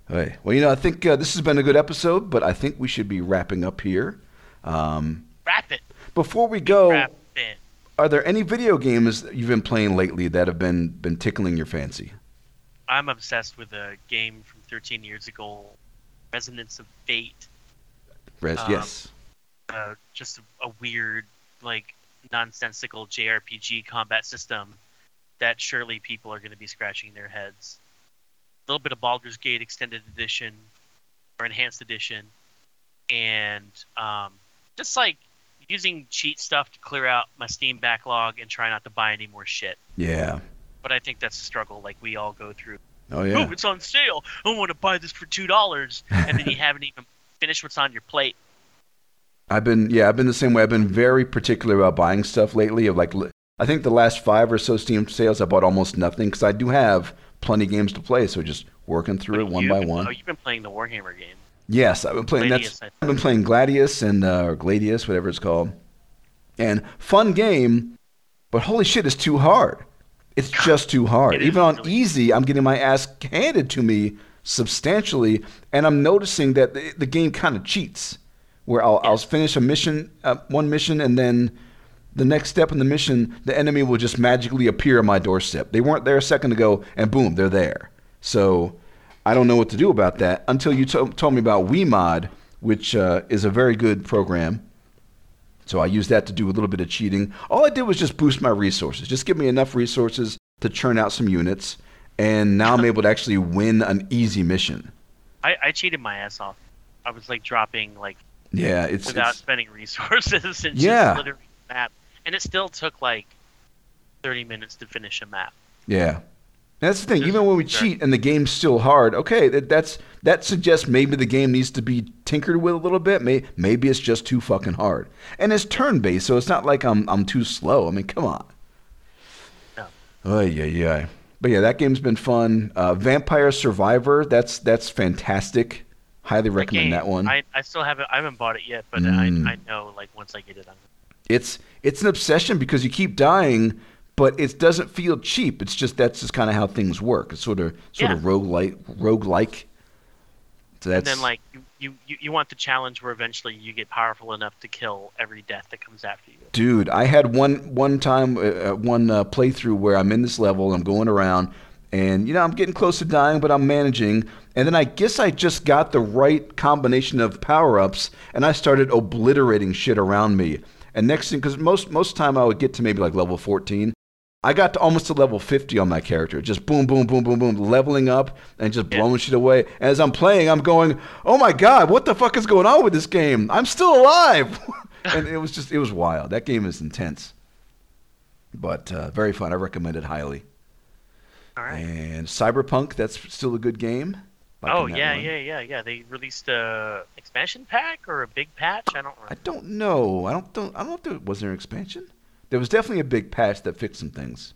Speaker 2: hey, well, you know, I think uh, this has been a good episode, but I think we should be wrapping up here. Um,
Speaker 1: Wrap it,
Speaker 2: before we go,
Speaker 1: wrap it.
Speaker 2: are there any video games that you've been playing lately that have been been tickling your fancy?
Speaker 1: I'm obsessed with a game from 13 years ago, Resonance of Fate.
Speaker 2: Res-
Speaker 1: Um,
Speaker 2: yes.
Speaker 1: Uh, just a, a weird, like nonsensical JRPG combat system that surely people are going to be scratching their heads. A little bit of Baldur's Gate Extended Edition or Enhanced Edition, and um, just like using cheat stuff to clear out my Steam backlog and try not to buy any more shit.
Speaker 2: Yeah.
Speaker 1: But I think that's a struggle, like we all go through.
Speaker 2: Oh yeah.
Speaker 1: Oh, it's on sale! I want to buy this for two dollars, and then you haven't even finished what's on your plate.
Speaker 2: I've been yeah, I've been the same way. I've been very particular about buying stuff lately. Of like, li- I think the last five or so Steam sales, I bought almost nothing because I do have plenty of games to play. So just working through it
Speaker 1: But
Speaker 2: one
Speaker 1: you've
Speaker 2: by
Speaker 1: been-
Speaker 2: one.
Speaker 1: Oh, you've been playing the Warhammer game.
Speaker 2: Yes, I've been playing.
Speaker 1: Gladius, I
Speaker 2: that's,
Speaker 1: think.
Speaker 2: I've been playing Gladius and uh, or Gladius, whatever it's called. And fun game, but holy shit, it's too hard. It's just too hard.
Speaker 1: It is
Speaker 2: Even on
Speaker 1: really-
Speaker 2: easy, I'm getting my ass handed to me substantially, and I'm noticing that the, the game kind of cheats. Where I'll, I'll finish a mission, uh, one mission, and then the next step in the mission, the enemy will just magically appear on my doorstep. They weren't there a second ago, and boom, they're there. So I don't know what to do about that until you to- told me about WeMod, which uh, is a very good program. So I used that to do a little bit of cheating. All I did was just boost my resources, just give me enough resources to churn out some units, and now I'm able to actually win an easy mission.
Speaker 1: I, I cheated my ass off. I was like dropping like
Speaker 2: Yeah, it's,
Speaker 1: without
Speaker 2: it's-
Speaker 1: spending resources and
Speaker 2: Yeah.
Speaker 1: just literally map, and it still took like thirty minutes to finish a map.
Speaker 2: yeah. And that's the thing.
Speaker 1: There's-
Speaker 2: Even when we
Speaker 1: sorry.
Speaker 2: cheat and the game's still hard, okay, that, that's that suggests maybe the game needs to be tinkered with a little bit. May, maybe it's just too fucking hard. And it's turn-based, so it's not like I'm I'm too slow. I mean, come on.
Speaker 1: No.
Speaker 2: Oh yeah, yeah. But yeah, that game's been fun. Uh, Vampire Survivor, that's that's fantastic. Highly recommend
Speaker 1: game.
Speaker 2: that one. Mm.
Speaker 1: I, I still haven't. I haven't bought it yet, but I, I know like once I get it, I'm.
Speaker 2: it's it's an obsession because you keep dying, but it doesn't feel cheap. It's just that's just kind of how things work. It's sort of sort of
Speaker 1: Yeah.
Speaker 2: roguelike roguelike. So that's
Speaker 1: and then like you, you, you, you want the challenge where eventually you get powerful enough to kill every death that comes after you.
Speaker 2: Dude, I had one one time, uh, uh, one uh, playthrough where I'm in this level, I'm going around, and you know I'm getting close to dying, but I'm managing. And then I guess I just got the right combination of power ups, and I started obliterating shit around me. And next thing, because most most time I would get to maybe like level 14, I got to almost to level 50 on my character. Just boom, boom, boom, boom, boom, leveling up and just blowing shit away. As I'm playing, I'm going, oh my God, what the fuck is going on with this game? I'm still alive. and it was just, it was wild. That game is intense, but uh, very fun. I recommend it highly.
Speaker 1: All right.
Speaker 2: And Cyberpunk, that's still a good game. Liking
Speaker 1: oh
Speaker 2: that
Speaker 1: yeah,
Speaker 2: one.
Speaker 1: yeah, yeah, yeah. They released a expansion pack or a big patch. I don't
Speaker 2: I
Speaker 1: remember.
Speaker 2: don't know. I don't, don't I don't know if there was there an expansion. There was definitely a big patch that fixed some things.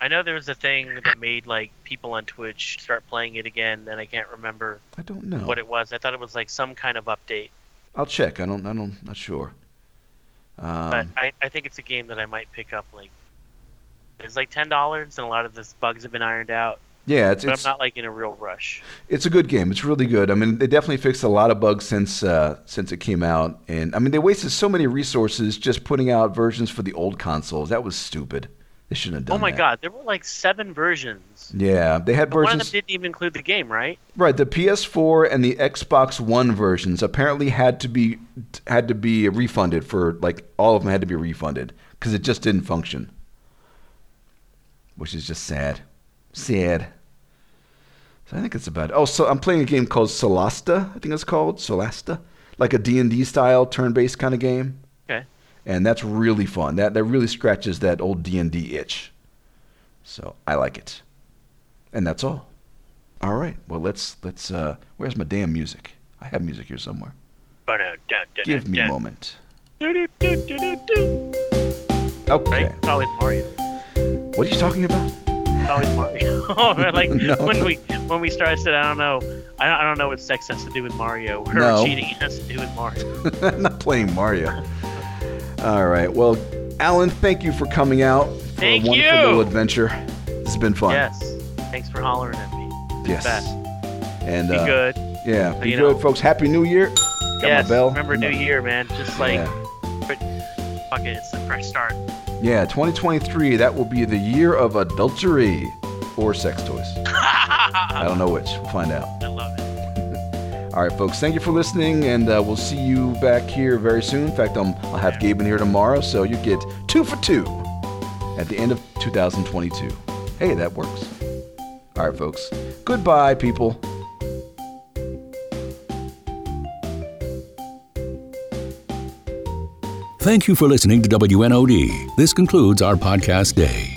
Speaker 1: I know there was a thing that made like people on Twitch start playing it again, and I can't remember
Speaker 2: I don't know.
Speaker 1: what it was. I thought it was like some kind of update,
Speaker 2: I'll check. I don't. I don't. Not sure. Um,
Speaker 1: but I, I think it's a game that I might pick up. Like it's like ten dollars, and a lot of the bugs have been ironed out,
Speaker 2: yeah, it's
Speaker 1: but
Speaker 2: it's,
Speaker 1: I'm not like in a real rush.
Speaker 2: it's a good game. It's really good. I mean, they definitely fixed a lot of bugs since uh, since it came out, and I mean, they wasted so many resources just putting out versions for the old consoles. That was stupid. They shouldn't have
Speaker 1: Oh
Speaker 2: done.
Speaker 1: my
Speaker 2: that.
Speaker 1: god, there were like seven versions.
Speaker 2: Yeah, they had
Speaker 1: But one of them
Speaker 2: versions.
Speaker 1: didn't even include the game, right?
Speaker 2: Right, the PS4 and the Xbox One versions apparently had to be had to be refunded for like all of them had to be refunded because it just didn't function, which is just sad, sad. So I think it's about. It. Oh, so I'm playing a game called Solasta. I think it's called Solasta, like a D&D style turn-based kind of game,
Speaker 1: Okay.
Speaker 2: and that's really fun. That that really scratches that old D&D itch. So I like it, and that's all. All right. Well, let's let's. Uh, where's my damn music? I have music here somewhere. Give me a moment.
Speaker 1: Right?
Speaker 2: Okay.
Speaker 1: It's always Mario.
Speaker 2: What are you talking about?
Speaker 1: It's always Mario. We're Oh, like
Speaker 2: No.
Speaker 1: when we when we started, I said, I don't know, I don't, I don't know what sex has to do with Mario or
Speaker 2: No.
Speaker 1: cheating has to do with Mario.
Speaker 2: I'm not playing Mario. All right. Well, Alan, thank you for coming out for
Speaker 1: Thank
Speaker 2: a wonderful
Speaker 1: you.
Speaker 2: little adventure. This has been fun.
Speaker 1: Yes. Thanks for hollering at me. Do
Speaker 2: Yes.
Speaker 1: Best.
Speaker 2: And
Speaker 1: Be
Speaker 2: uh,
Speaker 1: good.
Speaker 2: yeah, be
Speaker 1: You
Speaker 2: good,
Speaker 1: know.
Speaker 2: folks. Happy New Year. Got
Speaker 1: yes.
Speaker 2: my bell.
Speaker 1: Remember New Year, man. Just like
Speaker 2: Yeah.
Speaker 1: but, fuck it, it's a fresh start.
Speaker 2: Yeah, 2023. That will be the year of adultery or sex toys. I
Speaker 1: I
Speaker 2: don't know which. We'll find out.
Speaker 1: love it.
Speaker 2: All right, folks. Thank you for listening, and uh, we'll see you back here very soon. In fact, um, I'll have Gabe in here tomorrow, so you get two for two at the end of 2022. Hey, that works. All right, folks. Goodbye, people.
Speaker 3: Thank you for listening to WNOD. This concludes our podcast day.